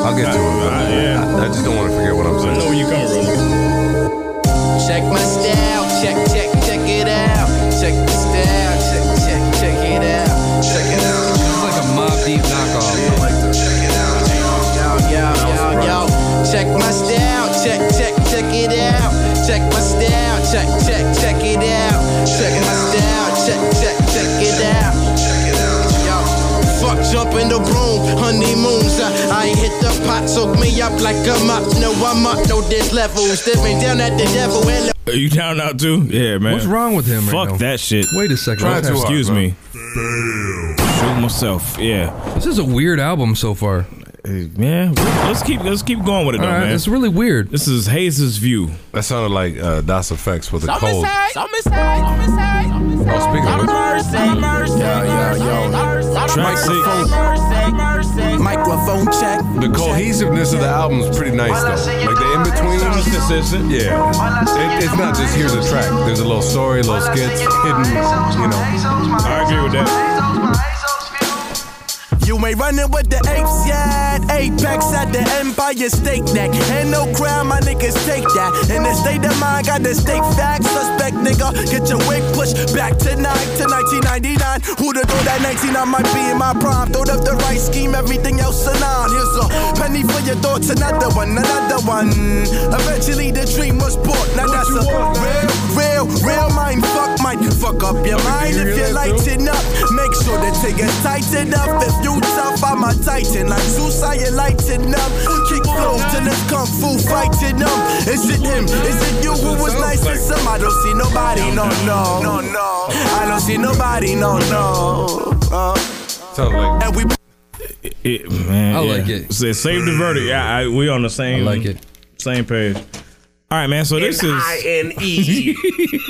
S4: I'll get to it. but
S3: Uh,
S4: I, I just don't want to forget what I'm saying. I know
S3: where you coming from.
S6: Check my style, check, check, check it out. Check the style, check, check, check it out. Check it out.
S5: It's like a mob deep knockoff.
S6: Yo, yo, yo, yo. Check my style, check, check, check it out. Check my style, check, check, check it out. Check my style, check, check, check it out. Yo, Fuck jump in the room, honeymoons. I, I hit the pot, soak me up like I'm up. No, I'm up, no, there's levels. Dipping down at the devil and
S3: Are you down out too? Yeah, man.
S5: What's wrong with him?
S3: Fuck
S5: right now?
S3: that shit.
S5: Wait a second.
S3: Try
S5: That's
S3: to
S5: too hard,
S3: excuse
S5: bro.
S3: me. Shoot myself. Yeah.
S5: This is a weird album so far.
S3: Yeah, let's keep let's keep going with it though, man.
S5: It's really weird.
S3: This is Hayes's view.
S4: That sounded like uh, Das Effects with a
S6: Some
S4: cold.
S6: say, some say, some say, some say.
S4: Oh, speaking of which-
S6: Mercy, mercy, mercy, mercy.
S4: Track six.
S6: Microphone, microphone check.
S4: The cohesiveness of the album is pretty nice though. Like the in between,
S3: consistent.
S4: Yeah, it, it's not just here's a track. There's a little story, little skits, hidden. You know.
S3: I agree with that.
S6: You ain't running with the apes yet. Apex at the Empire State Neck. Ain't no crime, my niggas take that. In the state of mind, got the state facts. Suspect nigga, get your wig pushed back tonight to 1999. Who to throw that 19? I might be in my prime. Throw up the right scheme, everything else anon. Here's a penny for your thoughts, another one, another one. Eventually the dream was born. Now that's a real, real, real mind fuck. Might fuck up your mind if you lighten up. Make sure that Tigger tighten up. If you tough, I'm a titan. Like Zeus, I enlighten up. Kick flows till it's kung fu fighting them. Is it him? Is it you who was nice to some? I don't see nobody, no, no. No, no. I don't see nobody, no, no. Uh,
S4: Sounds like.
S6: and we
S3: It, man,
S4: I
S3: yeah.
S4: like
S3: it. Say, save the verdict. Yeah, I, we on the same. like it. Same page. All right, man. So this is
S4: E.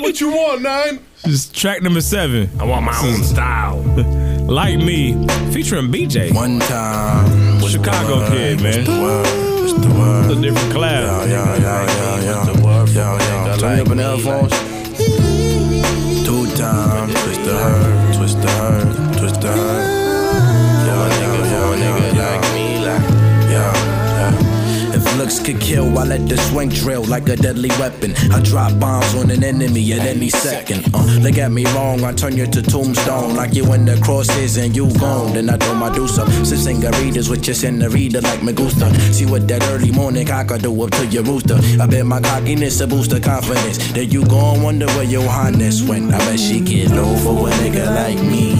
S4: What you want, nine?
S3: this is track number seven. I
S4: want my own
S3: style. like me, featuring BJ. One
S1: time,
S3: Chicago kid, man. It's a different class.
S1: Yeah, yeah, yeah, yeah. yeah. Turn up in the headphones. Two times, twist the herb, twist the herb, twist the herb. Yeah, yeah, yeah, yeah, yeah.
S6: If looks could kill, I let the swing drill like a deadly weapon. I drop bombs on an enemy at any second. Uh, they got me wrong, I turn you to tombstone. Like you in the crosshairs and you gone. Then I throw my deuce up. Some senoritas with your senorita like me gusta. See what that early morning cock I do up to your rooster. I bet my cockiness will boost the confidence. Then you gon' wonder where your highness went. I bet she get low for a nigga like me.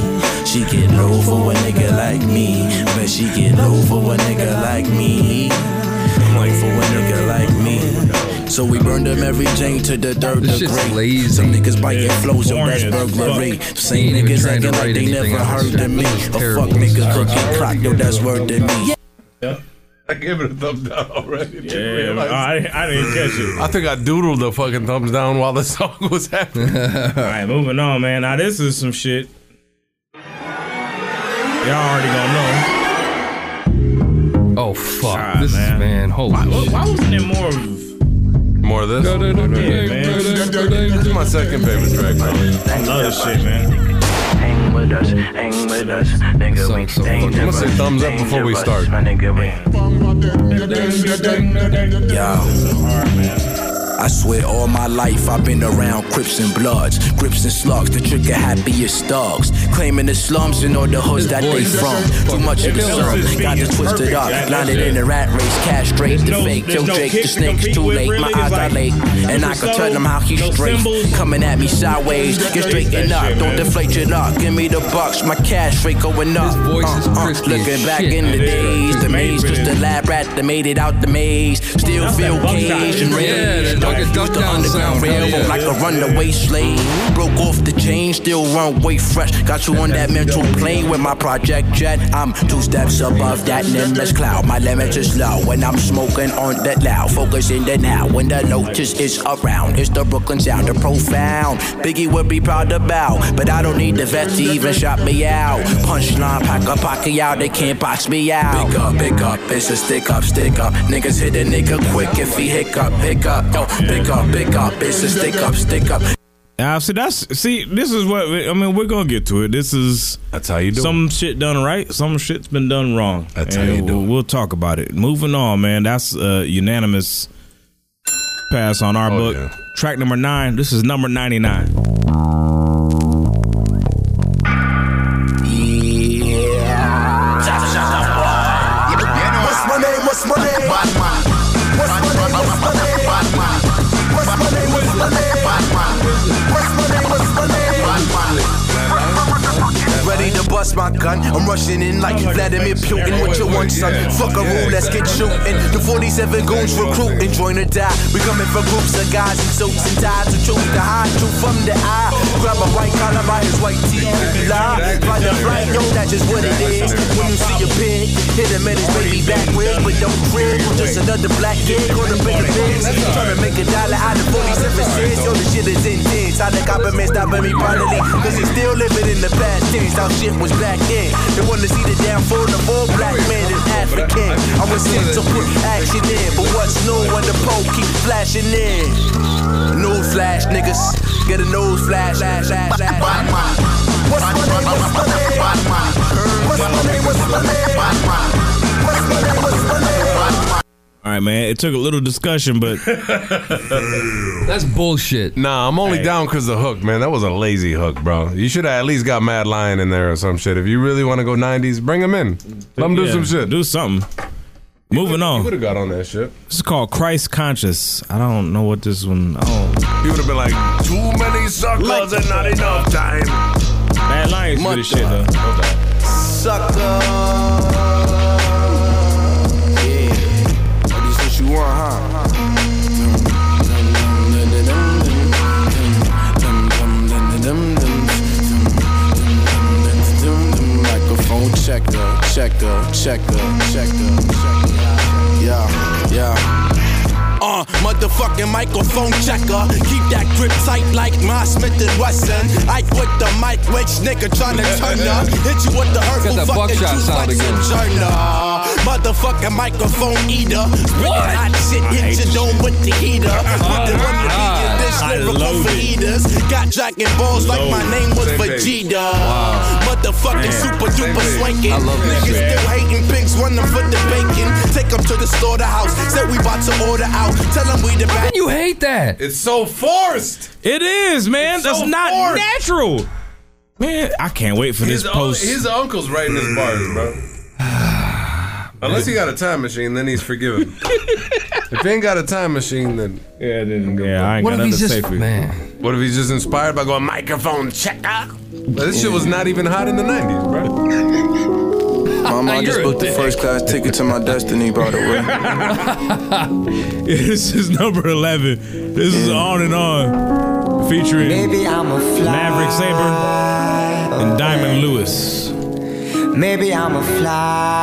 S6: She get low for a nigga like me. I bet she get low for a nigga like me. I'm like for a nigga like me. So we burned them every Jane to the third degree. Some niggas biting flows of that's burglary. Same
S5: Ain't even
S6: niggas
S5: trying to
S6: acting like
S5: write
S6: they
S5: anything out
S6: never
S5: of
S6: heard
S5: this
S6: of me.
S5: shit.
S6: Or
S5: Terrible.
S6: fuck niggas could get cracked, yo, that's word to me.
S4: I gave it a thumb down already. Yeah,
S3: realize. I- I didn't catch it.
S4: I think I doodled the fucking thumbs down while the song was happening.
S3: All right, moving on, man. Now this is some shit. Y'all already gonna know.
S5: Oh fuck!
S3: Ah,
S5: this is man, holy
S3: why,
S5: shit.
S3: Why wasn't there more? of-
S4: More of this?
S3: Yeah, man.
S4: This is my second favorite track. I
S3: love this shit, man.
S1: Hang with us, hang with us, nigga. we
S4: I'm gonna say thumbs up before we start.
S6: I swear all my life I've been around Crips and Bloods, Crips and Slugs, the trigger happiest thugs. Claiming the slums and all the hoods that they from. Too much of the syrup, got it twisted up. Blinded in the rat race, cash straight to fake. Yo, Jake, the snake is too late, my eyes are late. And I can tell them how he straight. Coming at me sideways, get straightened up. Don't deflate your luck, give me the bucks, my cash rate going up. Uh, uh, Looking back
S1: shit.
S6: in the
S1: It is.
S6: days, the
S1: It's made
S6: maze,
S1: for
S6: cause the
S1: this.
S6: lab rat that made it out the maze. Still
S1: That's
S6: feel
S1: that buck shot.
S6: caged and raised.
S1: Yeah, that
S6: Don't
S1: like a
S6: use
S1: duck
S6: the
S1: down
S6: underground
S1: sound.
S6: railroad
S1: Yeah.
S6: like a runaway slave. Broke off the chain, still runway fresh. Got you on that mental plane with my project jet. I'm two steps above that nimbus cloud. My limits is low when I'm smoking on that loud. Focus in the now when the lotus is around. It's the Brooklyn sound, the profound. Biggie would be proud about, but I don't need the vest to even shot me out. Punchline, pack a pocket out, they can't box me out. Pick up, pick up, it's a stick up, stick up. Niggas hit a nigga quick if he hiccup, pick up, yo, pick up, pick up, it's a stick up, stick up.
S3: Now, see, that's see, this is what I mean. We're gonna get to it. This is
S4: that's how you do.
S3: Some shit done right, some shit's been done wrong. That's how you do. We'll, we'll talk about it. Moving on, man. That's uh, unanimous pass on
S4: Oh,
S3: our book. Track number nine. This is number ninety nine.
S6: What's my name? What's my name?
S17: Batman. What's my name? What's my name? Batman. What's my name? What's my name? Batman. What's my name? What's my name?
S6: Ready to bust my gun. I'm rushing in like Vladimir Putin with your one son. Fuck a rule, let's get shooting. The 47 goons recruiting, join or die. We coming for groups of guys in suits and ties who choose to hide truth from the eye. Grab a white collar by his white teeth and be live. By the right, yo, that's just what it is. When you see a pig, hit him in his baby back with, but don't crib. Just another black kid on the bigger things. Trying to make a dollar out of 47 cents. Yo, this shit is intense. How the government stopping me finally, cause he's still living in the past tense. How shit was back then. They wanna see the downfall of all black men and African. I was sent to put action in, but what's new when the pole keep flashing in? News flash, niggas. Get a news flash, flash, flash, flash.
S17: What's my name? What's my name? Batman. What's my name? What's my name? Batman. What's my name? What's my name? Batman.
S3: All right, man. It took a little discussion, but
S5: that's bullshit.
S4: Nah, I'm only
S3: Hey.
S4: down because the hook, man. That was a lazy hook, bro. You should have at least got Mad Lion in there or some shit. If you really want to go 90s, bring him in. Let him do
S3: Yeah,
S4: some shit.
S3: Do something. Moving on.
S4: You would have got on that shit.
S3: This is called Christ Conscious. I don't know what this one. Oh,
S4: He would have been like,
S2: Too many suckers and not enough time.
S3: had lines for this shit though. No doubt.
S6: Sucker. Yeah. But this what you want, huh? Microphone checker, checker, checker, checker, checker. Yeah, yeah.
S1: Uh, motherfucking microphone checker. Keep that grip tight like my Smith and Wesson. I put the mic, which nigga tryna turn up. Hit you with the hurtful
S5: that
S1: fucking
S5: buckshot
S1: juice
S5: sound
S1: like
S5: again.
S1: Sojourner. Motherfucking microphone eater. What? Hot shit hit your dome with the heater. With the one to be in this
S3: I
S1: lyrical
S3: loathe
S1: for
S3: it.
S1: eaters. Got dragon balls like my
S3: Loathe.
S1: name was
S3: Same page.
S1: Vegeta. Motherfucking
S3: Man.
S1: super duper
S3: page.
S1: swanking.
S3: I love that
S1: Niggas
S3: shit.
S1: still hating pigs, want them for the bacon. Take them to the slaughterhouse. Said we about to order out. Tell them we the back.
S5: You hate that.
S4: It's so forced.
S3: It is, man. That's not natural. Man, I can't wait for
S4: His,
S3: this
S4: un-
S3: post.
S4: his uncle's writing his bars, bro. Unless he got a time machine, then he's forgiven. if he ain't got a time machine, then
S3: yeah, then yeah, I ain't
S5: What got if nothing he's to say just- for you. man.
S4: What if he's just inspired by going microphone checker? But this shit was not even hot in the nineties, bro.
S6: My mom just
S4: You're a
S6: booked the
S4: dick.
S6: first class ticket to my destiny, by the way.
S3: this is number eleven. This is on and on, featuring Maverick Saber and Diamond Lewis.
S18: Maybe I'ma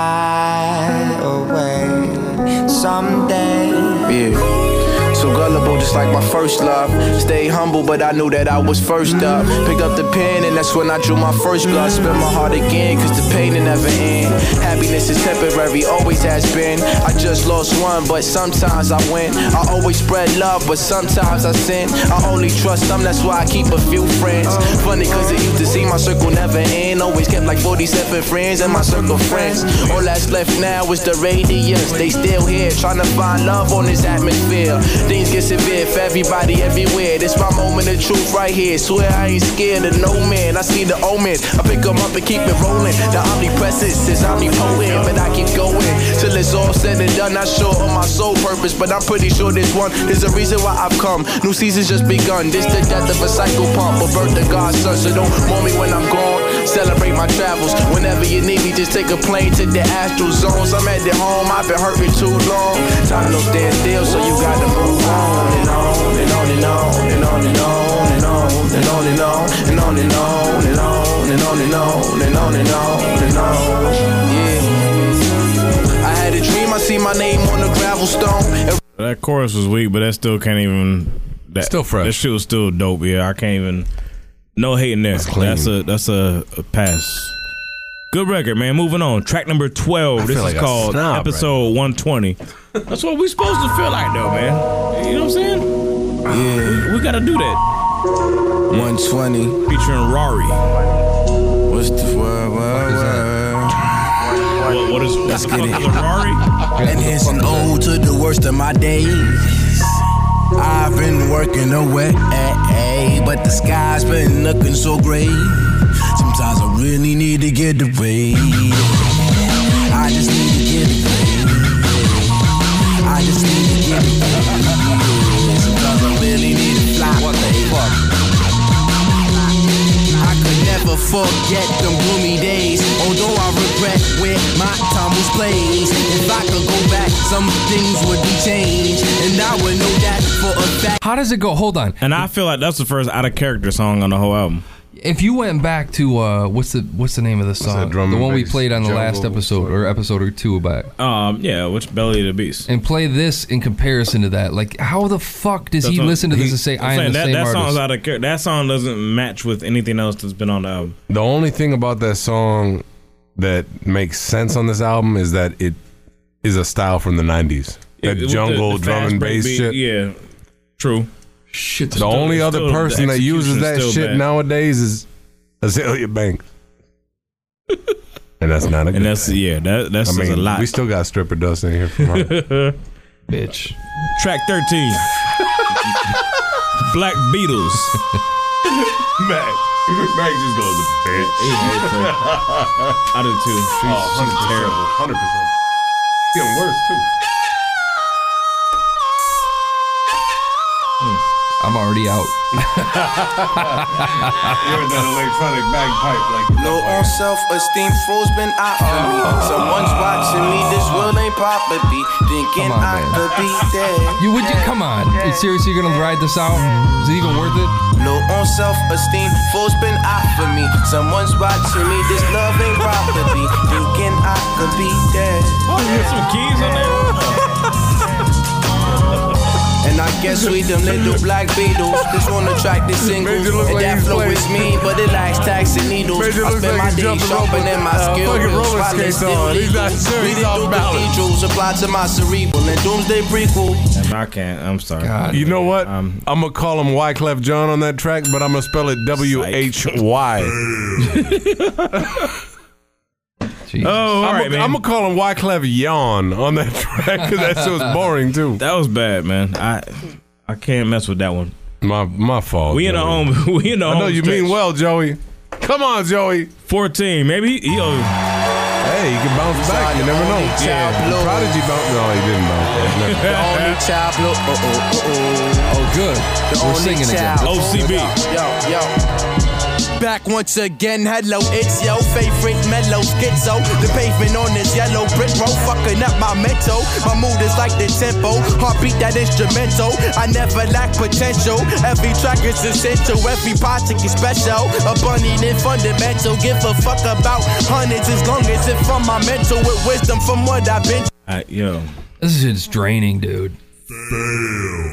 S18: fly away someday.
S6: Yeah. So gullible, just like my first love. Stay humble, but I knew that I was first up. Pick up the pen, and that's when I drew my first blood. Spin my heart again, cause the pain will never end. Happiness is temporary, always has been. I just lost one, but sometimes I win. I always spread love, but sometimes I sin. I only trust some, that's why I keep a few friends. Funny, cause it used to seem my circle never end. Always kept like 47 friends in my circle of friends. All that's left now is the radius. They still here, trying to find love on this atmosphere. Things get severe for everybody everywhere. This my moment of truth right here. Swear I ain't scared of no man. I see the omens. I pick 'em up and keep it rolling. The omnipresence is omnipotent, but I keep going till it's all said and done. Not sure on my sole purpose, but I'm pretty sure this one is the reason why I've come. New season's just begun. This the death of a cycle pump, a birth of God's son. So don't mourn me when I'm gone. Celebrate my travels. Whenever you need me, just take a plane to the astral zones. I'm at the home. I've been hurting too long. Time don't stand still, so you gotta move on and on and on and on and on and on and on and on and on and on and on and on and on and on and on and on and on. Yeah. I had a dream. I see my name on the gravel stone.
S3: That chorus was weak, but that still can't even. That, still fresh. That shit was still dope. Yeah, I can't even. No hating there. That's, a that's a, a pass. Good record, man. Moving on. Track number twelve. This
S9: feel
S3: is
S9: like a
S3: called
S9: snob right
S3: episode one twenty. That's what we supposed to feel like, though, man. You know what I'm saying? Yeah. We gotta do that.
S6: 120.
S3: Featuring Rari.
S6: What's the word?
S3: What, what is
S6: Let's get it.
S3: Rari?
S6: And it's an ode to the worst of my days. I've been working away, eh, but the sky's been looking so gray. Sometimes I really need to get away. I just need to get away. I just need to get away. Sometimes I really need to fly. What the I could never forget them gloomy days. Although I regret where my time was played. If I could go back, some things would be changed. And I would know that for a fact.
S5: How does it go? Hold on.
S3: And I feel like that's the first out of character song on the whole album.
S5: If you went back to uh, what's the what's the name of the song?
S3: drum
S5: the
S3: and
S5: one we
S3: bass
S5: played on the last
S3: jungle
S5: episode or episode or two back.
S3: Um, yeah, which Belly of the Beast.
S5: And play this in comparison to that. Like, how the fuck does
S3: That's
S5: he
S3: what-
S5: listen to this and say,
S3: I'm
S5: "I am
S3: saying
S5: the
S3: that,
S5: same
S3: that Song's
S5: artist"?
S3: out of character. That song doesn't match with anything else that's been on the album.
S4: The only thing about that song that makes sense on this album is that it is a style from the nineties. That
S3: It- with the-
S4: jungle
S3: the
S4: drum
S3: fast
S4: and
S3: break
S4: bass
S3: beat,
S4: shit.
S3: Yeah, true.
S5: Shit.
S4: The only other person that uses that shit nowadays is Azalea Banks. and that's not a good
S3: And that's yeah, that that
S4: I
S3: says a
S4: mean,
S3: lot. Oh,
S4: We still got stripper dust in here from her.
S5: Bitch.
S3: Track thirteen. Black Beatles.
S4: Mac. Mac just goes to bed.
S3: I do too. She's,
S4: Oh,
S3: she's terrible.
S4: Hundred percent. Getting worse too.
S5: Hmm. I'm I'm already out.
S4: You're another electronic bagpipe. Like
S6: Low on self esteem, froze been out on me. Someone's watching me, this world ain't Papa B. Thinking
S5: Come on,
S6: I
S5: man.
S6: could be dead.
S5: You would you come on? Seriously, you're gonna ride this out? Is it even worth it?
S6: Low on self esteem, fools been out for me. Someone's watching me, this love ain't property. Thinking I could be dead. Oh,
S3: there's some keys on there.
S6: And I guess we them little black beetles. Just wanna track this single. And that flow is mean, but it lacks tax and needles. I
S4: looks like
S6: spend my
S4: he's
S6: days
S4: jumping
S6: sharpening
S4: off
S6: my
S4: a, uh,
S6: skill.
S4: fucking roller
S6: While it's
S4: skates
S6: still
S4: on. He's not
S6: illegal.
S4: sure he's
S6: Reading
S4: off
S6: through
S4: balance.
S6: cathedrals, apply to my cerebral. And doomsday prequel.
S3: I can't. I'm sorry. Um,
S4: you know what? I'm gonna call him Wyclef John on that track, but I'm gonna spell it W H Y.
S5: Oh,
S3: all right, man.
S4: I'm gonna call him Wyclef Yawn on that track because that shit was boring too.
S3: That was bad, man. I I can't mess with that one.
S4: My my fault.
S3: We in a
S4: Joey.
S3: home. We in a
S4: I
S3: home.
S4: know you
S3: stretch.
S4: mean well, Joey. Come on, Joey.
S3: 14, maybe. He, he owe-
S4: Hey, he can bounce back. You never know. Yeah. Prodigy bounce. No, he didn't bounce
S6: The
S4: back. No.
S6: only child blew. Oh, oh, oh, oh.
S5: oh good.
S6: The
S4: We're
S6: only
S4: singing again.
S6: child.
S4: OCB.
S6: Yo, yo. Back once again, hello, it's your favorite mellow schizo. The pavement on this yellow brick road, fucking up my mental. My mood is like the tempo, heartbeat that instrumental. I never lack potential. Every track is essential, every project is special. Abundant and fundamental. Give a fuck about hundreds as long as it's from my mental. With wisdom from what I've been
S3: I, yo.
S5: This shit's draining, dude.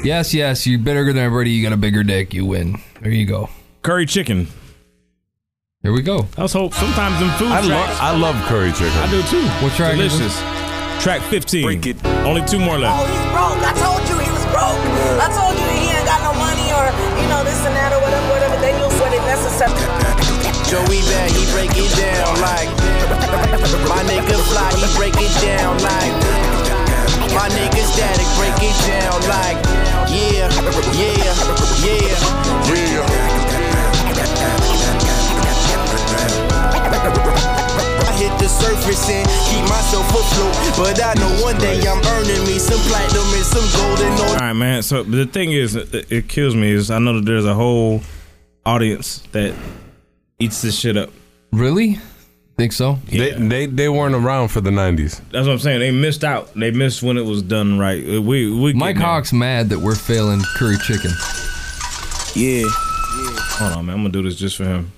S5: Yes, yes, you're bigger than everybody. You got a bigger dick. You win. There you go.
S3: Curry chicken.
S5: Here we go.
S3: I was hope sometimes them food
S4: I
S3: tracks.
S4: love I love curry chicken.
S3: I do too.
S5: What track is
S3: Delicious. Track 15. Break it. Only two more
S8: Oh,
S3: left.
S8: he's broke. I told you he was broke. I told you he ain't got no money or, you know, this and that or whatever, whatever. They knew what it necessary.
S6: Joey bad, he break it down like My nigga fly, he break it down like My nigga static, break it down like Yeah, yeah, yeah, yeah I hit the surface and keep myself afloat But I know one day I'm earning me some platinum and some golden
S3: All right, man. So the thing is, it, it kills me is I know that there's a whole audience that eats this shit up.
S5: Really? Think so?
S4: They, they they weren't around for the '90s.
S3: That's what I'm saying. They missed out. They missed when it was done right. Uh, We we
S5: Mike
S3: getting there.
S5: Hawk's mad that we're failing curry chicken.
S6: Yeah.
S3: Hold on, man. I'm gonna do this just for him.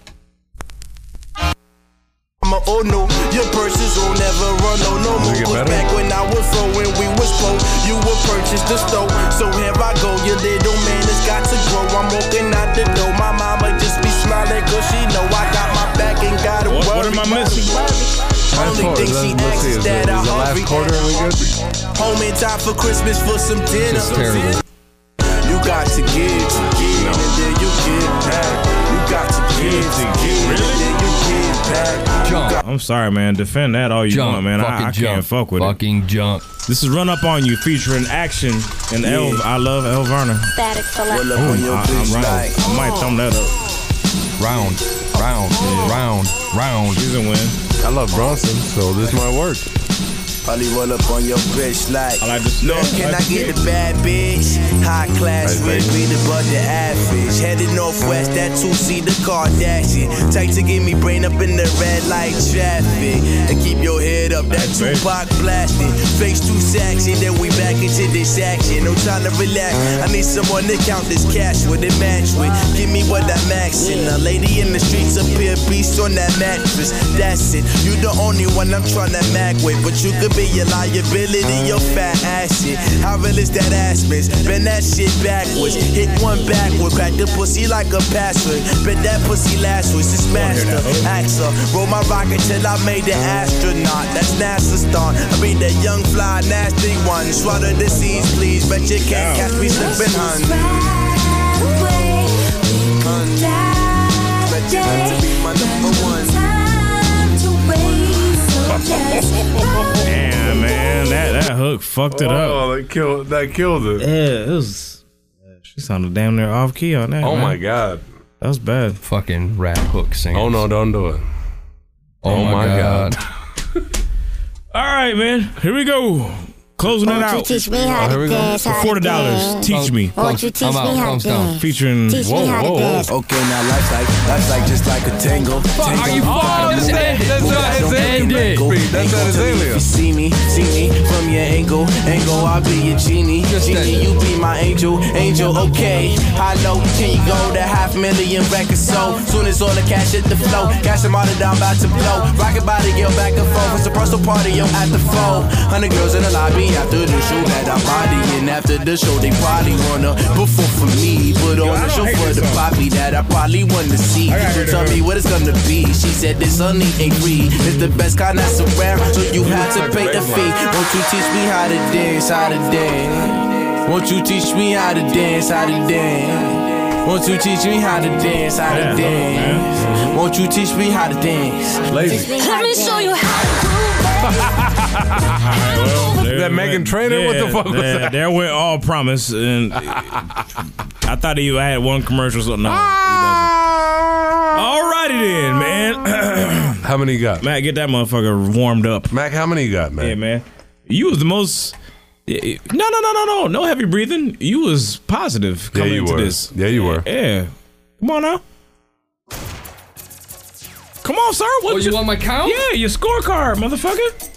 S6: I'm a oh no, your purses will never run low no more.
S3: it get
S6: 'Cause
S3: better?
S6: back when I was low and we was poor, you would purchase the stove. So here I go, your little man has got to grow. I'm walking out the door, my mama just be smiling 'cause she know I got my back and gotta
S3: What- what
S6: worry.
S3: am I missing?
S4: Fast
S6: Only
S4: forward.
S6: thing
S4: Let's-
S6: she
S4: let's
S6: asks
S4: see.
S6: is
S4: Is the-
S6: that
S4: is
S6: I'm
S4: the last
S6: hungry.
S4: quarter we good?
S6: Home in time for Christmas for some dinner.
S5: This is terrible.
S6: You got to give, to give, and then you get back. You got to give, to give, and then you get back.
S3: I'm sorry, man. Defend that all you
S5: Jump.
S3: want, man. I, I
S5: Fucking
S3: can't
S5: jump.
S3: fuck with
S5: it. Fucking jump.
S3: This is Run Up On You featuring Action and
S5: Yeah.
S3: El. I love El Verna.
S8: Static
S3: Ooh,
S8: select.
S3: I, I'm right. I might thumb that up.
S5: Round, round, round, round.
S3: She's a win.
S4: I love Bronson, so this might work.
S6: Probably roll up on your bitch like. I
S3: like this.
S6: Lord, can I get a bad bitch? High class, rich, be the bud the average. Headed northwest, that two seater Kardashian. Tight to get me brain up in the red light traffic. And keep your head up, that Tupac blasting. Face two sacks, and then we back into this action. No time to relax. I need someone to count this cash with it match with. Give me what I'm maxing. A lady in the streets appear beast on that mattress. That's it. You the only one I'm trying to mac with, but you could be a liability, your fat ass shit. How real is that ass bitch? Bend that shit backwards, hit one backward, crack the pussy like a password. Bend that pussy last week, it's master, Axel. Roll my rocket till I made an astronaut. That's NASA star. I be the young fly, nasty one. Swallow the seeds, please. Bet you can't catch me slipping, hun. Hun. Bet you want to be my number one.
S3: Damn, man. That that hook fucked it up.
S4: Oh, that killed that killed it.
S3: Yeah, it was. She sounded damn near off key on that.
S4: Oh
S3: man.
S4: my god.
S3: That was bad.
S5: Fucking rap hook singer.
S4: Oh no, don't do it.
S5: Oh, my god.
S3: All right, man. Here we go. Closing it out.
S10: teach me how to dance,
S3: For
S10: how
S3: forty
S10: to
S3: dollars,
S10: dance.
S3: teach me.
S10: Won't you teach me how to dance?
S3: Featuring.
S10: Teach me
S3: whoa,
S10: how to
S3: whoa, whoa.
S10: dance.
S6: Okay, now life's like life's like just like a tango. tango.
S10: are you fucked?
S6: Gotta move
S10: That's-
S6: it,
S10: that's
S6: move
S10: not
S6: it,
S10: his
S6: don't make
S10: end
S6: it
S10: it.
S6: wrinkle.
S10: Freak, that's
S6: Ain't
S10: not
S6: gonna
S10: his
S6: tell me
S10: alias.
S6: If you see me, see me from your angle, angle. I'll be your genie, genie. You be my angel, angel. Okay, high low, can you go to half million records? So soon as all the cash hit the flow, cash them all down, about to blow. Rocket body, yo, back and forth. It's a personal party, yo, at the foe. Hundred girls in the lobby after the show that I body, and after the show they probably wanna perform for me, put on a show for the poppy that I probably wanna see. So tell me what it's gonna be. She said this only ain't free. It's the best kind that's around, so you have to pay the fee. Won't you teach me how to dance, how to dance? Won't you teach me how to dance, how to dance? Won't you teach me how to dance, how to dance? Won't you teach me how to dance?
S10: Let me show you how
S3: that Megan Trainer,
S4: What the fuck was
S3: that? There went all promise, and I thought you had one commercial. So no, Alrighty then, man.
S4: how many you got?
S3: Mac, get that motherfucker warmed up.
S4: Mac, how many you got, man?
S3: Yeah, man. You was the most. No, no, no, no, no. No heavy breathing. You was positive
S4: Yeah,
S3: coming
S4: you
S3: into
S4: were.
S3: this.
S4: Yeah, you were.
S3: Yeah. Come on now. Come on, sir. What you
S5: Oh, want my count?
S3: Yeah, your scorecard, motherfucker.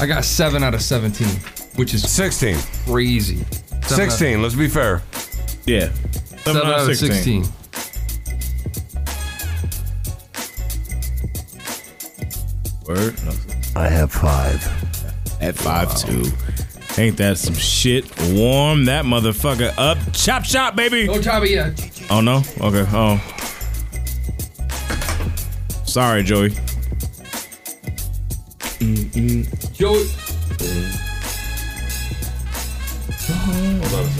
S5: I got seven out of seventeen, which is
S4: sixteen.
S5: Crazy. Seven out-
S4: 16, let's be fair.
S3: Yeah.
S5: Seven out of 16.
S3: Word.
S9: I have five.
S3: At five two. Ain't that some shit? Warm that motherfucker up. Chop chop, baby.
S5: No chop it yet.
S3: Oh no? Okay. Oh. Sorry, Joey.
S5: Mm-hmm. Joey.
S4: Hold on a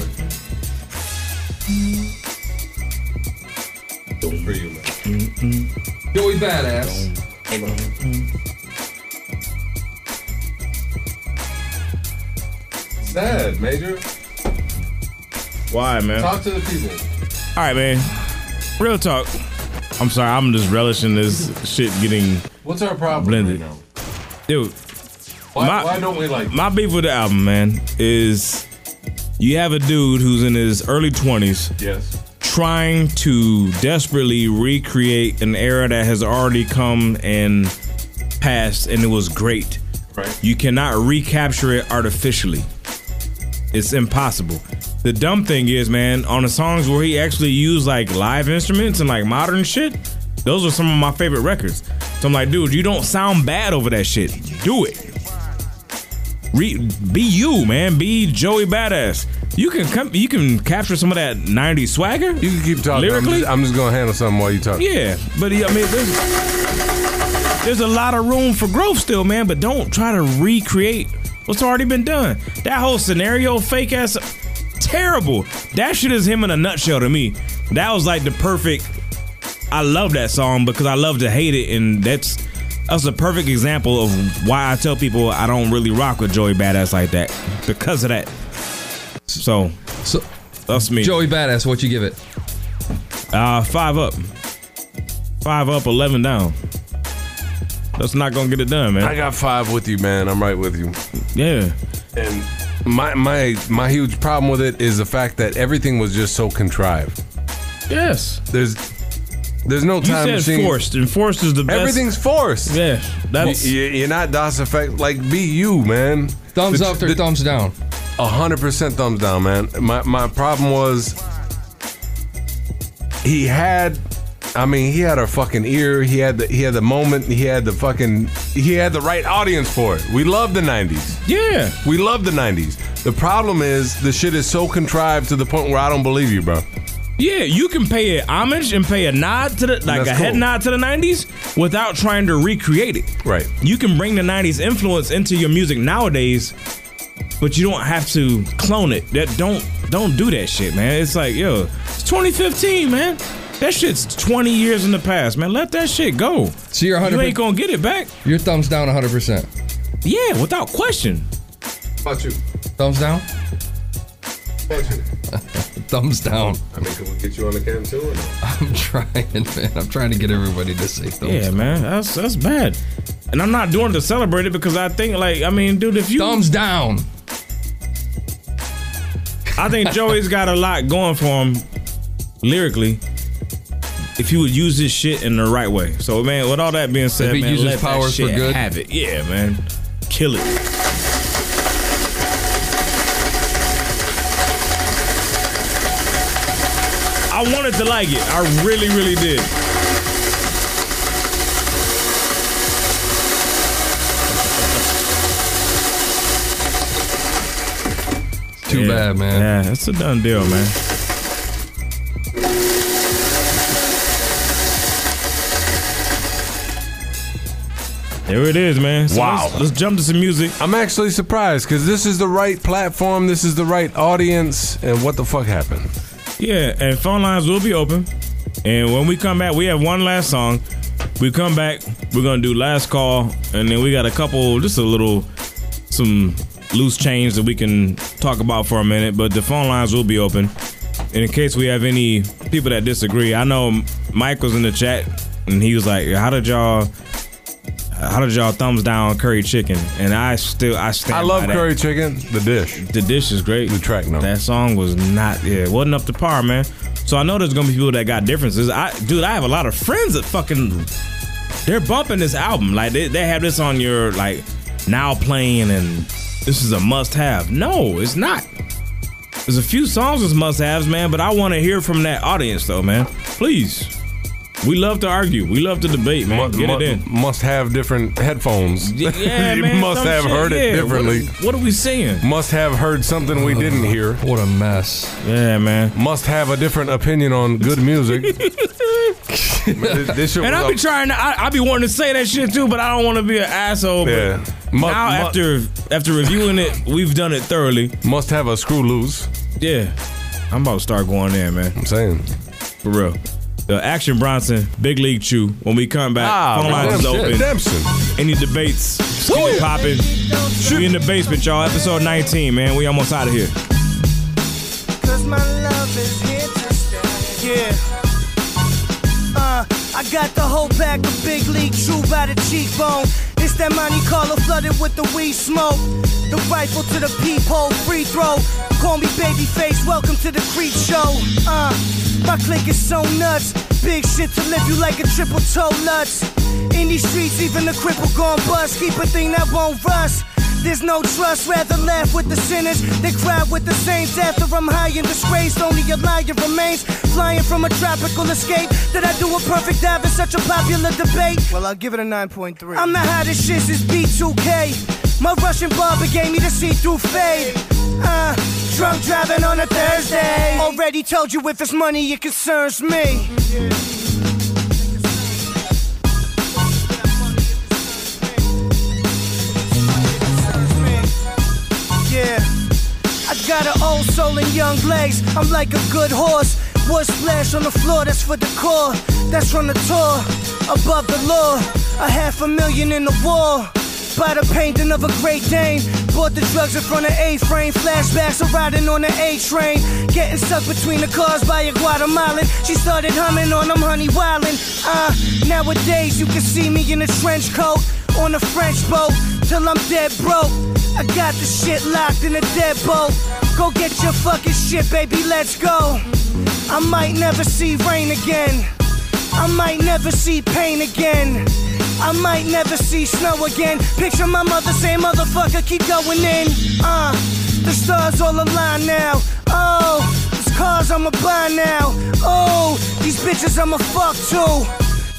S4: second. For you, man.
S5: Joey Badass.
S4: Sad, Major.
S3: Why, man?
S4: Talk to the people.
S3: All right, man. Real talk. I'm sorry. I'm just relishing this shit getting
S4: What's our problem?
S3: blended. Dude,
S4: Why, why don't we like
S3: my beef with the album, man, is you have a dude who's in his early 20s.
S4: Yes.
S3: Trying to desperately recreate an era that has already come and passed and it was great.
S4: Right.
S3: You cannot recapture it artificially. It's impossible. The dumb thing is, man, on the songs where he actually used like live instruments and like modern shit, those are some of my favorite records. So I'm like, dude, you don't sound bad over that shit. Do it. Re- be you, man. Be Joey Badass. You can come. You can capture some of that '90s swagger. You
S4: can keep talking. I'm
S3: lyrically.
S4: just, I'm just gonna handle something while you talk.
S3: Yeah, but yeah, I mean, there's, there's a lot of room for growth still, man. But don't try to recreate what's already been done. That whole scenario, fake ass, terrible. That shit is him in a nutshell to me. That was like the perfect. I love that song because I love to hate it, and that's that's a perfect example of why I tell people I don't really rock with Joey Badass like that because of that. So,
S5: so
S3: that's me.
S5: Joey Badass, what you give it?
S3: Uh, five up. Five up, 11 down. That's not going to get it done, man.
S4: I got five with you, man. I'm right with you.
S3: Yeah.
S4: And my my my huge problem with it is the fact that everything was just so contrived.
S3: Yes.
S4: There's there's no
S3: You
S4: time
S3: said
S4: machine.
S3: forced, and forced is the best.
S4: Everything's forced.
S3: Yeah, that's-
S4: Y- you're not DOS effect. Like be you, man.
S5: Thumbs up or thumbs down?
S4: A hundred percent thumbs down, man. My my problem was he had. I mean, he had a fucking ear. He had the he had the moment. He had the fucking he had the right audience for it. We love the '90s.
S3: Yeah,
S4: we love the '90s. The problem is the shit is so contrived to the point where I don't believe you, bro.
S3: Yeah, you can pay it homage and pay a nod to the like a
S4: that's
S3: head
S4: cool.
S3: nod to the '90s without trying to recreate it.
S4: Right.
S3: You can bring the '90s influence into your music nowadays, but you don't have to clone it. That don't don't do that shit, man. It's like yo, it's 2015, man. That shit's 20 years in the past, man. Let that shit go.
S5: So you're 100
S3: You ain't gonna get it back.
S5: Your thumbs down 100%.
S3: Yeah, without question.
S4: About you.
S5: Thumbs down? thumbs down.
S4: I mean, can we get you on the cam too? Or no?
S5: I'm trying, man. I'm trying to get everybody to say thumbs
S3: Yeah,
S5: down.
S3: man, that's that's bad. And I'm not doing it to celebrate it because I think, like, I mean, dude, if you thumbs
S5: down,
S3: I think Joey's got a lot going for him lyrically. If he would use this shit in the right way, so man, with all that being said,
S5: If he
S3: man,
S5: uses
S3: let that
S5: power for
S3: shit
S5: good.
S3: have it, yeah, man, kill it. I wanted to like it. I really, really did.
S5: Too bad, man.
S3: Yeah, it's a done deal, man. There it is, man. So
S4: wow.
S3: let's- jump to some music.
S4: I'm actually surprised because this is the right platform, this is the right audience, and what the fuck happened?
S3: Yeah, and phone lines will be open. And when we come back, we have one last song. We come back, we're gonna do last call, and then we got a couple, just a little, some loose change that we can talk about for a minute. But the phone lines will be open. And in case we have any people that disagree, I know Mike was in the chat and he was like, "How did y'all?" How did y'all thumbs down curry chicken? And I still I stand.
S4: I love
S3: by that.
S4: curry chicken, the dish.
S3: The dish is great. The
S4: track number.
S3: That song was not yeah, it wasn't up to par, man. So I know there's gonna be people that got differences. I dude, I have a lot of friends that fucking they're bumping this album. Like they, they have this on your like now playing and this is a must have. No, it's not. There's a few songs as must haves, man, but I wanna hear from that audience though, man. Please. We love to argue. We love to debate, man. Get it in.
S4: Must have different headphones.
S3: yeah,
S4: you
S3: man,
S4: must
S3: some
S4: have
S3: shit,
S4: heard
S3: yeah.
S4: it
S3: What-
S4: differently.
S3: What are we saying?
S4: Must have heard something we didn't hear.
S5: What a mess.
S3: Uh, Yeah, man.
S4: Must have a different opinion on good music. Man, this- this shit
S3: and
S4: was
S3: I be
S4: up-
S3: trying to, I, I be wanting to say that shit too, but I don't want to be an asshole. but
S4: Yeah. Mu-
S3: now
S4: mu-
S3: after after reviewing it, we've done it thoroughly.
S4: Must have a screw loose.
S3: Yeah, I'm about to start going there, man.
S4: I'm saying,
S3: for real. The Action Bronson, Big League Chew. When we come back,
S4: Ah,
S3: phone lines is
S4: redemption.
S3: open.
S4: Redemption.
S3: Any debates?
S4: Oh,
S3: Skin popping. We in the basement, y'all. Episode 19, man. We almost out of here.
S11: Cause my love is here to stay. Yeah. Uh, I got the whole pack of big league true by the cheekbone. It's that Monte Carlo flooded with the weed smoke. The rifle to the peephole, free throw. Call me babyface, welcome to the creep show. Uh, my clique is so nuts. Big shit to lift you like a triple toe nuts. In these streets, even the cripple gon' bust. Keep a thing that won't rust. There's no trust, rather laugh with the sinners than cry with the saints. After I'm high and disgraced, only a liar remains. Flying from a tropical escape. Did I do a perfect dive in such a popular debate? Well, I'll give it a 9.3. I'm the hottest shit since B2K. My Russian barber gave me the see-through fade. Uh, drunk driving on a Thursday. Already told you if it's money, it concerns me. Yeah. I got an old soul and young legs. I'm like a good horse. Wood splash on the floor, that's for the core. That's from the tour. Above the law. A half a million in the wall. By the painting of a great Dane. Bought the drugs in front of A frame. Flashbacks of riding on the A train. Getting stuck between the cars by a Guatemalan. She started humming on them, honey wildin'. Uh, nowadays you can see me in a trench coat. On a French boat. Till I'm dead broke. I got the shit locked in a deadbolt. Go get your fucking shit, baby, let's go. I might never see rain again. I might never see pain again. I might never see snow again. Picture my mother saying, motherfucker, keep going in. Uh, the stars all align now. Oh, these cars I'ma buy now. Oh, these bitches I'ma fuck too.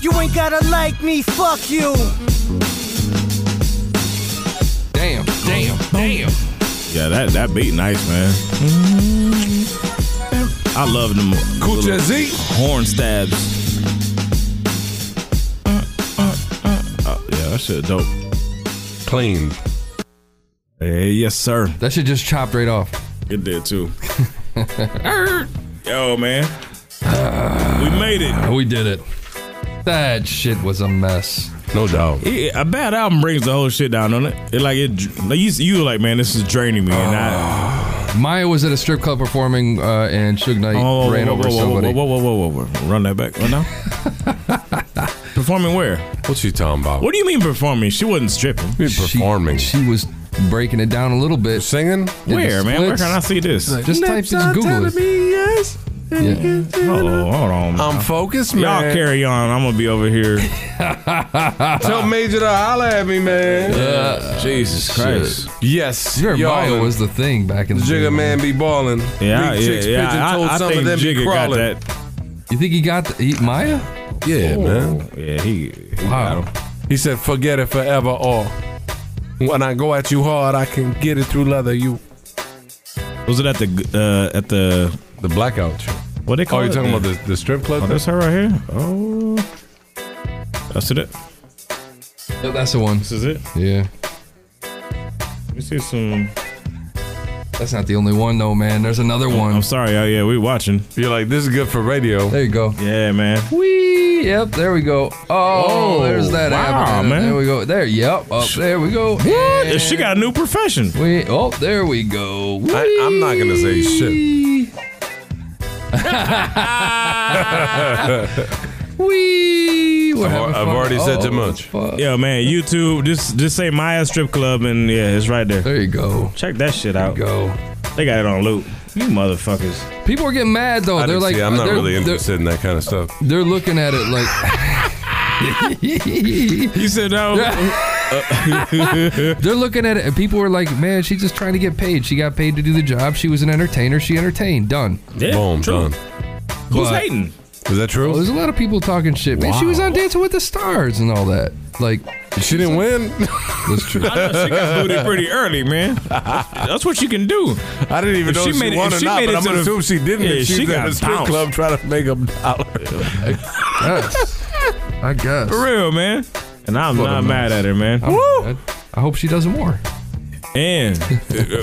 S11: You ain't gotta like me, fuck you.
S5: Damn, damn, damn.
S3: Yeah, that that beat nice, man. I love them. Kucha
S4: Z
S3: horn stabs. Oh, yeah, that shit dope.
S4: Clean.
S3: Hey, yes, sir.
S5: That shit just chopped right off.
S3: It did too. Yo, man. we made it.
S5: We did it. That shit was a mess.
S4: No doubt.
S3: It- a bad album brings the whole shit down on it. It like it, like you, you were like, man, this is draining me, and I,
S5: Ah. Maya was at a strip club performing, uh, and Suge Knight
S3: Oh,
S5: ran
S3: whoa, whoa,
S5: over
S3: whoa,
S5: somebody.
S3: Whoa, whoa, whoa, whoa, whoa, whoa. Run that back. What now? performing where?
S4: What she talking about?
S3: What do you mean performing? She wasn't stripping.
S4: performing.
S5: She was breaking it down a little bit.
S4: Singing?
S3: Where, man? Where can I see this?
S5: Just type, just Google it.
S4: yes.
S5: Yeah.
S3: Oh, hold on.
S4: I'm focused,
S3: Y'all
S4: man.
S3: carry on. I'm gonna be over here.
S4: Tell Major to holler at me, man.
S3: Jesus Christ.
S4: Yes.
S5: Your
S4: y'all
S5: Maya
S4: in.
S5: was the thing back in the day.
S4: Jigga man be balling.
S3: Yeah,
S4: Big
S3: yeah,
S4: chicks
S3: yeah.
S4: pigeon
S3: I-
S4: toed
S3: I
S4: some
S3: think
S4: of them
S3: Jigga
S4: be
S3: got
S4: crawling.
S3: that. Oh.
S5: You think he got the, he, Maya?
S4: Yeah, man.
S3: Yeah, he. he
S5: Wow.
S3: got 'em.
S4: He said, "Forget it forever." Or when I go at you hard, I can get it through leather. You.
S3: Was it at the uh, at the
S4: the blackout?
S3: What they call
S4: Oh,
S3: it?
S4: you talking about the, the strip club?
S3: Oh,
S4: thing?
S3: that's her right here. Oh, that's it.
S5: No, that's the one.
S3: This is it.
S5: Yeah.
S3: Let me see some.
S5: That's not the only one though, man. There's another one.
S3: I'm sorry. Oh yeah, we watching.
S4: You're like, this is good for radio.
S5: There you go.
S3: Yeah, man.
S5: Wee. Yep. There we go. Oh,
S3: Oh,
S5: there's that.
S3: wow,
S5: avenue.
S3: man.
S5: There we go. There. Yep. Up. There we go. What?
S3: She got a new profession.
S5: We. Oh, there we go.
S4: I, I'm not gonna say shit. Oh.
S5: Wee. We're
S4: I've,
S5: having
S4: I've
S5: fun.
S4: already
S5: Oh,
S4: said too much.
S3: Yeah, man. YouTube. Just just say Maya Strip Club, and yeah, it's right there.
S5: There you go.
S3: Check that shit out.
S5: go.
S3: They got it on loop. You motherfuckers.
S5: People are getting mad though.
S4: I
S5: they're
S4: didn't
S5: like,
S4: see, I'm not
S5: they're,
S4: really
S5: they're,
S4: interested in that kind of stuff.
S5: they're looking at it like.
S3: You said "Oh." no.
S5: They're looking at it, and people were like, "Man, she's just trying to get paid. She got paid to do the job. She was an entertainer. She entertained. Done."
S3: Yeah,
S4: Boom,
S3: true.
S4: done.
S3: Who's
S5: But-
S3: hating?
S4: Is that true?
S5: Well, Oh, there's a lot of people talking shit. Man, she was on Dancing with the Stars and all that. Like,
S4: she didn't win.
S5: That's true.
S3: I know she got booted pretty early, man. That's what you can do.
S4: I didn't even
S3: If
S4: know
S3: she
S4: she,
S3: made it-
S4: won
S3: if
S4: or
S3: she
S4: not,
S3: made
S4: but
S3: it
S4: I'm
S3: to
S4: gonna
S3: the-
S4: assume she didn't.
S3: Yeah,
S4: if
S3: she
S4: she's at
S3: got
S4: a strip
S3: bounced.
S4: club trying to make a dollar.
S5: Yes. I guess.
S3: For real, man. And I'm
S5: What a
S3: not mad
S5: mess.
S3: at her, man.
S5: I, I hope she does more.
S3: And uh,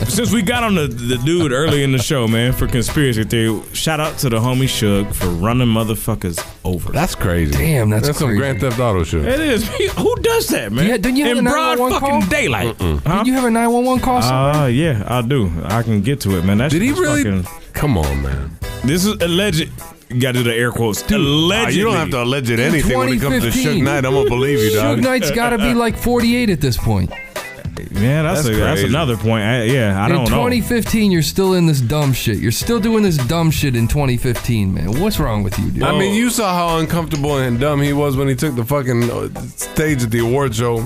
S3: since we got on the, the dude early in the show, man, for conspiracy theory, shout out to the homie Suge for running motherfuckers over.
S4: That's crazy.
S5: Damn, that's
S4: that's some
S5: crazy.
S4: Grand Theft Auto shit.
S3: It is. Who does that, man?
S5: Yeah, didn't you have
S3: in
S5: the
S3: broad
S5: 911
S3: fucking
S5: call?
S3: daylight.
S5: Did you have a 911 call? somewhere?
S3: Uh, yeah, I do. I can get to it, man. That
S4: Did he
S3: shit was
S4: really?
S3: Fucking,
S4: Come on, man.
S3: this is alleged. You got to do the air quotes. Dude,
S4: Ah, you don't have to allege it
S5: In
S4: anything when it comes to Suge
S5: 2015.
S4: Knight. I'm gonna believe you,
S5: Suge
S4: dog.
S5: Knight's got to be like 48 at this point.
S3: Yeah, that's
S4: That's
S3: a, that's
S4: crazy.
S3: another point. I, yeah, I
S5: in
S3: don't know.
S5: 2015, you're still in this dumb shit. You're still doing this dumb shit in 2015, man. What's wrong with you, dude?
S4: I mean, you saw how uncomfortable and dumb he was when he took the fucking uh, stage at the award show.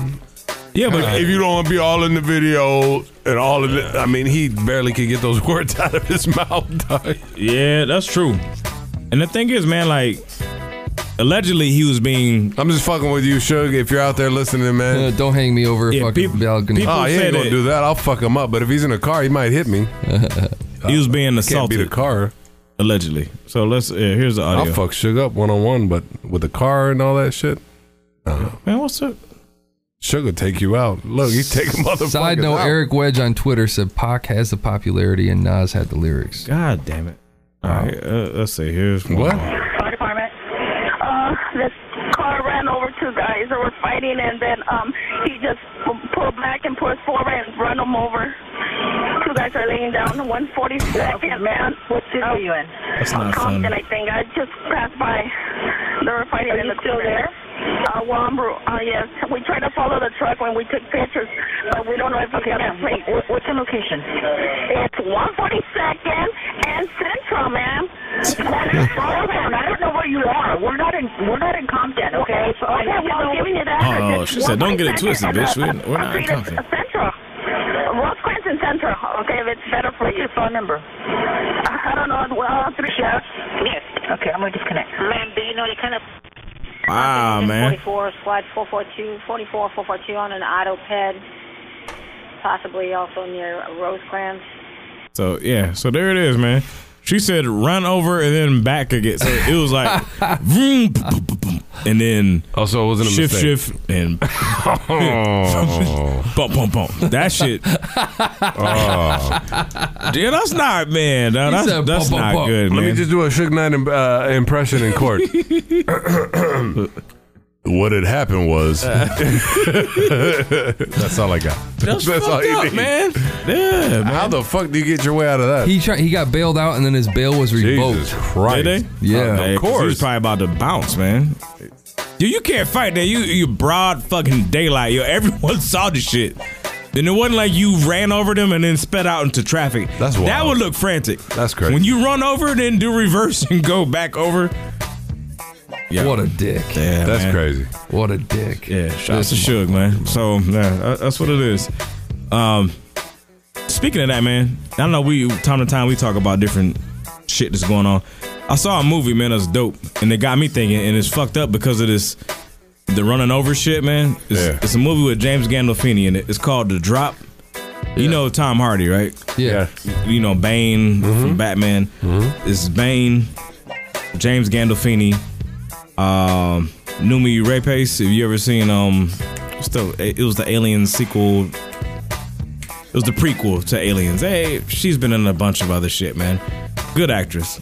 S3: yeah, but
S4: If you don't want to be all in the video and all of it, I mean, he barely could get those words out of his mouth. Dog.
S3: yeah, that's true. And the thing is, man, like allegedly he was being
S4: I'm just fucking with you, Suge. If you're out there listening,
S5: Uh,
S4: man.
S5: don't hang me over a
S3: Yeah,
S5: fucking
S3: peop-
S5: balcony.
S3: people-
S4: Oh, he
S3: said
S4: ain't gonna
S3: it.
S4: do that. I'll fuck him up. But if he's in a car, he might hit me. Uh,
S3: He was being
S4: Can't
S3: assaulted
S4: beat a car.
S3: allegedly. So let's yeah, here's the
S4: I'll
S3: audio.
S4: fuck Suge up one on one, but with a car and all that shit, uh-huh.
S3: Man, what's up?
S4: Suge will take you out. Look, he's taking motherfuckers.
S5: Side note:
S4: out.
S5: Eric Wedge on Twitter said Pac has the popularity and Nas had the lyrics.
S3: God damn it! All right, uh, let's see. Here's one
S4: What?
S3: more.
S1: fire department. Uh, this car ran over two guys that were fighting, and then um, he just p- pulled back and pushed forward and run them over. Two guys are laying down. One forty-second man. What city are you in?
S3: That's not
S1: Compton,
S3: fun.
S1: I think. I just passed by. They were fighting in the still there? Uh, well, I'm, ru- uh, yes. We tried to follow the truck when we took pictures, but we don't know if we got a plate. What's the location? It's 142nd and Central, ma'am. Follow them. I don't know where you are. We're not in. We're not in Compton, okay? So okay, well, I'm giving you that.
S3: Oh, oh, she said, "Don't get it twisted, bitch. We- we're not
S1: Street
S3: in
S1: is
S3: Compton."
S1: Central. Ross Quentin Central. Okay, if it's better for you. phone number? I don't know. Well, three chefs. Yes. Okay, I'm gonna disconnect. Ma'am, do you know the kind of
S3: Wow, Ah, man.
S26: 44, slide 442, 44, 442 on an auto pad, possibly also near Rosecrans.
S3: So yeah, so there it is, man. She said run over and then back again. So it was like vroom, p- p- p- p- and then
S4: Also, Oh, it wasn't a
S3: shift,
S4: mistake.
S3: shift, and
S4: Oh.
S3: bump, bump, bump. That shit. Dude, that's not man. dawg.
S5: He
S3: that's
S5: said,
S3: that's
S5: "Bump, bump,
S3: not
S5: bump."
S3: good,
S4: Let
S3: man.
S4: me just do a Suge Knight im- uh, impression in court. What had happened was. that's all I got.
S3: Uh. That's, fucked
S4: you
S3: up,
S4: need.
S3: man.
S4: How the fuck do you get your way out of that?
S5: He tried, he got bailed out and then his bail was revoked.
S4: Christ.
S3: Did they?
S5: Yeah,
S3: Okay, 'cause He was probably about to bounce, man. Dude, you can't fight that. You you broad fucking daylight. Yo, everyone saw the shit. Then it wasn't like you ran over them and then sped out into traffic. That's That
S4: wild.
S3: would look frantic. That's
S4: crazy.
S3: When you run over, then do reverse and go back over. Yeah.
S5: What a dick.
S3: Yeah,
S4: That's
S3: man.
S4: crazy.
S5: What a dick.
S3: Yeah, shout out to Suge, man. So yeah, tha- that's what it is. Um, speaking of that, man, I know we time to time we talk about different shit that's going on. I saw a movie, man, that's dope, and it got me thinking, and it's fucked up because of this the running over shit, man. It's, it's a movie with James Gandolfini in it. It's called The Drop. You know Tom Hardy, right?
S5: Yeah.
S3: You know Bane from Batman. It's Bane, James Gandolfini, um, Numi Rapace. Have you ever seen um, what's the, it was the Alien sequel. It was the prequel to Aliens. Hey, she's been in a bunch of other shit, man. Good actress.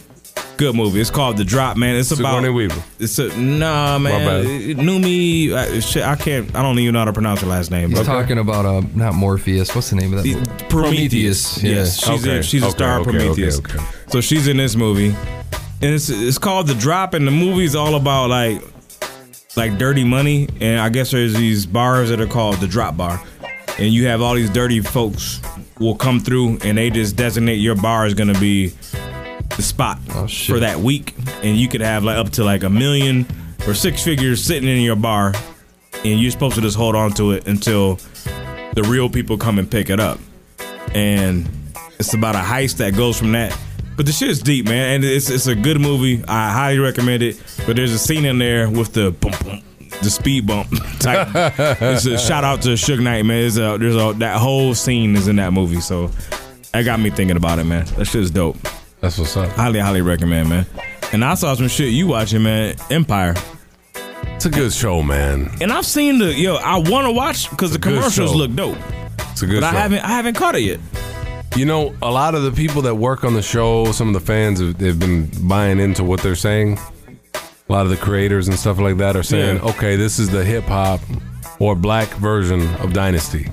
S3: Good movie. It's called The Drop, man. It's
S4: Sigourney
S3: about
S4: Weaver.
S3: It's a nah, man.
S5: bad.
S3: It- Numi, I, shit, I can't. I don't even know how to pronounce her last name.
S5: He's
S3: Okay.
S5: talking about uh, not Morpheus. What's the name of that? movie?
S3: Prometheus.
S5: Yeah.
S3: Yes, she's a, she's a star of Prometheus. So she's in this movie, and it's it's called The Drop, and the movie's all about like like dirty money, and I guess there's these bars that are called the Drop Bar, and you have all these dirty folks will come through, and they just designate your bar is gonna be the spot for that week, and you could have like up to like a million or six figures sitting in your bar, and you're supposed to just hold on to it until the real people come and pick it up. And it's about a heist that goes from that. But the shit is deep, man, and it's it's a good movie. I highly recommend it. But there's a scene in there with the boom, boom, the speed bump type. it's a shout out to Suge Knight, man. It's a, there's a that whole scene is in that movie, so that got me thinking about it, man. That shit's dope.
S4: That's what's up.
S3: Highly, highly recommend, man. And I saw some shit you watching, man. Empire. It's
S4: a good show, man.
S3: And I've seen the yo. I want to watch because the
S4: good
S3: commercials
S4: show.
S3: look dope.
S4: It's a good
S3: But I
S4: show.
S3: haven't, I haven't caught it yet.
S4: You know, a lot of the people that work on the show, some of the fans have, have been buying into what they're saying. A lot of the creators and stuff like that are saying,
S3: Yeah.
S4: okay, this is the hip hop or black version of Dynasty.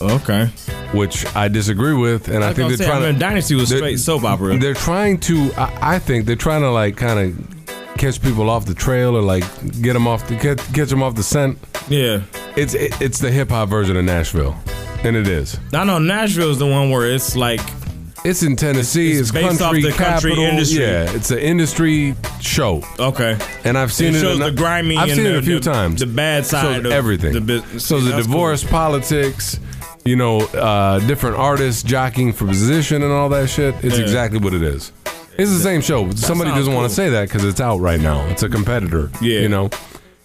S3: Okay.
S4: Which I disagree with, and I,
S3: I
S4: think
S3: was gonna
S4: they're
S3: say, I
S4: trying
S3: mean,
S4: to.
S3: Dynasty was
S4: they're-
S3: straight soap opera.
S4: They're trying to. I, I think they're trying to like kind of catch people off the trail or like get them off the catch, catch them off the scent.
S3: Yeah.
S4: It's it, it's the hip hop version of Nashville, and it is.
S3: I know Nashville is the one where it's like
S4: It's in Tennessee. It's,
S3: It's based off
S4: country
S3: the country
S4: capital.
S3: industry.
S4: Yeah, it's an industry show.
S3: Okay,
S4: and I've seen
S3: It
S4: it.
S3: shows
S4: in-
S3: the grimy
S4: I've
S3: and
S4: seen it
S3: the-
S4: a few
S3: the-
S4: times.
S3: the bad
S4: Shows
S3: side of
S4: everything.
S3: the business.
S4: So
S3: See,
S4: the
S3: that's cool.
S4: divorce, politics, you know, uh, different artists jockeying for position and all that shit. It's
S3: Yeah.
S4: exactly what it is. It's the same show. Somebody
S3: sounds
S4: doesn't want
S3: cool.
S4: to say that because it's out right now. It's a competitor.
S3: Yeah.
S4: you know.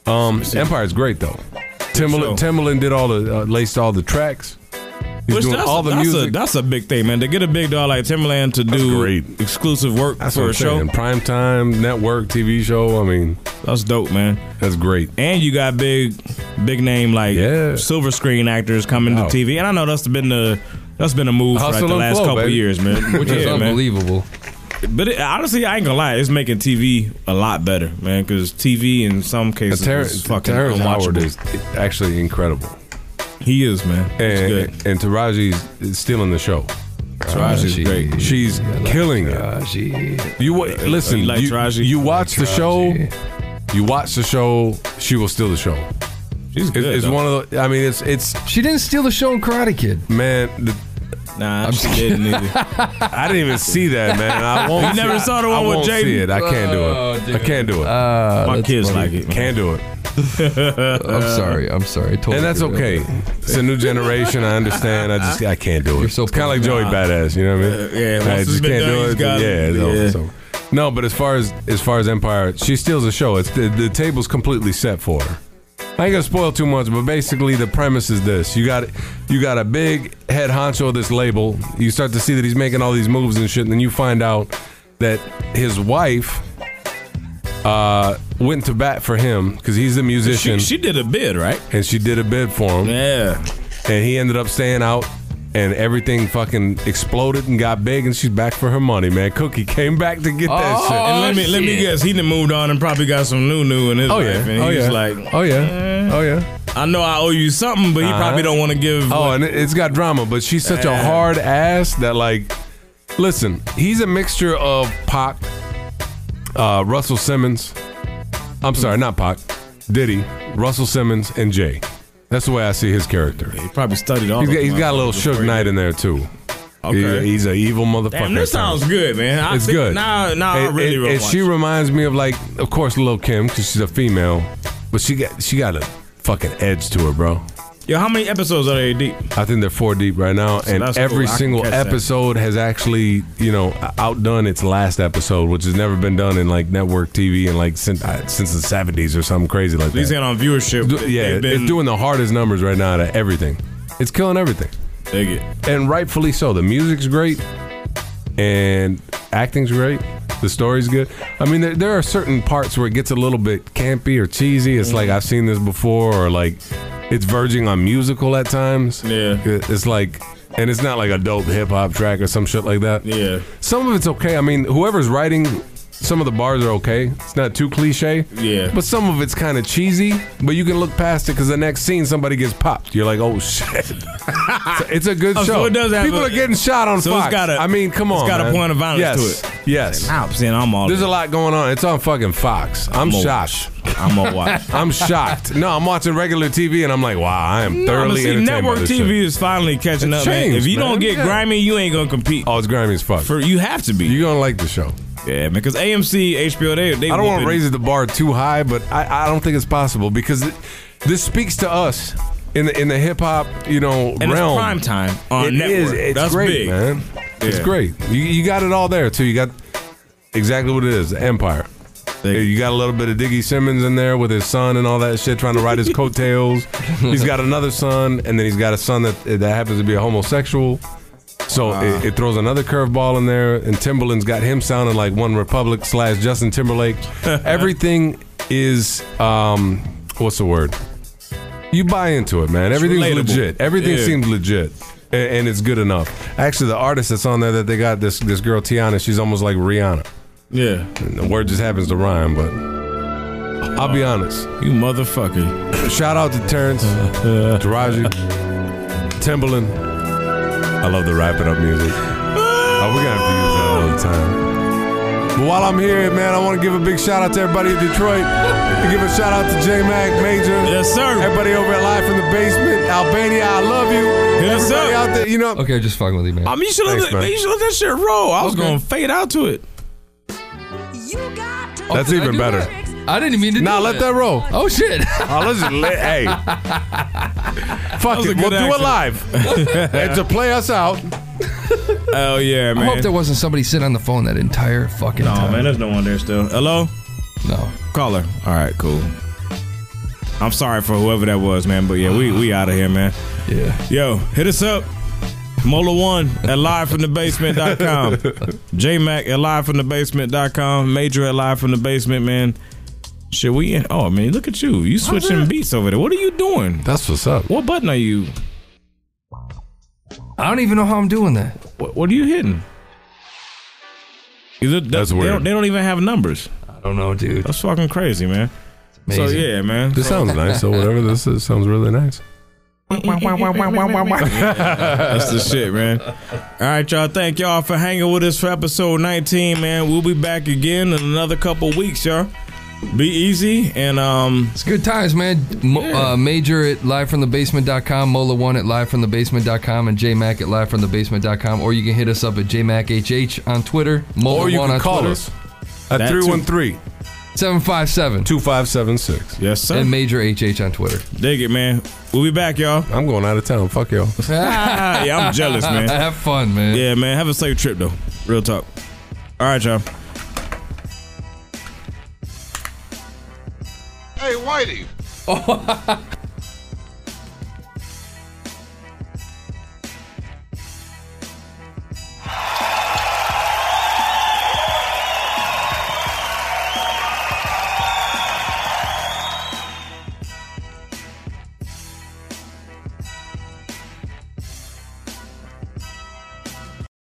S4: Um, Empire's great though. Timbaland,
S3: show.
S4: Timbaland did all the uh, laced all the tracks. He's
S3: Which
S4: doing
S3: that's,
S4: all the
S3: that's
S4: music.
S3: A, that's a big thing, man. To get a big dog like Timberland to do exclusive work
S4: That's
S3: for
S4: what
S3: a
S4: I'm
S3: show,
S4: saying. Prime time network TV show. I mean,
S3: that's dope, man.
S4: That's great.
S3: and you got big, big name like silver screen actors coming
S4: Wow.
S3: to TV. And I know that's been the that's been a move for like
S4: Hustle
S3: the
S4: and
S3: last
S4: flow,
S3: couple
S4: baby.
S3: years, man.
S4: Which is
S3: Yeah, man.
S5: unbelievable.
S3: But it, honestly, I ain't gonna lie, it's making TV a lot better, man. Because TV in some
S4: And
S3: cases
S4: Ter-
S3: is fucking
S4: Terrence Howard
S3: unwatchable.
S4: is actually incredible.
S3: He is, man. He's
S4: And,
S3: good.
S4: and Taraji's is still in the show.
S3: Taraji's Taraji. great.
S4: She's killing it. You wa- listen.
S3: You like
S4: you,
S3: Taraji?
S4: you watch the show. You watch the show. She will steal the show.
S3: She's
S4: good. It's,
S3: though.
S4: one of the. I mean, it's it's.
S5: She didn't steal the show in Karate Kid.
S4: Man, the,
S3: Nah, she didn't either.
S4: I didn't even see that, man. I won't.
S3: You never
S4: see-
S3: saw the
S4: I
S3: one with
S4: won't see
S3: Jaden?
S4: it. I can't do it.
S5: Oh,
S4: I can't do it.
S5: Ah,
S3: My kids like it.
S4: Can't do it.
S5: I'm sorry. I'm sorry. I totally
S4: and that's
S5: screwed up.
S4: okay. It's a new generation. I understand. I just I can't do it. it's kind of like Joey Badass. You know what I mean?
S3: Uh, yeah, once
S4: I
S3: it's
S4: just
S3: been
S4: can't
S3: done,
S4: do
S3: he's
S4: it.
S3: got
S4: yeah.
S3: it.
S4: No,
S3: Yeah.
S4: so- no, but as far as as far as Empire, she steals the show. It's the, the table's completely set for her. I ain't gonna spoil too much, but basically the premise is this: you got you got a big head honcho of this label. You start to see that he's making all these moves and shit, and then you find out that his wife uh, went to bat for him because he's the musician.
S3: She, she did a bid, right?
S4: And she did a bid for him.
S3: Yeah.
S4: And he ended up staying out and everything fucking exploded and got big, and she's back for her money, man. Cookie came back to get that Oh, shit.
S3: Oh, and let me let me guess, he done moved on and probably got some new new in his
S4: Oh,
S3: life,
S4: yeah.
S3: and
S4: Oh,
S3: he's
S4: yeah.
S3: like, "Eh,
S4: oh yeah, oh yeah.
S3: I know I owe you something, but he probably don't want to give.
S4: Oh, and it- it's got drama, but she's such a
S3: Damn.
S4: hard ass that like, listen, he's a mixture of Pac, uh, Russell Simmons. I'm sorry, not Pac, Diddy, Russell Simmons, and Jay. That's the way I see his character. He
S3: probably studied all
S4: He's
S3: of
S4: got,
S3: them
S4: he's got a little
S3: before
S4: Suge
S3: he-
S4: Knight in there too.
S3: Okay.
S4: He- he's an evil motherfucker.
S3: Damn, this
S4: at times.
S3: sounds good, man. I
S4: it's
S3: think-
S4: good.
S3: Now, now I
S4: And-
S3: really
S4: and-
S3: really
S4: and
S3: want
S4: she reminds me of like, of course, Lil Kim because she's a female, but she got she got a fucking edge to her, bro.
S3: Yo, how many episodes are they deep?
S4: I think they're four deep right now,
S3: So
S4: and
S3: that's
S4: every
S3: cool. I can
S4: single
S3: catch that.
S4: episode has actually, you know, outdone its last episode, which has never been done in like network TV and like since uh, since the seventies or something crazy like
S3: At least
S4: that.
S3: on viewership.
S4: Do- yeah,
S3: they've been-
S4: it's doing the hardest numbers right now to everything. It's killing everything.
S3: Dig it.
S4: And rightfully so. The music's great, and acting's great. The story's good. I mean, there, there are certain parts where it gets a little bit campy or cheesy. It's
S3: Mm-hmm.
S4: like I've seen this before, or like it's verging on musical at times. Yeah, it's like, and it's not like a dope hip hop track or some shit like that.
S3: Yeah,
S4: some of it's okay. I mean, whoever's writing. Some of the bars are okay. It's not too cliche.
S3: Yeah.
S4: But some of it's kind of cheesy, but you can look past it because the next scene somebody gets popped. You're like, oh shit. So it's a good
S3: Oh,
S4: show.
S3: so it does have
S4: People
S3: a-
S4: are getting shot on
S3: So it's
S4: Fox.
S3: got a-
S4: I mean, come
S3: it's
S4: on.
S3: got a
S4: man.
S3: point of violence
S4: yes.
S3: to it.
S4: Yes.
S3: I'm saying I'm all.
S4: There's a lot going on. It's on fucking Fox. I'm,
S3: I'm a-
S4: shocked.
S3: I'm a watch.
S4: I'm shocked. No, I'm watching regular TV and I'm like, wow, I am thoroughly
S3: see,
S4: entertained.
S3: network
S4: by this
S3: TV
S4: shit.
S3: is finally catching
S4: It
S3: up. man.
S4: changed,
S3: If you
S4: man.
S3: don't get
S4: Yeah.
S3: grimy, you ain't gonna compete.
S4: Oh, it's grimy as fuck.
S3: For you have to be.
S4: You're gonna like the show.
S3: Yeah, man. Because AMC, HBO, they. they
S4: I don't want
S3: whooping-
S4: to raise the bar too high, but I, I don't think it's possible because it, this speaks to us in the in the hip hop you know
S3: And it's
S4: realm.
S3: prime time on
S4: It is.
S3: network.
S4: It's
S3: That's
S4: great,
S3: big.
S4: man. It's
S3: Yeah.
S4: great. You you got it all there too. You got exactly what it is. The Empire. You got a little bit of Diggy Simmons in there with his son and all that shit, trying to ride his coattails. He's got another son, and then he's got a son that that happens to be a homosexual. So it, it throws another curveball in there, and Timberland's got him sounding like One Republic slash Justin Timberlake. Everything is um, what's the word? You buy into it, man.
S3: It's
S4: Everything's
S3: relatable.
S4: legit. Everything
S3: Yeah.
S4: seems legit, a- and, it's good enough. Actually, the artist that's on there that they got this this girl Tiana, she's almost like Rihanna.
S3: Yeah,
S4: and the word just happens to rhyme, but I'll be honest.
S3: You motherfucker.
S4: Shout out to Terrence, Taraji, Timbaland. I love the wrap it up music.
S3: Ah.
S4: Oh, we're gonna have to use that all the time. But while I'm here, man, I want to give a big shout out to everybody in Detroit. And give a shout out to J Mac Major.
S3: Yes, sir.
S4: Everybody over at Live from the Basement, Albania. I love you.
S3: Yes, sir.
S4: everybody out there, you know.
S5: Okay, just fucking with you, man.
S3: I mean, you should let
S4: Thanks,
S3: that-
S4: man.
S3: you should let that shit roll. I was
S5: Okay.
S3: gonna fade out to it.
S4: That's even better.
S5: I didn't mean to.
S4: Nah,
S5: do
S4: let that roll.
S5: Oh shit.
S4: Oh, let's just let, hey. Fuck
S3: was a
S4: it. We'll
S3: good
S4: do it live. and to play us out.
S3: Oh yeah,
S5: I
S3: man.
S5: hope there wasn't somebody sitting on the phone that entire fucking
S3: No,
S5: time.
S3: man, there's no one there still. Hello?
S5: No.
S3: Caller. All right, cool. I'm sorry for whoever that was, man, but yeah, we we out of here, man.
S5: Yeah.
S3: Yo, hit us up. Mola1 at livefromthebasement.com. J Mac at livefromthebasement.com. Major at live from the basement, man. Should we in? Oh, man, look at you. You switching beats over there. What are you doing?
S4: That's what's up.
S3: What button are you?
S5: I don't even know how I'm doing that.
S3: What, what are you hitting? Either, That's They
S5: weird.
S3: don't, they don't even have numbers.
S5: I don't know, dude.
S3: That's fucking crazy, man. So
S5: amazing.
S3: yeah, man.
S4: This
S3: So-
S4: sounds nice. So whatever this is, sounds really nice.
S3: That's the shit, man. All right, y'all. Thank y'all for hanging with us for episode 19, man. We'll be back again in another couple weeks, y'all. Be easy and um.
S5: It's good times, man. Mo- uh, Major at livefromthebasement.com, Mola1 at livefromthebasement.com, and JMac at livefromthebasement.com. Or you can hit us up at JMacHH on Twitter, Mola1
S4: Or you can
S5: on
S4: call
S5: Twitter.
S4: us at 313
S5: 757
S4: 2576.
S3: Yes, sir.
S5: And Major HH on Twitter.
S3: Dig it, man. We'll be back, y'all.
S4: I'm going out of town. Fuck y'all.
S3: yeah, I'm jealous, man.
S5: Have fun, man.
S3: Yeah, man. Have a safe trip, though. Real talk. All right, y'all.
S19: Hey, Whitey.